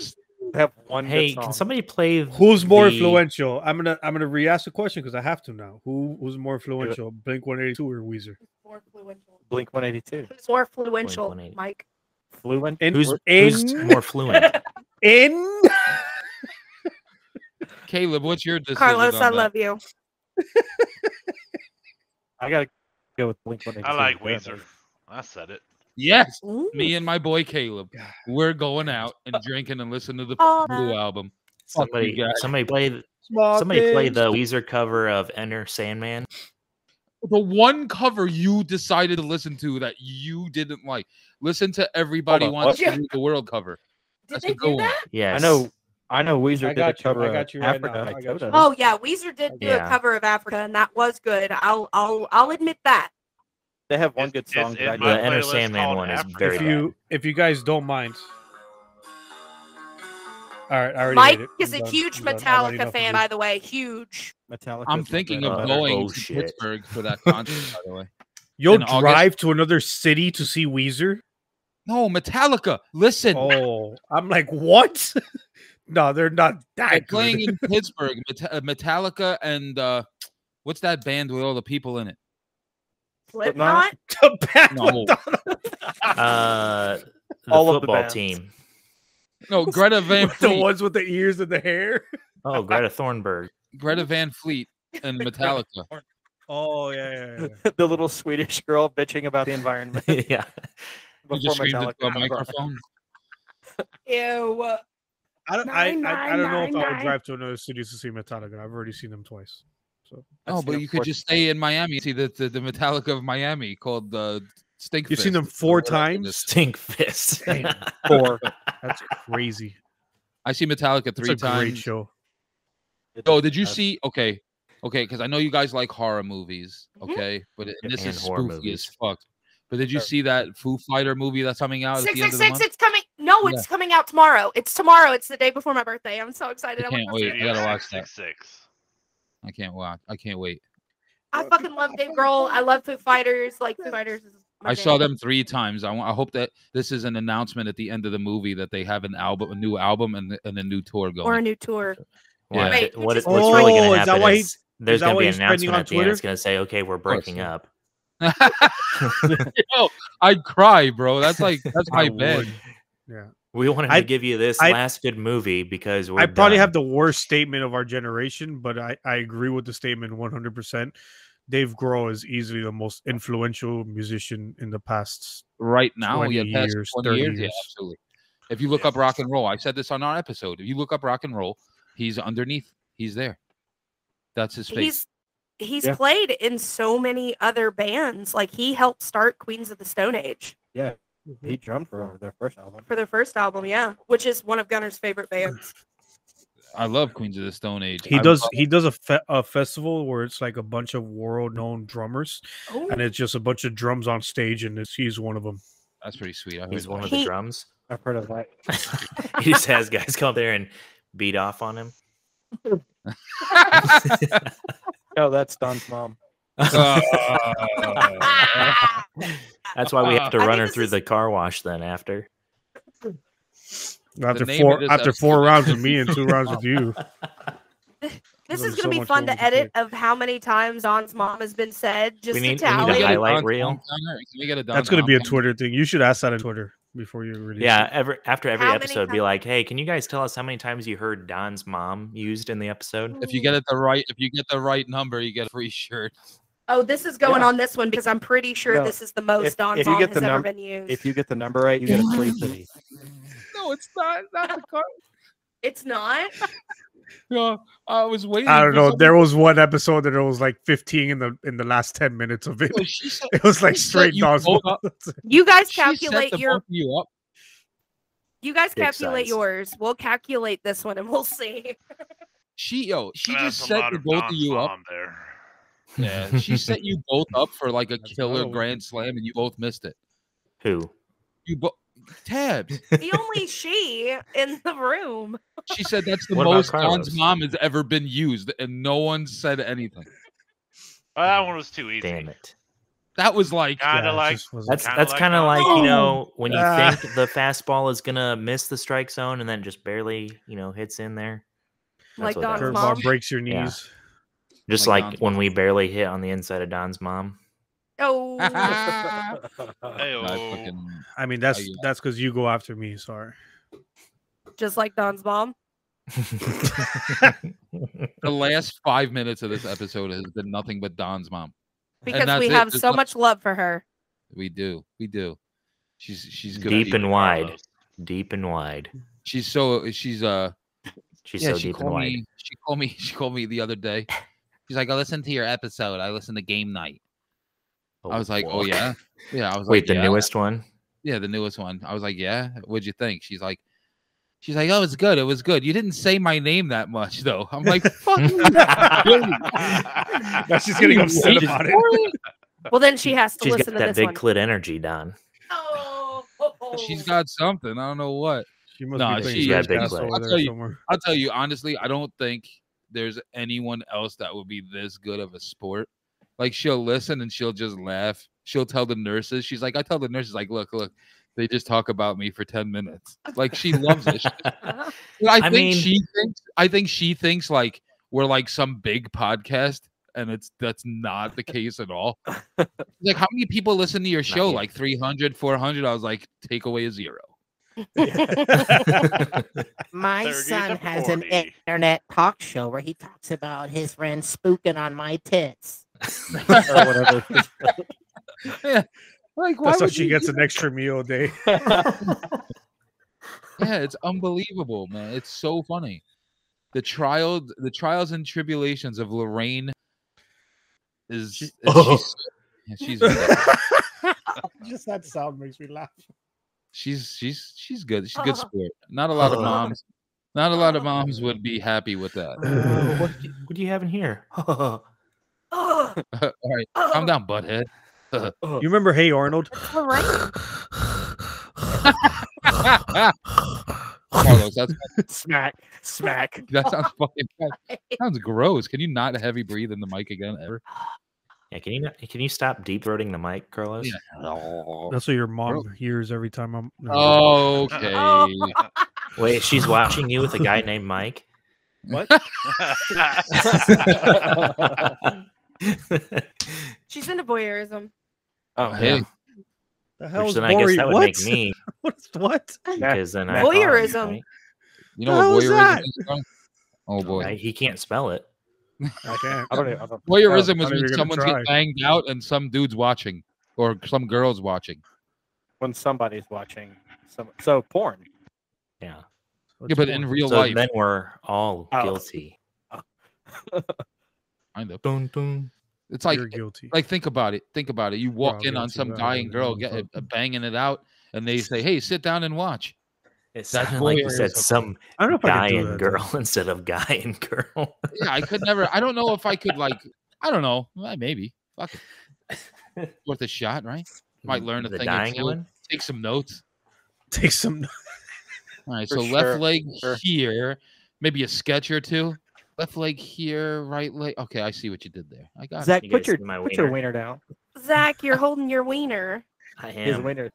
Speaker 2: They have one. good
Speaker 5: Hey, can
Speaker 2: song.
Speaker 5: somebody play?
Speaker 4: Who's more
Speaker 5: the-
Speaker 4: influential? I'm gonna I'm gonna re-ask the question because I have to now. Who who's more influential? Blink 182 or Weezer?
Speaker 7: More influential.
Speaker 2: Blink 182.
Speaker 7: Who's more influential,
Speaker 5: 180.
Speaker 7: Mike?
Speaker 2: Fluent.
Speaker 4: In,
Speaker 5: Who's,
Speaker 4: in,
Speaker 5: who's more fluent?
Speaker 4: in
Speaker 6: Caleb, what's your decision?
Speaker 7: Carlos,
Speaker 6: on
Speaker 7: I
Speaker 6: that?
Speaker 7: love you.
Speaker 2: I gotta go with Blink 182.
Speaker 3: I like
Speaker 2: They're
Speaker 3: Weezer.
Speaker 2: amazing.
Speaker 3: I said it.
Speaker 6: Yes.
Speaker 7: Ooh.
Speaker 6: Me and my boy Caleb,
Speaker 4: God.
Speaker 6: we're going out and drinking and listening to the
Speaker 7: Oh,
Speaker 6: Blue album. Fuck you
Speaker 5: Somebody,
Speaker 6: guys.
Speaker 5: somebody play, th-
Speaker 4: small
Speaker 5: somebody play
Speaker 4: things.
Speaker 5: the Weezer cover of Enter Sandman.
Speaker 6: The one cover you decided to listen to that you didn't like. Listen to Everybody
Speaker 2: on,
Speaker 6: Wants
Speaker 8: what?
Speaker 6: to Rule the World cover.
Speaker 8: Did
Speaker 6: That's
Speaker 8: they
Speaker 6: a good
Speaker 8: do
Speaker 6: one.
Speaker 8: that?
Speaker 2: I
Speaker 5: Yes,
Speaker 2: know. I know Weezer
Speaker 4: I
Speaker 2: did a
Speaker 4: got you,
Speaker 2: cover
Speaker 4: I got
Speaker 2: of
Speaker 4: you right now,
Speaker 2: Africa.
Speaker 4: I got you.
Speaker 2: Dakota.
Speaker 7: Oh yeah, Weezer did do
Speaker 5: Yeah.
Speaker 7: a cover of Africa, and that was good. I'll I'll I'll admit that.
Speaker 2: They have one
Speaker 3: It's-
Speaker 2: good
Speaker 3: it's
Speaker 2: song.
Speaker 3: in
Speaker 2: that I
Speaker 5: the
Speaker 3: my
Speaker 2: know.
Speaker 5: Enter
Speaker 3: playlist
Speaker 5: Sandman
Speaker 3: called
Speaker 5: one is
Speaker 3: Africa.
Speaker 5: very
Speaker 4: if you if you guys don't mind. All right, I already
Speaker 7: Mike
Speaker 4: hate it.
Speaker 7: is
Speaker 4: I'm
Speaker 7: a
Speaker 4: done.
Speaker 7: huge
Speaker 4: I'm done. I've had enough
Speaker 7: Metallica
Speaker 4: of
Speaker 7: fan,
Speaker 4: you.
Speaker 7: by the way. Huge.
Speaker 2: Metallica.
Speaker 6: I'm thinking of
Speaker 5: better.
Speaker 6: going
Speaker 5: Oh,
Speaker 6: to
Speaker 5: shit.
Speaker 6: Pittsburgh for that concert, by the way.
Speaker 4: You'll
Speaker 6: in August-
Speaker 4: drive to another city to see Weezer.
Speaker 6: No, Metallica. Listen,
Speaker 4: Oh, I'm like, what? no, they're not
Speaker 6: they're
Speaker 4: that
Speaker 6: playing
Speaker 4: good.
Speaker 6: in Pittsburgh. Meta- uh, Metallica and uh, what's that band with all the people in it?
Speaker 7: Slipknot.
Speaker 4: The band
Speaker 6: No.
Speaker 4: with Donald-
Speaker 5: Uh, the
Speaker 2: All of the
Speaker 5: football
Speaker 2: bands.
Speaker 5: team.
Speaker 6: No, Greta Van
Speaker 4: with the
Speaker 6: Fleet.
Speaker 4: ones with the ears and the hair.
Speaker 5: Oh, Greta Thornburg.
Speaker 6: Greta Van Fleet and Metallica.
Speaker 4: Oh yeah, yeah, yeah.
Speaker 2: the little Swedish girl bitching about the environment
Speaker 5: yeah,
Speaker 6: You
Speaker 2: before
Speaker 6: just screamed into
Speaker 2: Metallica.
Speaker 6: a
Speaker 2: comes on.
Speaker 6: microphone.
Speaker 7: Ew.
Speaker 4: I don't, I,
Speaker 8: Nine,
Speaker 4: I, I don't know if
Speaker 8: nine,
Speaker 4: I would
Speaker 8: nine.
Speaker 4: drive to another city to see Metallica. I've already seen them twice.
Speaker 6: No,
Speaker 2: I've seen
Speaker 6: but
Speaker 2: them
Speaker 6: you could
Speaker 2: four
Speaker 6: just stay in Miami and see the, the, the Metallica of Miami called uh, the Stinkfist.
Speaker 4: You've seen them four
Speaker 6: Whatever it
Speaker 4: times?
Speaker 6: is.
Speaker 5: stink fist.
Speaker 4: Damn.
Speaker 2: Four.
Speaker 4: That's crazy.
Speaker 6: I see Metallica
Speaker 4: That's
Speaker 6: three
Speaker 4: a
Speaker 6: times.
Speaker 4: great show.
Speaker 6: Oh, did you
Speaker 2: Uh,
Speaker 6: see? Okay, okay, because I know you guys like horror movies.
Speaker 4: Mm-hmm.
Speaker 7: Mhm.
Speaker 6: Okay, but it- and this
Speaker 5: And
Speaker 6: is
Speaker 5: horror
Speaker 6: spoofy
Speaker 5: movies.
Speaker 6: as fuck. But did you
Speaker 2: Sure.
Speaker 6: see that Foo Fighter movie that's coming out at
Speaker 7: Six
Speaker 6: the end
Speaker 7: six
Speaker 6: of the
Speaker 7: six.
Speaker 6: month?
Speaker 7: It's coming. No, it's coming out tomorrow. It's tomorrow. It's the day before my birthday. I'm so excited.
Speaker 6: I
Speaker 7: I, wanna
Speaker 6: can't
Speaker 7: go see
Speaker 6: wait.
Speaker 7: it.
Speaker 6: I gotta watch
Speaker 3: Six six.
Speaker 6: I can't watch. I can't wait.
Speaker 7: I fucking love Dave Grohl. I love Foo Fighters. Like Foo Fighters. Is my
Speaker 6: I saw
Speaker 7: jam.
Speaker 6: them three times. I, wa- I hope that this is an announcement at the end of the movie that they have an album, a new album, and, and a new tour going.
Speaker 7: Or a new tour.
Speaker 5: Why-
Speaker 7: Wait,
Speaker 5: what-
Speaker 7: which is-
Speaker 5: what's really
Speaker 4: Oh,
Speaker 5: going to
Speaker 4: is that
Speaker 5: happen
Speaker 4: why
Speaker 5: is,
Speaker 4: he-
Speaker 5: there's
Speaker 4: is that
Speaker 5: going to
Speaker 4: why
Speaker 5: be an
Speaker 4: he's trending
Speaker 5: announcement
Speaker 4: on
Speaker 5: at the end. It's
Speaker 4: Twitter?
Speaker 5: going to say, "Okay, we're
Speaker 6: course,
Speaker 5: breaking
Speaker 6: yeah.
Speaker 5: up."
Speaker 6: Yo, I'd cry, bro. That's like that's my bed.
Speaker 4: Oh, Yeah.
Speaker 5: We wanted
Speaker 4: I-
Speaker 5: to give you this
Speaker 4: I-
Speaker 5: last good movie because we're
Speaker 4: I probably
Speaker 5: done.
Speaker 4: have the worst statement of our generation, but I, I agree with the statement 100%. Dave Grohl is easily the most influential musician in the past.
Speaker 6: Right now,
Speaker 4: 20
Speaker 6: yeah, past
Speaker 4: years,
Speaker 6: 20
Speaker 4: 30
Speaker 6: years, yeah,
Speaker 4: years.
Speaker 6: absolutely. If you look up rock and roll, I said this on our episode. If you look up rock and roll, he's underneath. He's there. That's his face.
Speaker 7: He's he's
Speaker 2: Yeah.
Speaker 7: played in so many other bands. Like he helped start Queens of the Stone Age.
Speaker 2: He drummed for their first album.
Speaker 7: for their first album, yeah, which is one of Gunner's favorite bands.
Speaker 6: I love Queens of the Stone Age.
Speaker 4: He
Speaker 6: I
Speaker 4: does
Speaker 6: love-
Speaker 4: he does a, fe- a festival where it's like a bunch of world known drummers,
Speaker 7: Oh,
Speaker 4: and it's just a bunch of drums on stage, and it's, he's one of them.
Speaker 6: That's pretty sweet. I
Speaker 5: He's
Speaker 6: heard
Speaker 5: one
Speaker 6: that.
Speaker 5: of the
Speaker 7: He-
Speaker 5: drums.
Speaker 2: I've heard of that.
Speaker 5: he just has guys come up there and beat off on him.
Speaker 2: No, that's Oh, Don's mom.
Speaker 6: Oh.
Speaker 5: That's why we have to
Speaker 7: Oh, I
Speaker 5: run
Speaker 7: think
Speaker 5: her
Speaker 7: this
Speaker 5: through
Speaker 7: is-
Speaker 5: the car wash then after.
Speaker 4: after
Speaker 6: name of
Speaker 4: four
Speaker 6: this
Speaker 4: after four
Speaker 6: episode
Speaker 4: rounds
Speaker 6: is-
Speaker 4: with me and two rounds with you.
Speaker 7: This
Speaker 4: There's
Speaker 7: is gonna
Speaker 4: so
Speaker 7: be
Speaker 4: much
Speaker 7: fun
Speaker 4: more we
Speaker 7: to
Speaker 4: can
Speaker 7: edit of how many times On's mom has been said. Just
Speaker 5: We need- we need
Speaker 7: to
Speaker 5: a
Speaker 7: tally.
Speaker 5: highlight. reel?
Speaker 4: That's going to be a Twitter thing. You should ask that on Twitter before you release.
Speaker 5: Yeah, every after every
Speaker 7: How many
Speaker 5: episode, be
Speaker 7: times-
Speaker 5: like, "Hey, can you guys tell us how many times you heard Don's mom used in the episode?"
Speaker 6: If you get it the right, if you get the right number, you get a free shirt.
Speaker 7: Oh, this is going
Speaker 2: Yeah.
Speaker 7: on this one because I'm pretty sure
Speaker 2: No,
Speaker 7: this is the most
Speaker 2: if-
Speaker 7: Don's
Speaker 2: if you
Speaker 7: mom
Speaker 2: get
Speaker 7: has
Speaker 2: the
Speaker 7: ever
Speaker 2: num-
Speaker 7: been used.
Speaker 2: If you get the number right, you get a free city.
Speaker 6: No, it's not. Not the car.
Speaker 7: it's not.
Speaker 6: No, I was waiting.
Speaker 4: I don't
Speaker 6: for
Speaker 4: know.
Speaker 6: something-
Speaker 4: There was one episode that there was like 15 in the in the last 10 minutes of it.
Speaker 6: Well, she set-
Speaker 4: It was like
Speaker 6: she set
Speaker 4: straight
Speaker 6: you
Speaker 4: Don's
Speaker 6: both
Speaker 4: mom.
Speaker 6: up-
Speaker 7: You guys
Speaker 6: she set
Speaker 7: calculate
Speaker 6: the
Speaker 7: your.
Speaker 6: both of you up.
Speaker 7: You guys
Speaker 5: Dick
Speaker 7: calculate
Speaker 5: size.
Speaker 7: yours. We'll calculate this one and we'll see.
Speaker 6: She yo, she
Speaker 3: That's
Speaker 6: just
Speaker 3: a
Speaker 6: set
Speaker 3: lot
Speaker 6: the both of
Speaker 3: Don's
Speaker 6: you up.
Speaker 3: mom There.
Speaker 6: Yeah, she set you both up for like a
Speaker 4: That's
Speaker 6: killer
Speaker 4: another one.
Speaker 6: grand slam, and you both missed it.
Speaker 5: Who?
Speaker 6: You both tabs.
Speaker 7: The only she in the room.
Speaker 6: She said that's the
Speaker 5: What about
Speaker 6: most Don's
Speaker 5: Carlos?
Speaker 6: mom has ever been used, and no one said anything.
Speaker 3: Well, that one was too easy.
Speaker 5: Damn it.
Speaker 6: That was like
Speaker 3: God. Kinda
Speaker 4: it
Speaker 3: like-
Speaker 4: just wasn't-
Speaker 5: That's
Speaker 3: Kinda
Speaker 5: that's
Speaker 3: like
Speaker 5: kind of
Speaker 3: Don's
Speaker 5: like,
Speaker 3: mom.
Speaker 5: you know when you
Speaker 4: Ah.
Speaker 5: think the fastball is gonna miss the strike zone and then just barely you know hits in there. That's
Speaker 7: Like
Speaker 5: what
Speaker 7: Don's
Speaker 5: that
Speaker 4: curveball
Speaker 5: was.
Speaker 7: mom.
Speaker 4: breaks your
Speaker 5: Yeah.
Speaker 4: knees.
Speaker 5: Just
Speaker 6: Like
Speaker 5: like,
Speaker 6: Don's
Speaker 5: when we barely hit on the inside of Don's mom.
Speaker 7: Oh,
Speaker 6: Ah.
Speaker 3: Ayo.
Speaker 6: I fucking-
Speaker 4: I mean, that's
Speaker 6: Oh, yeah.
Speaker 4: that's because you go after me. Sorry.
Speaker 7: Oh, just like Don's mom.
Speaker 6: the last five minutes of this episode has been nothing but Don's mom.
Speaker 7: Because
Speaker 6: that's
Speaker 7: we
Speaker 6: it.
Speaker 7: have
Speaker 6: There's
Speaker 7: so
Speaker 6: no-
Speaker 7: much love for her.
Speaker 6: We do, we do. She's she's good.
Speaker 5: deep
Speaker 6: people.
Speaker 5: and wide, deep and wide.
Speaker 6: She's so she's uh
Speaker 5: She's
Speaker 6: yeah
Speaker 5: so
Speaker 6: she
Speaker 5: deep and
Speaker 6: called
Speaker 5: wide.
Speaker 6: me she called me she called me the other day. She's like I listened to your episode. I listened to Game Night. I
Speaker 5: Oh,
Speaker 6: was like oh
Speaker 5: fuck.
Speaker 6: yeah yeah. I was
Speaker 5: Wait,
Speaker 6: like,
Speaker 5: the
Speaker 6: yeah.
Speaker 5: newest one.
Speaker 6: yeah the newest one. I was like yeah. What'd you think? She's like she's like oh it's good it was good. You didn't say my name that much though. I'm like fuck you, Billy.
Speaker 4: Now she's getting upset
Speaker 5: Jesus.
Speaker 4: about it.
Speaker 7: Well, then she has to
Speaker 5: Uh, She's
Speaker 7: listen
Speaker 5: got
Speaker 7: to
Speaker 5: that big
Speaker 7: this one.
Speaker 5: clit energy, Don.
Speaker 8: Oh,
Speaker 6: She's got something. I don't know what.
Speaker 4: She must
Speaker 6: Nah,
Speaker 4: be playing
Speaker 6: she
Speaker 4: Smash
Speaker 5: is big
Speaker 4: Pass
Speaker 5: play.
Speaker 4: over
Speaker 6: I'll
Speaker 4: there
Speaker 6: tell you-
Speaker 4: somewhere.
Speaker 6: I'll tell you honestly, I don't think there's anyone else that would be this good of a sport. Like she'll listen and she'll just laugh. She'll tell the nurses. She's like, I tell the nurses, like, look, look, they just talk about me for ten minutes. Like she loves it. She- I, think
Speaker 5: mean-
Speaker 6: she thinks. I think she thinks like we're like some big podcast, and it's that's not the case at all. like how many people listen to your show?
Speaker 5: yet.
Speaker 6: Like 300, 400? I was like, take away a zero.
Speaker 9: My
Speaker 3: 30 to
Speaker 9: son has an
Speaker 3: 40.
Speaker 9: internet talk show where he talks about his friend spooking on my tits.
Speaker 2: or whatever.
Speaker 6: Like why
Speaker 4: That's how
Speaker 6: would
Speaker 4: she
Speaker 6: you
Speaker 4: gets
Speaker 6: do
Speaker 4: an extra meal a day.
Speaker 6: yeah, it's unbelievable, man. It's so funny. The trial, the trials and tribulations of Lorraine is, is
Speaker 5: Oh.
Speaker 6: she's, yeah, she's good.
Speaker 4: Just that sound makes me laugh.
Speaker 6: she's she's she's good. She's a good
Speaker 8: Oh.
Speaker 6: sport. Not a lot of
Speaker 5: Oh.
Speaker 6: moms. Not a lot of moms would be happy with that.
Speaker 5: Oh, what, do you- what do you have in here?
Speaker 7: Oh,
Speaker 6: All right, calm down, butthead.
Speaker 4: You remember Hey Arnold?
Speaker 6: Carlos, that's
Speaker 2: smack, smack.
Speaker 6: that sounds fucking that sounds gross. Can you not heavy breathe in the mic again ever?
Speaker 5: yeah, can you not, can you stop deep throating the mic, Carlos?
Speaker 6: Yeah. Oh,
Speaker 4: That's what your mom hears every time I'm. no.
Speaker 6: okay.
Speaker 5: Wait, she's watching you with a guy named Mike.
Speaker 2: What?
Speaker 7: she's into voyeurism.
Speaker 2: Oh,
Speaker 6: Hey,
Speaker 2: yeah.
Speaker 4: the hell
Speaker 5: Which
Speaker 4: is
Speaker 5: then I guess
Speaker 4: Bori?
Speaker 5: that would
Speaker 4: what?
Speaker 5: make me
Speaker 4: what? is- What?
Speaker 5: because then I
Speaker 7: Voyeurism.
Speaker 6: You
Speaker 4: The
Speaker 6: know
Speaker 4: hell
Speaker 6: what
Speaker 4: is
Speaker 6: voyeurism
Speaker 4: that?
Speaker 6: is? Carl? Oh boy.
Speaker 5: Right? He can't spell it.
Speaker 4: I can't.
Speaker 2: I don't even. I don't,
Speaker 6: Voyeurism
Speaker 4: Oh, I
Speaker 6: is
Speaker 4: mean, you're
Speaker 6: when
Speaker 4: gonna
Speaker 6: someone's
Speaker 4: try.
Speaker 6: getting banged out and some dude's watching or some girl's watching.
Speaker 2: when somebody's watching, some, so porn.
Speaker 5: Yeah.
Speaker 6: Yeah, but in real
Speaker 5: So
Speaker 6: life,
Speaker 5: then we're all
Speaker 2: Oh.
Speaker 5: guilty.
Speaker 6: kind of.
Speaker 5: Dun, dun.
Speaker 6: It's like,
Speaker 4: you're guilty.
Speaker 6: like think about it. Think about it. You walk in on
Speaker 4: guilty
Speaker 6: some
Speaker 4: about
Speaker 6: guy
Speaker 4: it,
Speaker 6: and girl get,
Speaker 4: motherfucker.
Speaker 6: uh, banging it out, and they say, "Hey, sit down and watch."
Speaker 5: It
Speaker 6: That's
Speaker 5: sounded like you
Speaker 6: voyeurism.
Speaker 5: said some
Speaker 4: I don't know if I
Speaker 5: guy
Speaker 4: can do
Speaker 5: and
Speaker 4: that,
Speaker 5: girl instead of guy and girl.
Speaker 6: Yeah, I could never. I don't know if I could like. I don't know. Well, maybe. Fuck it. Worth a shot, right? Might learn a
Speaker 5: the
Speaker 6: thing or
Speaker 5: dying
Speaker 6: two.
Speaker 5: one.
Speaker 6: Take some notes.
Speaker 4: though. Take some.
Speaker 6: All right.
Speaker 2: For
Speaker 6: so
Speaker 2: sure,
Speaker 6: left leg
Speaker 2: sure.
Speaker 6: here, maybe a sketch or two. Left leg here, right leg. Okay, I see what Ah, you did there. I got it.
Speaker 2: Zach,
Speaker 5: You
Speaker 2: put
Speaker 5: guys
Speaker 2: your
Speaker 5: see my
Speaker 2: put your
Speaker 5: wiener?
Speaker 2: wiener down.
Speaker 7: Zach, you're holding your wiener.
Speaker 5: I
Speaker 2: His
Speaker 5: am.
Speaker 2: wiener.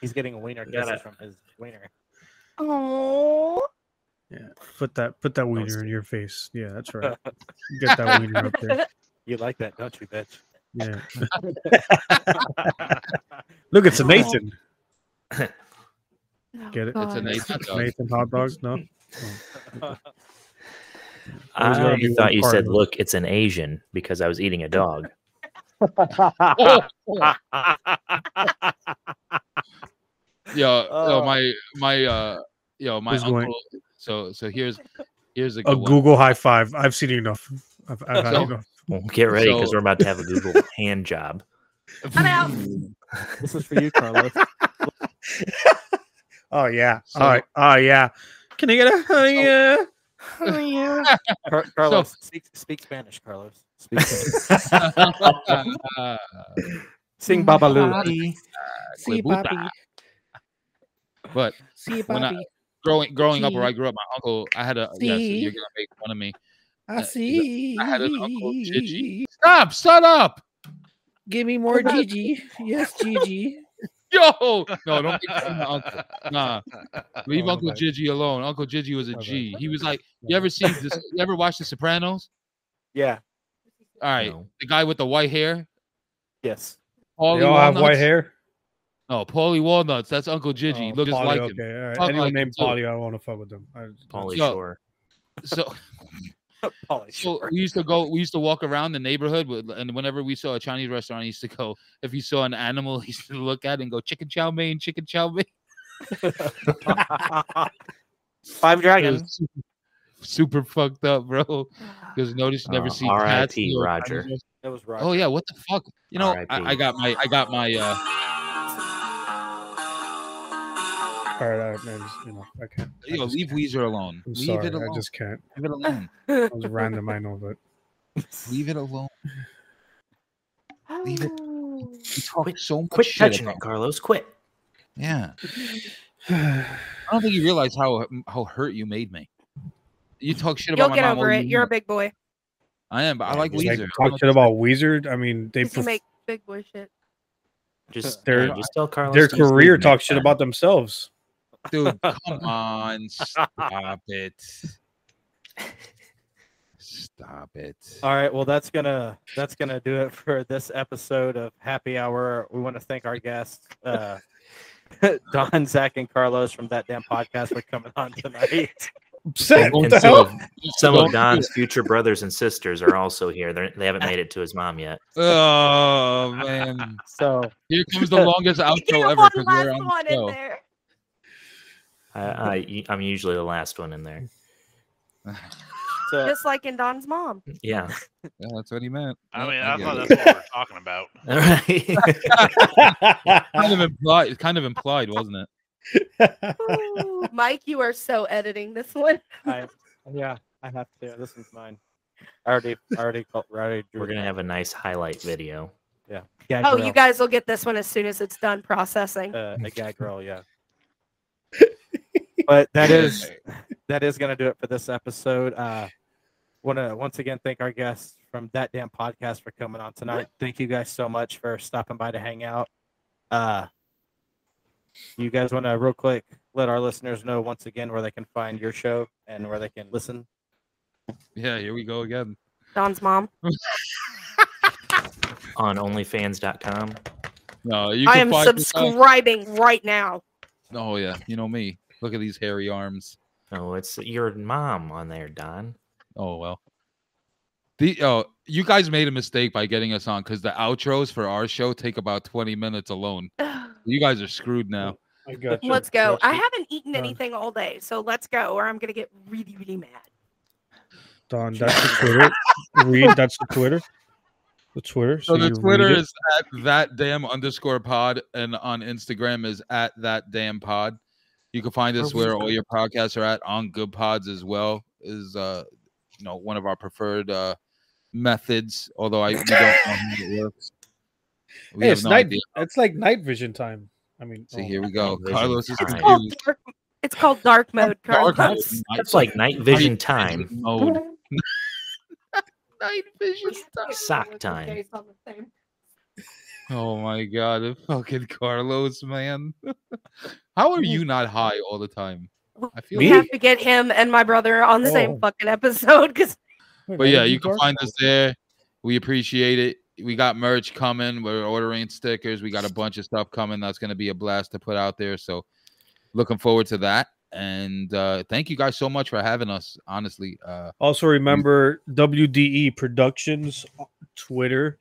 Speaker 2: He's getting a wiener
Speaker 5: Got
Speaker 2: kisses
Speaker 5: it.
Speaker 2: from his wiener.
Speaker 7: Oh,
Speaker 4: Put that put that wiener
Speaker 5: see.
Speaker 4: in your face. Yeah, that's right. Get that wiener up there.
Speaker 2: You like that, don't you, bitch?
Speaker 4: Yeah. Look,
Speaker 5: Oh.
Speaker 4: it's a Nathan. Get it?
Speaker 6: It's a nice hot dog.
Speaker 4: Nathan hot dogs. No. There's
Speaker 5: I
Speaker 4: gotta be
Speaker 5: already thought
Speaker 4: one
Speaker 5: you
Speaker 4: part
Speaker 5: said,
Speaker 4: of it.
Speaker 5: "Look, it's an Asian," because I was eating a dog.
Speaker 6: Oh, Yo, yo,
Speaker 2: Oh.
Speaker 6: my my uh yo, my
Speaker 4: Who's
Speaker 6: uncle.
Speaker 4: going?
Speaker 6: So so here's here's a good
Speaker 4: A
Speaker 6: one.
Speaker 4: Google high five. I've seen enough. I've, I've had
Speaker 6: So-
Speaker 4: enough.
Speaker 5: Well, get ready because
Speaker 6: So-
Speaker 5: we're about to have a Google hand job.
Speaker 8: I'm out.
Speaker 2: This is for you, Carlos.
Speaker 4: Oh yeah.
Speaker 6: So-
Speaker 4: All right. Oh yeah. Can I get a oh, yeah? Oh, yeah.
Speaker 2: Car- Carlos, speak, speak Spanish, Carlos. Speak Spanish.
Speaker 6: Uh,
Speaker 2: Sing Babalu.
Speaker 6: Sí, papi. But when I, growing growing up where I grew up, my uncle, I had a yeah. So you're gonna make fun of me. I see. I had an uncle Gigi. Stop! Shut up!
Speaker 10: More Gigi. Yes, Gigi.
Speaker 6: Yo, no, don't make fun of my uncle. Nah, leave
Speaker 4: Oh,
Speaker 6: Uncle
Speaker 4: okay.
Speaker 6: Gigi alone. Uncle Gigi was a
Speaker 4: Okay.
Speaker 6: G. He was like, you ever seen this? You ever watch The Sopranos?
Speaker 2: Yeah.
Speaker 6: All right,
Speaker 5: No.
Speaker 6: the guy with the white hair.
Speaker 2: Yes.
Speaker 6: Paulie
Speaker 4: They all have white
Speaker 6: Walnuts?
Speaker 4: hair.
Speaker 6: No, Paulie Walnuts. That's Uncle Gigi.
Speaker 4: Oh,
Speaker 6: Look just
Speaker 4: Pauly,
Speaker 6: like him.
Speaker 4: okay. All right.
Speaker 6: Fuck
Speaker 4: Anyone
Speaker 6: like him,
Speaker 4: named
Speaker 6: too.
Speaker 4: Polly, I don't want to fuck with them. I,
Speaker 5: Pauly
Speaker 6: Yo.
Speaker 5: Shore.
Speaker 6: So.
Speaker 2: Polly
Speaker 6: So
Speaker 2: Shore.
Speaker 6: we used to go. We used to walk around the neighborhood, with, and whenever we saw a Chinese restaurant, he used to go. If he saw an animal, he used to look at it and go, "Chicken chow mein, chicken chow mein."
Speaker 2: Five
Speaker 6: It
Speaker 2: Dragons.
Speaker 6: was super, super fucked up, bro. Because notice you never
Speaker 4: Oh,
Speaker 5: Uh,
Speaker 6: see cats.
Speaker 5: R.I.P.
Speaker 6: or
Speaker 5: Roger.
Speaker 6: Chinese rest-
Speaker 2: That was right.
Speaker 6: Oh yeah, what the fuck? You know, I,
Speaker 5: R.I.P..
Speaker 6: I got my, I got my. uh
Speaker 4: all right. All right, man. Just, you know, I can't. I
Speaker 6: Yo,
Speaker 4: just
Speaker 6: leave
Speaker 4: can't.
Speaker 6: Weezer alone.
Speaker 4: I'm
Speaker 6: leave
Speaker 4: sorry.
Speaker 6: it alone.
Speaker 4: I just can't.
Speaker 6: Leave it alone.
Speaker 4: That was random. I know, but
Speaker 6: Leave it alone. Leave it. You talk
Speaker 5: Quit-
Speaker 6: so much
Speaker 5: Quit
Speaker 6: shit
Speaker 5: touching
Speaker 6: about-
Speaker 5: it, Carlos. Quit.
Speaker 6: Yeah. I don't think you realize how mm, how hurt you made me. You talk shit
Speaker 7: you'll
Speaker 6: about
Speaker 7: get
Speaker 6: my mom all
Speaker 7: over it.
Speaker 6: you
Speaker 7: You're a
Speaker 6: want.
Speaker 7: big boy.
Speaker 6: I am, but I
Speaker 5: Yeah,
Speaker 6: like
Speaker 5: just,
Speaker 4: like,
Speaker 6: Weezer. I
Speaker 4: talk
Speaker 6: don't
Speaker 4: shit
Speaker 6: think-
Speaker 4: about Wizard. I mean, they
Speaker 7: 'Cause You
Speaker 4: pref-
Speaker 7: make big boy shit.
Speaker 5: Just
Speaker 4: Their-
Speaker 5: yeah, just tell Carlos.
Speaker 4: their
Speaker 5: to just
Speaker 4: career
Speaker 5: leave next
Speaker 4: talks shit
Speaker 5: time.
Speaker 4: about themselves.
Speaker 6: Dude, come on, stop it. Stop it.
Speaker 2: All right, well that's gonna that's gonna do it for this episode of Happy Hour. We want to thank our guests, uh, Don, Zach, and Carlos from that damn podcast for coming on tonight.
Speaker 4: Upset. What
Speaker 5: And
Speaker 4: the
Speaker 5: some
Speaker 4: hell?
Speaker 5: of, some
Speaker 6: Don't
Speaker 5: of
Speaker 6: do
Speaker 5: Don's future brothers and sisters are also here. They're, they haven't made it to his mom yet.
Speaker 6: Oh man.
Speaker 2: So
Speaker 6: Here comes the longest outro
Speaker 7: Get
Speaker 6: ever
Speaker 7: one
Speaker 6: because
Speaker 7: last
Speaker 6: we're on
Speaker 7: one
Speaker 6: the
Speaker 7: in
Speaker 6: show.
Speaker 7: there.
Speaker 5: I, I I'm usually the last one in there.
Speaker 2: so
Speaker 7: Just like in Don's mom.
Speaker 5: Yeah.
Speaker 6: Yeah, that's what he meant.
Speaker 3: I
Speaker 6: Yeah,
Speaker 3: mean, I
Speaker 6: get
Speaker 3: thought
Speaker 6: it.
Speaker 3: that's what we're talking about.
Speaker 5: All right.
Speaker 6: kind of implied. It's kind of implied, wasn't it?
Speaker 7: Ooh, Mike, you are so editing this one.
Speaker 2: I, yeah, I have to. This one's mine. I already, I already, called, I already drew
Speaker 5: We're gonna
Speaker 2: it.
Speaker 5: have a nice highlight video.
Speaker 2: Gag
Speaker 7: Oh,
Speaker 2: reel.
Speaker 7: you guys will get this one as soon as it's done processing.
Speaker 2: uh, a gag girl, yeah. but that is that is gonna do it for this episode. Uh wanna once again thank our guests from that damn podcast for coming on tonight. Thank you guys so much for stopping by to hang out. Uh you guys wanna real quick let our listeners know once again where they can find your show and where they can listen.
Speaker 6: Yeah, here we go again.
Speaker 7: Don's mom.
Speaker 5: on OnlyFans.com.
Speaker 6: No, you
Speaker 7: I
Speaker 6: can
Speaker 7: am
Speaker 6: find this out-
Speaker 7: subscribing right now.
Speaker 6: Oh yeah, you know me. Look at these hairy arms.
Speaker 5: Oh, it's your mom on there, Don.
Speaker 6: Oh well. The oh, you guys made a mistake by getting us on because the outros for our show take about twenty minutes alone. You guys are screwed now.
Speaker 4: I got you.
Speaker 7: Let's go.
Speaker 4: Got
Speaker 7: I
Speaker 4: you.
Speaker 7: haven't eaten
Speaker 4: Done.
Speaker 7: anything all day, so let's go, or I'm gonna get really, really mad.
Speaker 4: Don, that's the Twitter. Reed, that's the Twitter. The Twitter.
Speaker 6: So the
Speaker 4: you read
Speaker 6: Twitter
Speaker 4: it.
Speaker 6: is at that damn underscore pod, and on Instagram is at that damn pod. You can find us where all your podcasts are at on Good Pods as well. Is uh, you know, one of our preferred uh methods. Although I we don't know how it works. We
Speaker 4: Hey,
Speaker 6: have
Speaker 4: it's
Speaker 6: no
Speaker 4: night.
Speaker 6: idea.
Speaker 4: It's like night vision time. I mean,
Speaker 6: See,
Speaker 4: oh,
Speaker 6: here we go.
Speaker 5: Vision
Speaker 6: Carlos is
Speaker 5: time.
Speaker 7: It's
Speaker 6: confused.
Speaker 7: called dark, it's called dark mode,
Speaker 6: Dark mode.
Speaker 7: Carlos.
Speaker 6: Night-
Speaker 5: It's like night vision time.
Speaker 6: mode. night vision stuff.
Speaker 5: Sock time.
Speaker 6: Oh my god, fucking Carlos, man. How are you not high all the time? I feel
Speaker 7: We
Speaker 5: Me?
Speaker 7: have to get him and my brother on the
Speaker 4: Oh.
Speaker 7: same fucking episode because
Speaker 6: But yeah, you can find us there. We appreciate it. We got merch coming. We're ordering stickers. We got a bunch of stuff coming. That's going to be a blast to put out there. So, looking forward to that. And uh, thank you guys so much for having us. Honestly, uh,
Speaker 4: Also remember WDE Productions on Twitter,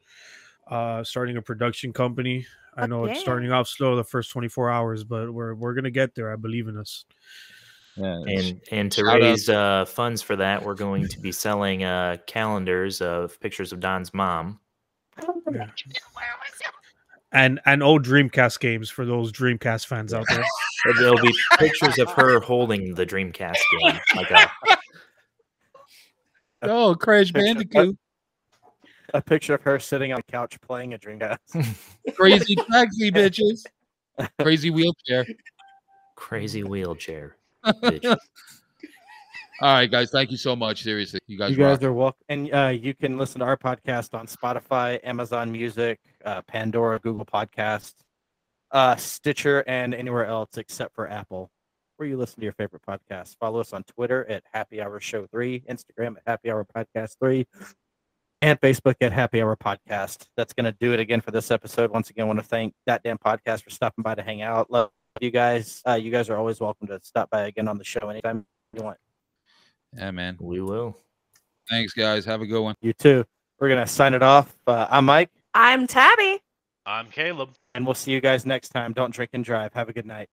Speaker 4: uh, starting a production company. I
Speaker 7: Fuck
Speaker 4: know it's
Speaker 7: yeah.
Speaker 4: starting off slow the first 24 hours, but we're we're gonna get there. I believe in us.
Speaker 6: yeah,
Speaker 5: and and to
Speaker 6: Shout out.
Speaker 5: raise uh, funds for that, we're going to be selling uh, calendars of pictures of Don's mom.
Speaker 4: And and old Dreamcast games for those Dreamcast fans out there.
Speaker 5: And There'll be pictures of her holding the Dreamcast game, like a
Speaker 6: oh, Crash
Speaker 2: Picture-
Speaker 6: Bandicoot,
Speaker 2: A picture of her sitting on the couch playing a Dreamcast.
Speaker 6: crazy taxi bitches, crazy wheelchair.
Speaker 5: crazy wheelchair. bitch.
Speaker 6: All right, guys, thank you so much. Seriously, you guys,
Speaker 2: you guys
Speaker 6: rock.
Speaker 2: are welcome and uh, you can listen to our podcast on spotify amazon music uh, pandora google podcast uh, stitcher and anywhere else except for apple where you listen to your favorite podcast follow us on twitter at happy hour show 3 instagram at happy hour podcast 3 and facebook at happy hour podcast that's going to do it again for this episode once again I want to thank that damn podcast for stopping by to hang out love you guys uh, you guys are always welcome to stop by again on the show anytime you want
Speaker 6: yeah, man.
Speaker 5: We will.
Speaker 6: Thanks, guys. Have a good one.
Speaker 2: You too. We're going to sign it off. Uh, I'm Mike,
Speaker 7: I'm Tabby.
Speaker 3: I'm Caleb.
Speaker 2: and we'll see you guys next time. Don't drink and drive. Have a good night.